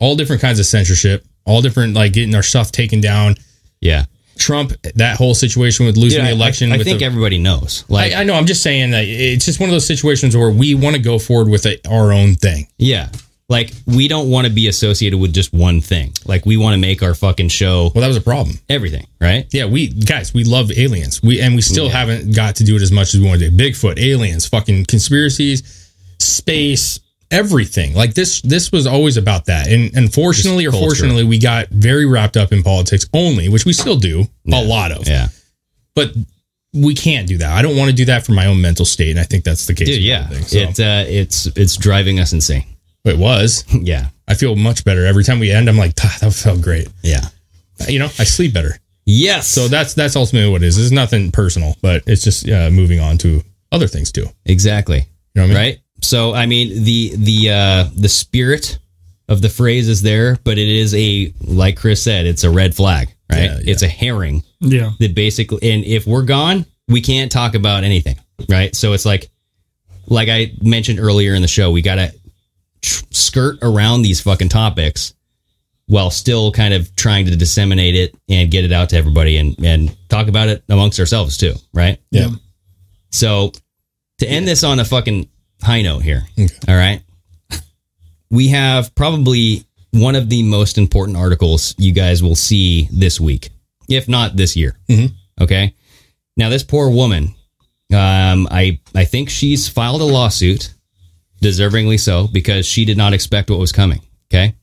G: all different kinds of censorship, all different, like getting our stuff taken down.
F: Yeah.
G: Trump, that whole situation with losing the election.
F: I, I
G: with
F: think
G: the,
F: everybody knows. Like
G: I, I know. I'm just saying that it's just one of those situations where we want to go forward with a, our own thing.
F: Yeah. Like we don't want to be associated with just one thing. Like we want to make our fucking show
G: Well, that was a problem.
F: everything, right?
G: Yeah, we guys, we love aliens. We and we still haven't got to do it as much as we want to do. Bigfoot, aliens, fucking conspiracies, space, everything. Like this, this was always about that. And unfortunately, or
F: Just culture.
G: fortunately, we got very wrapped up in politics only, which we still do a lot of.
F: Yeah.
G: But we can't do that. I don't want to do that for my own mental state, and I think that's the case.
F: Dude,
G: with
F: yeah.
G: everything, so.
F: It uh, it's it's driving us insane.
G: It was.
F: yeah.
G: I feel much better every time we end. I'm like, "Ah, that felt great.
F: Yeah.
G: You know, I sleep better.
F: Yes.
G: So that's that's ultimately what it is. It's nothing personal, but it's just uh, moving on to other things too. You
F: exactly.
G: know what I mean?
F: Right? So I mean the the uh the spirit of the phrase is there, but it is a like Chris said, it's a red flag, right?
G: Yeah, yeah.
F: It's a herring.
H: Yeah.
F: that basically and if we're gone we can't talk about anything right so it's like like i mentioned earlier in the show we gotta tr- skirt around these fucking topics while still kind of trying to disseminate it and get it out to everybody and and talk about it amongst ourselves too right
G: Yeah.
F: so to end this on a fucking high note here
G: Okay.
F: all right we have probably one of the most important articles you guys will see this week if not this year
G: Mhm.
F: okay now this poor woman um, I I think she's filed a lawsuit, deservingly so, because she did not expect what was coming. Okay.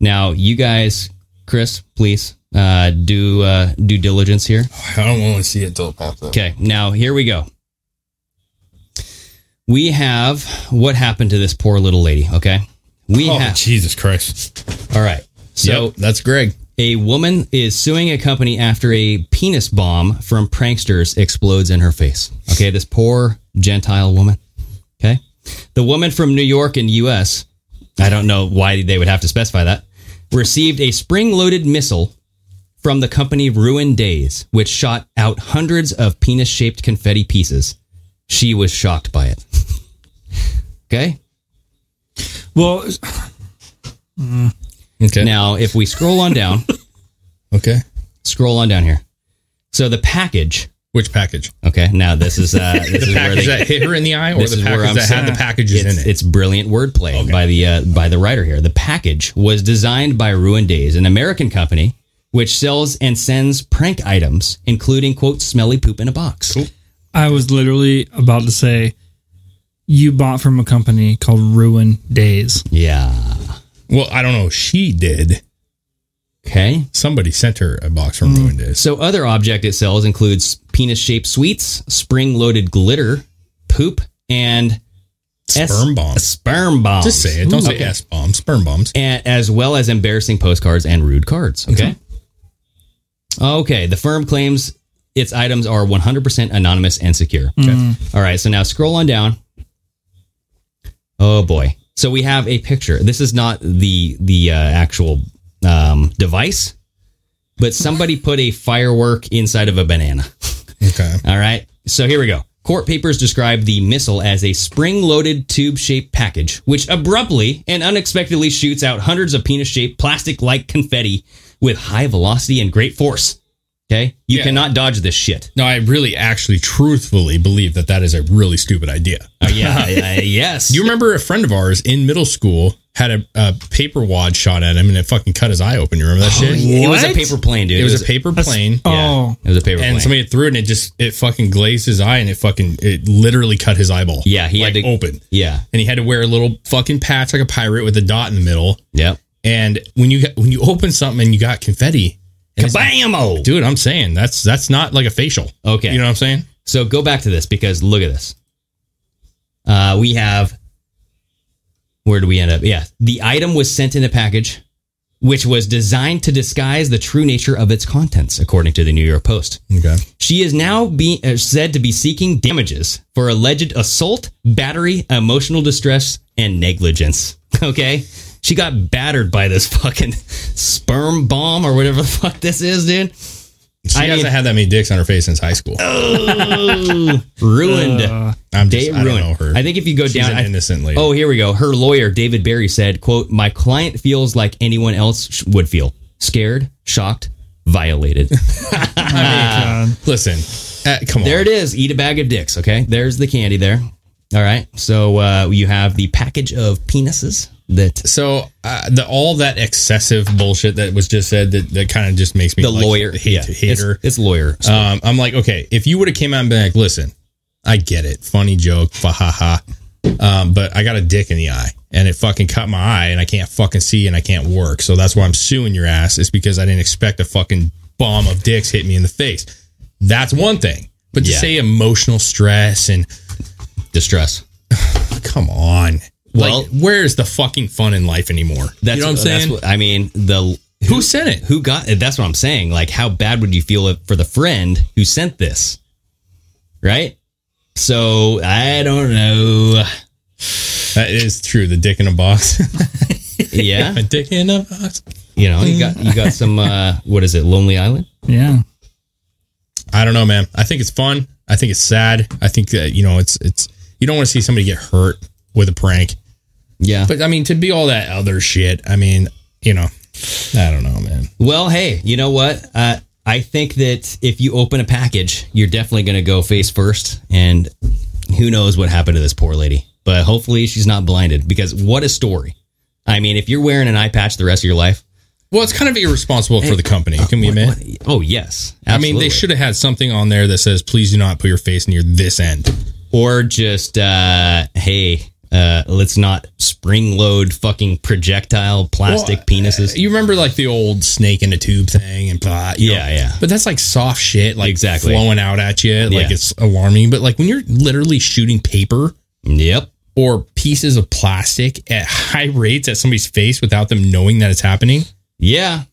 F: Now you guys, Chris, please uh, do uh, due diligence here.
G: I don't want to see it till it pops up.
F: Okay. Now here we go. We have what happened to this poor little lady. Okay. We
G: Oh,
F: have.
G: Jesus Christ!
F: All right. So
G: yep, that's Greg.
F: a woman is suing a company after a penis bomb from pranksters explodes in her face. Okay, this poor Gentile woman. Okay. The woman from New York and US, I don't know why they would have to specify that, received a spring loaded missile from the company Ruined Days, which shot out hundreds of penis shaped confetti pieces. She was shocked by it. okay.
H: Well,
G: Okay.
F: Now, if we scroll on down,
G: okay.
F: scroll on down here. So the package
G: Which package?
F: Okay, now this is uh, this
G: The
F: is where
G: package
F: they,
G: that hit her in the eye, or
F: this
G: the
F: is where
G: package
F: I'm
G: that had
F: saying
G: the packages
F: it's,
G: in it?
F: it's brilliant wordplay by the uh, by the writer here. The package was designed by Ruin Days, an American company which sells and sends prank items, including quote smelly poop in a box.
H: I was literally about to say, you bought from a company called Ruin Days.
F: Yeah.
G: well, I don't know. She did.
F: Okay.
G: Somebody sent her a box
F: Mm.
G: from Ruined Days.
F: So other object it sells includes penis-shaped sweets, spring-loaded glitter, poop, and S-
G: Sperm bomb.
F: Sperm bomb.
G: Just say it. Don't say S bomb. Sperm bombs.
F: and as well as embarrassing postcards and rude cards. Okay. Okay. The firm claims its items are 100% anonymous and secure. All right. So now scroll on down. Oh boy. So we have a picture. This is not the the uh, actual um, device, but somebody put a firework inside of a banana.
G: Okay.
F: All right. So here we go. Court papers describe the missile as a spring loaded tube shaped package, which abruptly and unexpectedly shoots out hundreds of penis shaped plastic like confetti with high velocity and great force. Okay, you
G: Yeah.
F: cannot dodge this shit.
G: No, I really, actually, truthfully believe that that is a really stupid idea.
F: Uh, yeah, uh, yes.
G: Do you remember a friend of ours in middle school had a, a paper wad shot at him and it fucking cut his eye open? You remember that shit?
F: It was a
H: What?
F: paper plane, dude.
G: It was a paper
H: That's-
G: plane.
H: oh.
F: It was a paper
G: and
F: plane.
G: somebody threw it and it just it fucking glazed his eye and it fucking it literally cut his eyeball.
F: Yeah, he
G: like
F: had to-
G: open.
F: yeah.
G: And he had to wear a little fucking patch like a pirate with a dot in the middle.
F: Yep.
G: And when you got, when you open something and you got confetti, and it's-
F: Kabamo!
G: dude, I'm saying that's that's not like a facial.
F: Okay.
G: you know what I'm saying?
F: So go back to this because look at this. Uh, we have. Where do we end up? Yeah. The item was sent in a package which was designed to disguise the true nature of its contents, according to the New York Post.
G: Okay.
F: She is now being uh, said to be seeking damages for alleged assault, battery, emotional distress, and negligence. Okay? She got battered by this fucking sperm bomb or whatever the fuck this is, dude.
G: She
F: I
G: hasn't
F: mean- Oh,
G: had that many dicks on her face since high school.
F: Ruined.
G: I'm
F: Day
G: just, I don't
F: ruined.
G: know her.
F: I think if you go
G: She's
F: down,
G: an
F: I-
G: innocent lady.
F: Oh, here we go. Her lawyer, David Barry, said, "quote My client feels like anyone else sh- would feel: scared, shocked, violated."
H: God.
G: listen, uh, come on.
F: There it is. Eat a bag of dicks. Okay. There's the candy there. All right. So uh, you have the package of penises that
G: So uh, the all that excessive bullshit that was just said that, that kind of just makes me
F: the
G: like,
F: lawyer
G: hate,
F: yeah,
G: hate
F: it's,
G: her.
F: It's lawyer.
G: Um, I'm like, okay, if you would have came out and been like, listen, I get it, funny joke, fa ha ha, um, but I got a dick in the eye and it fucking cut my eye and I can't fucking see and I can't work, so that's why I'm suing your ass. Is because I didn't expect a fucking bomb of dicks hit me in the face. That's one thing, but to
F: Yeah.
G: say emotional stress and
F: distress.
G: come on.
F: Well-
G: like, where is the fucking fun in life anymore?
F: That's
G: you know what I'm
F: that's
G: saying?
F: what- I mean the
G: who sent it?
F: who got that's what I'm saying. Like how bad would you feel if, for the friend who sent this? Right. So I don't know.
G: That is true. The dick in a box.
F: Yeah.
G: a dick in a box.
F: you know you got you got some uh, what is it? Lonely Island.
H: Yeah.
G: I don't know, man. I think it's fun. I think it's sad. I think that you know, it's it's you don't want to see somebody get hurt with a prank.
F: Yeah.
G: But I mean, to be all that other shit. I mean, you know, I don't know, man.
F: Well, hey, you know what? Uh, I think that if you open a package, you're definitely going to go face first, and who knows what happened to this poor lady. But hopefully, she's not blinded because what a story! I mean, if you're wearing an eye patch the rest of your life,
G: Well, it's kind of irresponsible for the company. Can we admit?
F: oh yes,
G: I mean, they
F: absolutely.
G: should have had something on there that says, "Please do not put your face near this end."
F: or just uh, hey, uh, let's not spring load fucking projectile plastic
G: Well, uh,
F: penises.
G: You remember like the old snake in a tube thing and blah. you
F: Yeah, yeah.
G: But that's like soft shit, like
F: Exactly.
G: flowing out at you, like
F: Yeah.
G: it's alarming. But like when you're literally shooting paper
F: yep,
G: or pieces of plastic at high rates at somebody's face without them knowing that it's happening.
F: yeah,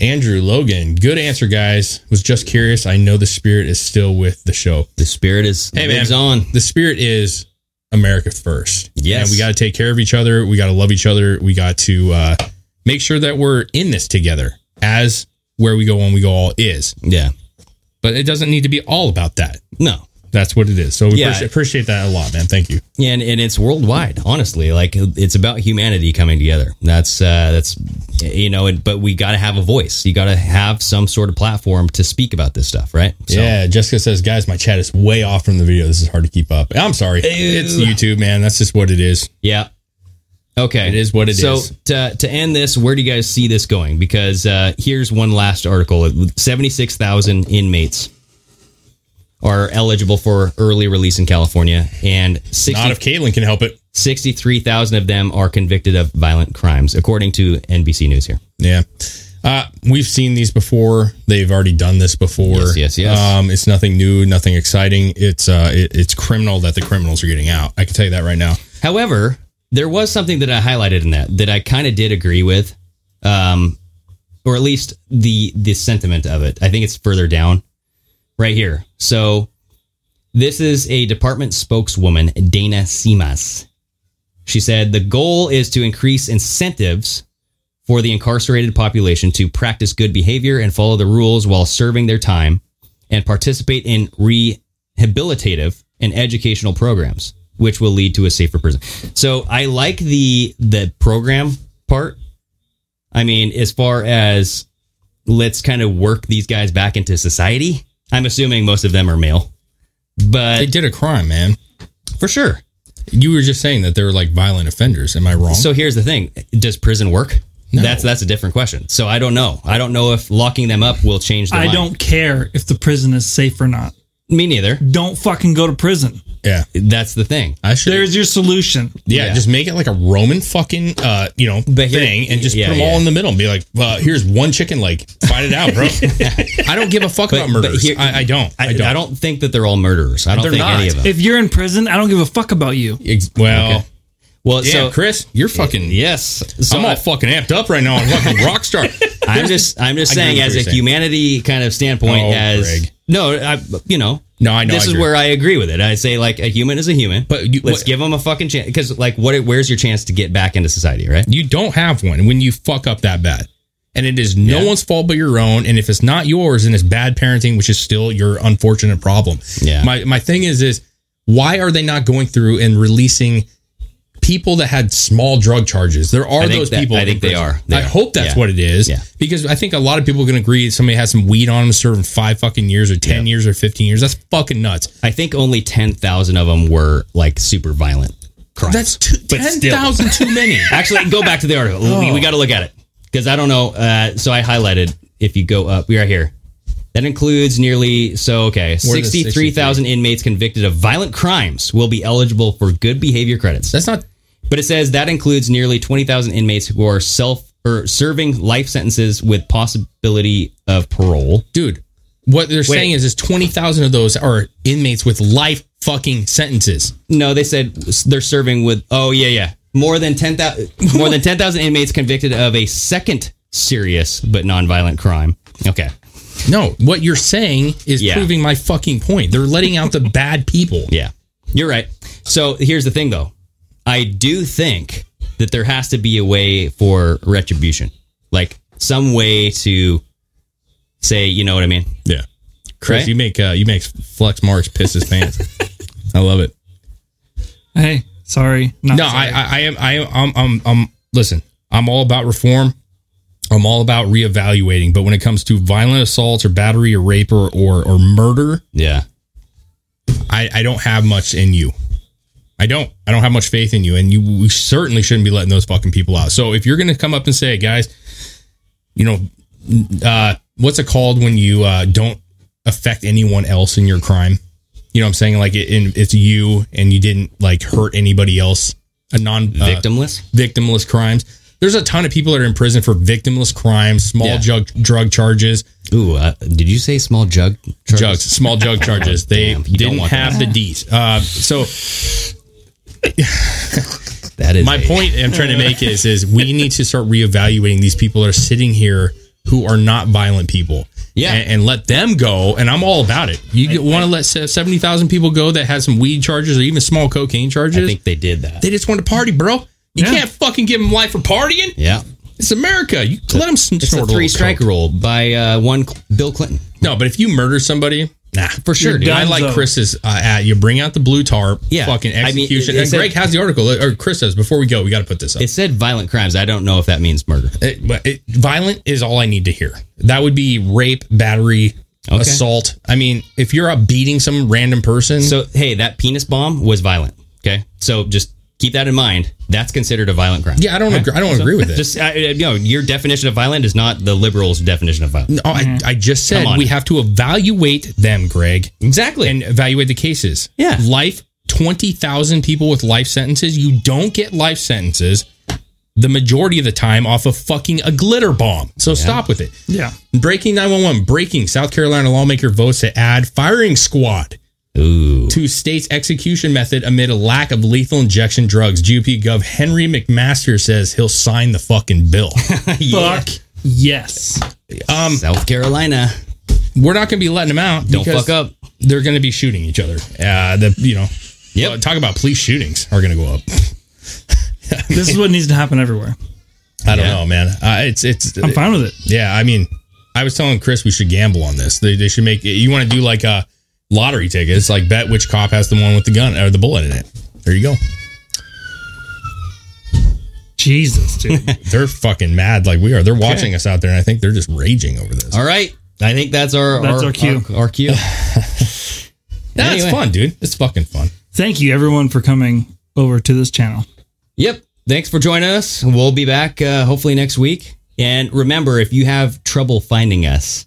G: Andrew Logan, good answer, guys. Was just curious. I know the spirit is still with the show.
F: the spirit is
G: Hey, man.
F: lives on.
G: The spirit is America first.
F: Yes.
G: And we got to take care of each other. We got to love each other. We got to uh, make sure that we're in this together as where we go when we go all is.
F: Yeah,
G: But it doesn't need to be all about that.
F: no,
G: That's what it is. So we
F: Yeah.
G: appreciate, appreciate that a lot, man. Thank you.
F: Yeah, and, and it's worldwide honestly like it's about humanity coming together that's uh that's you know it, but we got to have a voice you got to have some sort of platform to speak about this stuff right
G: Yeah, Jessica says, guys, my chat is way off from the video. This is hard to keep up. I'm sorry. It's YouTube, man. That's just what it is.
F: yeah okay
G: It is what it
F: so
G: is.
F: to, to end this where do you guys see this going because uh here's one last article 76000 inmates are eligible for early release in california and 60
G: Not if Caitlin can help it.
F: 63000 of them are convicted of violent crimes according to nbc news here
G: Yeah. Uh, we've seen these before. They've already done this before.
F: Yes, yes, yes.
G: Um, it's nothing new, nothing exciting. It's uh, it, it's criminal that the criminals are getting out. I can tell you that right now.
F: However, there was something that I highlighted in that that I kind of did agree with, um, or at least the the sentiment of it. I think it's further down, right here. So this is a department spokeswoman, Dana Simas. She said the goal is to increase incentives for the incarcerated population to practice good behavior and follow the rules while serving their time and participate in rehabilitative and educational programs, which will lead to a safer prison. So I like the the program part. I mean, as far as let's kind of work these guys back into society. I'm assuming most of them are male,
G: They
F: but
G: did a crime, man.
F: for sure.
G: You were just saying that they were like violent offenders. Am I wrong?
F: So here's the thing: Does prison work?
G: No.
F: That's that's a different question. So I don't know. I don't know if locking them up will change. Their
H: I
F: mind.
H: don't care if the prison is safe or not.
F: Me neither.
H: Don't fucking go to prison.
G: yeah,
F: That's the thing.
G: I should.
H: There's your solution.
G: yeah,
F: yeah.
G: just make it like a Roman fucking, uh, you know,
F: But here-
G: thing, and just
F: yeah,
G: put them
F: yeah.
G: all in the middle and be like, well, here's one chicken leg. Find it out, bro. I don't give a fuck about murders.
F: here-
G: I, I don't.
F: I, I don't. think that they're all murderers. I don't
G: They're
F: think
G: not.
F: any of them.
H: If you're in prison, I don't give a fuck about you.
G: Ex- well,
F: well,
G: damn,
F: so
G: Chris, you're fucking.
F: yes. So
G: I'm all fucking amped up right now. I'm fucking rock star.
F: I'm just I'm just
G: I
F: saying
G: agree with
F: as
G: what
F: a
G: you're saying.
F: humanity kind of standpoint
G: Oh,
F: as
G: Greg.
F: no I you know
G: No, I know,
F: this
G: I
F: is
G: agree.
F: where I agree with it I say like a human is a human
G: But you-
F: let's
G: what-
F: give them a fucking chance because like what where's your chance to get back into society right
G: You don't have one when you fuck up that bad. And it is no
F: Yeah.
G: one's fault but your own. And if it's not yours, then it's bad parenting, which is still your unfortunate problem.
F: Yeah.
G: My my thing is is why are they not going through and releasing people that had small drug charges? There are
F: I think
G: those
F: that-
G: people.
F: I
G: in
F: think they
G: prison.
F: are. They
G: I
F: are.
G: hope that's
F: Yeah.
G: what it is.
F: Yeah.
G: Because I think a lot of people can agree somebody has some weed on them serving five fucking years or ten years or fifteen years. That's fucking nuts.
F: I think only ten thousand of them were like super violent crimes
G: That's two,
F: But
G: ten
F: still.
G: thousand too many. Oh.
F: actually go back to the article we, got to look at it because I don't know uh, so I highlighted if you go up we are here. That includes nearly so okay
G: More than
F: 63,000 inmates convicted of violent crimes will be eligible for good behavior credits.
G: That's not
F: But it says that includes nearly 20,000 inmates who are self or serving life sentences with possibility of parole.
G: dude. What they're saying is, is twenty thousand of those are inmates with life fucking sentences.
F: No, they said they're serving with oh yeah, yeah. More than 10,000 more than 10,000 inmates convicted of a second serious but nonviolent crime. Okay.
G: No, what you're saying is
F: Yeah.
G: proving my fucking point. They're letting out the bad people.
F: Yeah. You're right. So here's the thing though. I do think that there has to be a way for retribution. Like some way to say, you know what I mean?
G: yeah. Chris,
F: Right?
G: you make uh, you make Flex Marks piss his pants. I love it.
H: Hey, sorry. Not
G: No, I,
H: sorry.
G: I, I am I am I'm, I'm I'm listen. I'm all about reform. I'm all about reevaluating. But when it comes to violent assaults or battery or rape or or, or murder,
F: Yeah.
G: I, I don't have much in you. I don't. I don't have much faith in you, and you we certainly shouldn't be letting those fucking people out. So if you're going to come up and say, guys, you know, uh, what's it called when you uh, don't affect anyone else in your crime? You know, what I'm saying like it, in, it's you, and you didn't like hurt anybody else. A non uh,
F: Victimless?
G: victimless crimes. There's a ton of people that are in prison for victimless crimes, small
F: Yeah.
G: drug drug charges,
F: Ooh, uh, did you say small jug? charges?
G: jugs, small jug charges. They
F: Damn, you don't
G: didn't
F: want
G: have the D's. Uh, so
F: That is
G: my
F: a-
G: point I'm trying to make is is we need to start reevaluating these people that are sitting here who are not violent people.
F: Yeah.
G: And, and let them go. And I'm all about it. You want to let se- 70,000 people go that had some weed charges or even small cocaine
F: I
G: charges?
F: think they did that.
G: they just want to party, bro. You
H: Yeah.
G: can't fucking give them life for partying.
F: yeah.
G: It's America. You let them snort
F: It's
G: a
F: a
G: little
F: three
G: coke.
F: strike rule by uh, one Cl- Bill Clinton.
G: No, but if you murder somebody, nah, for
F: sure, dude.
G: I like
H: Dunzo.
G: Chris's uh, ad. You bring out the blue tarp,
F: Yeah.
G: fucking
F: I mean,
G: execution.
F: it- it
G: and
F: said-
G: Greg has the article, or Chris does. Before we go, we got to put this up.
F: It said violent crimes. I don't know if that means murder.
G: It, but it, violent is all I need to hear. That would be rape, battery,
F: Okay.
G: assault. I mean, if you're out beating some random person,
F: So hey, that penis bomb was violent. Okay, so just keep that in mind. That's considered a violent crime.
G: yeah, I don't agree. I don't agree with it.
F: Just I, I- you know, your definition of violent is not the liberals' definition of violent.
G: No, Oh, I, I just said
F: Mm-hmm. Come on.
G: we have to evaluate them, Greg,
F: Exactly.
G: and evaluate the cases.
F: Yeah.
G: life. Twenty thousand people with life sentences. You don't get life sentences the majority of the time off of fucking a glitter bomb. So stop with it.
H: yeah.
G: Breaking nine one one. Breaking South Carolina lawmaker votes to add firing squad.
F: Ooh.
G: to state's execution method amid a lack of lethal injection drugs. GOP Gov Henry McMaster says he'll sign the fucking bill. um,
F: Yeah.
H: Fuck yes.
F: South Carolina.
G: We're not going to be letting them out.
F: Don't
G: because
F: fuck up.
G: They're going to be shooting each other. Uh, the you know,
F: Yep.
G: uh, talk about police shootings are going to go up.
H: This is what needs to happen everywhere.
G: I don't
F: Yeah.
G: know, man. Uh, it's it's
H: I'm fine with it.
G: yeah. I mean, I was telling Chris we should gamble on this. They, they should make you want to do like a lottery tickets, like bet which cop has the one with the gun or the bullet in it. There you go.
H: Jesus, dude.
G: They're fucking mad like we are. They're watching us out there, and I think they're just raging over this.
F: All right. I think that's our
H: That's our cue.
F: Our, our cue.
G: That's
F: Anyway.
G: fun, dude. It's fucking fun.
H: Thank you, everyone, for coming over to this channel.
F: Yep. Thanks for joining us. We'll be back uh, hopefully next week. And remember, if you have trouble finding us,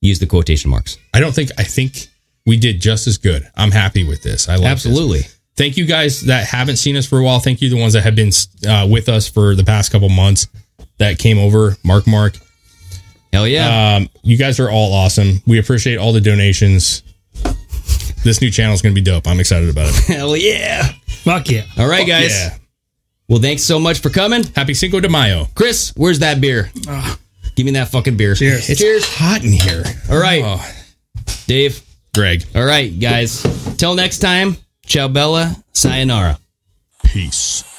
F: use the quotation marks.
G: I don't think I think we did just as good. I'm happy with this. I like
F: Absolutely.
G: Thank you guys that haven't seen us for a while. Thank you the ones that have been uh, with us for the past couple months that came over. Mark, Mark,
F: Hell yeah.
G: um, you guys are all awesome. We appreciate all the donations. This new channel is going to be dope. I'm excited about it.
F: Hell yeah.
H: Fuck yeah.
F: All right,
G: Fuck
F: guys.
G: yeah.
F: Well, thanks so much for coming.
G: Happy Cinco de Mayo.
F: Chris, where's that beer? Give me that fucking beer. Cheers. Cheers.
G: Hot in here.
F: All right,
G: Oh,
F: Dave.
G: Greg.
F: All right, guys. Till next time. Ciao, Bella. Sayonara.
G: Peace.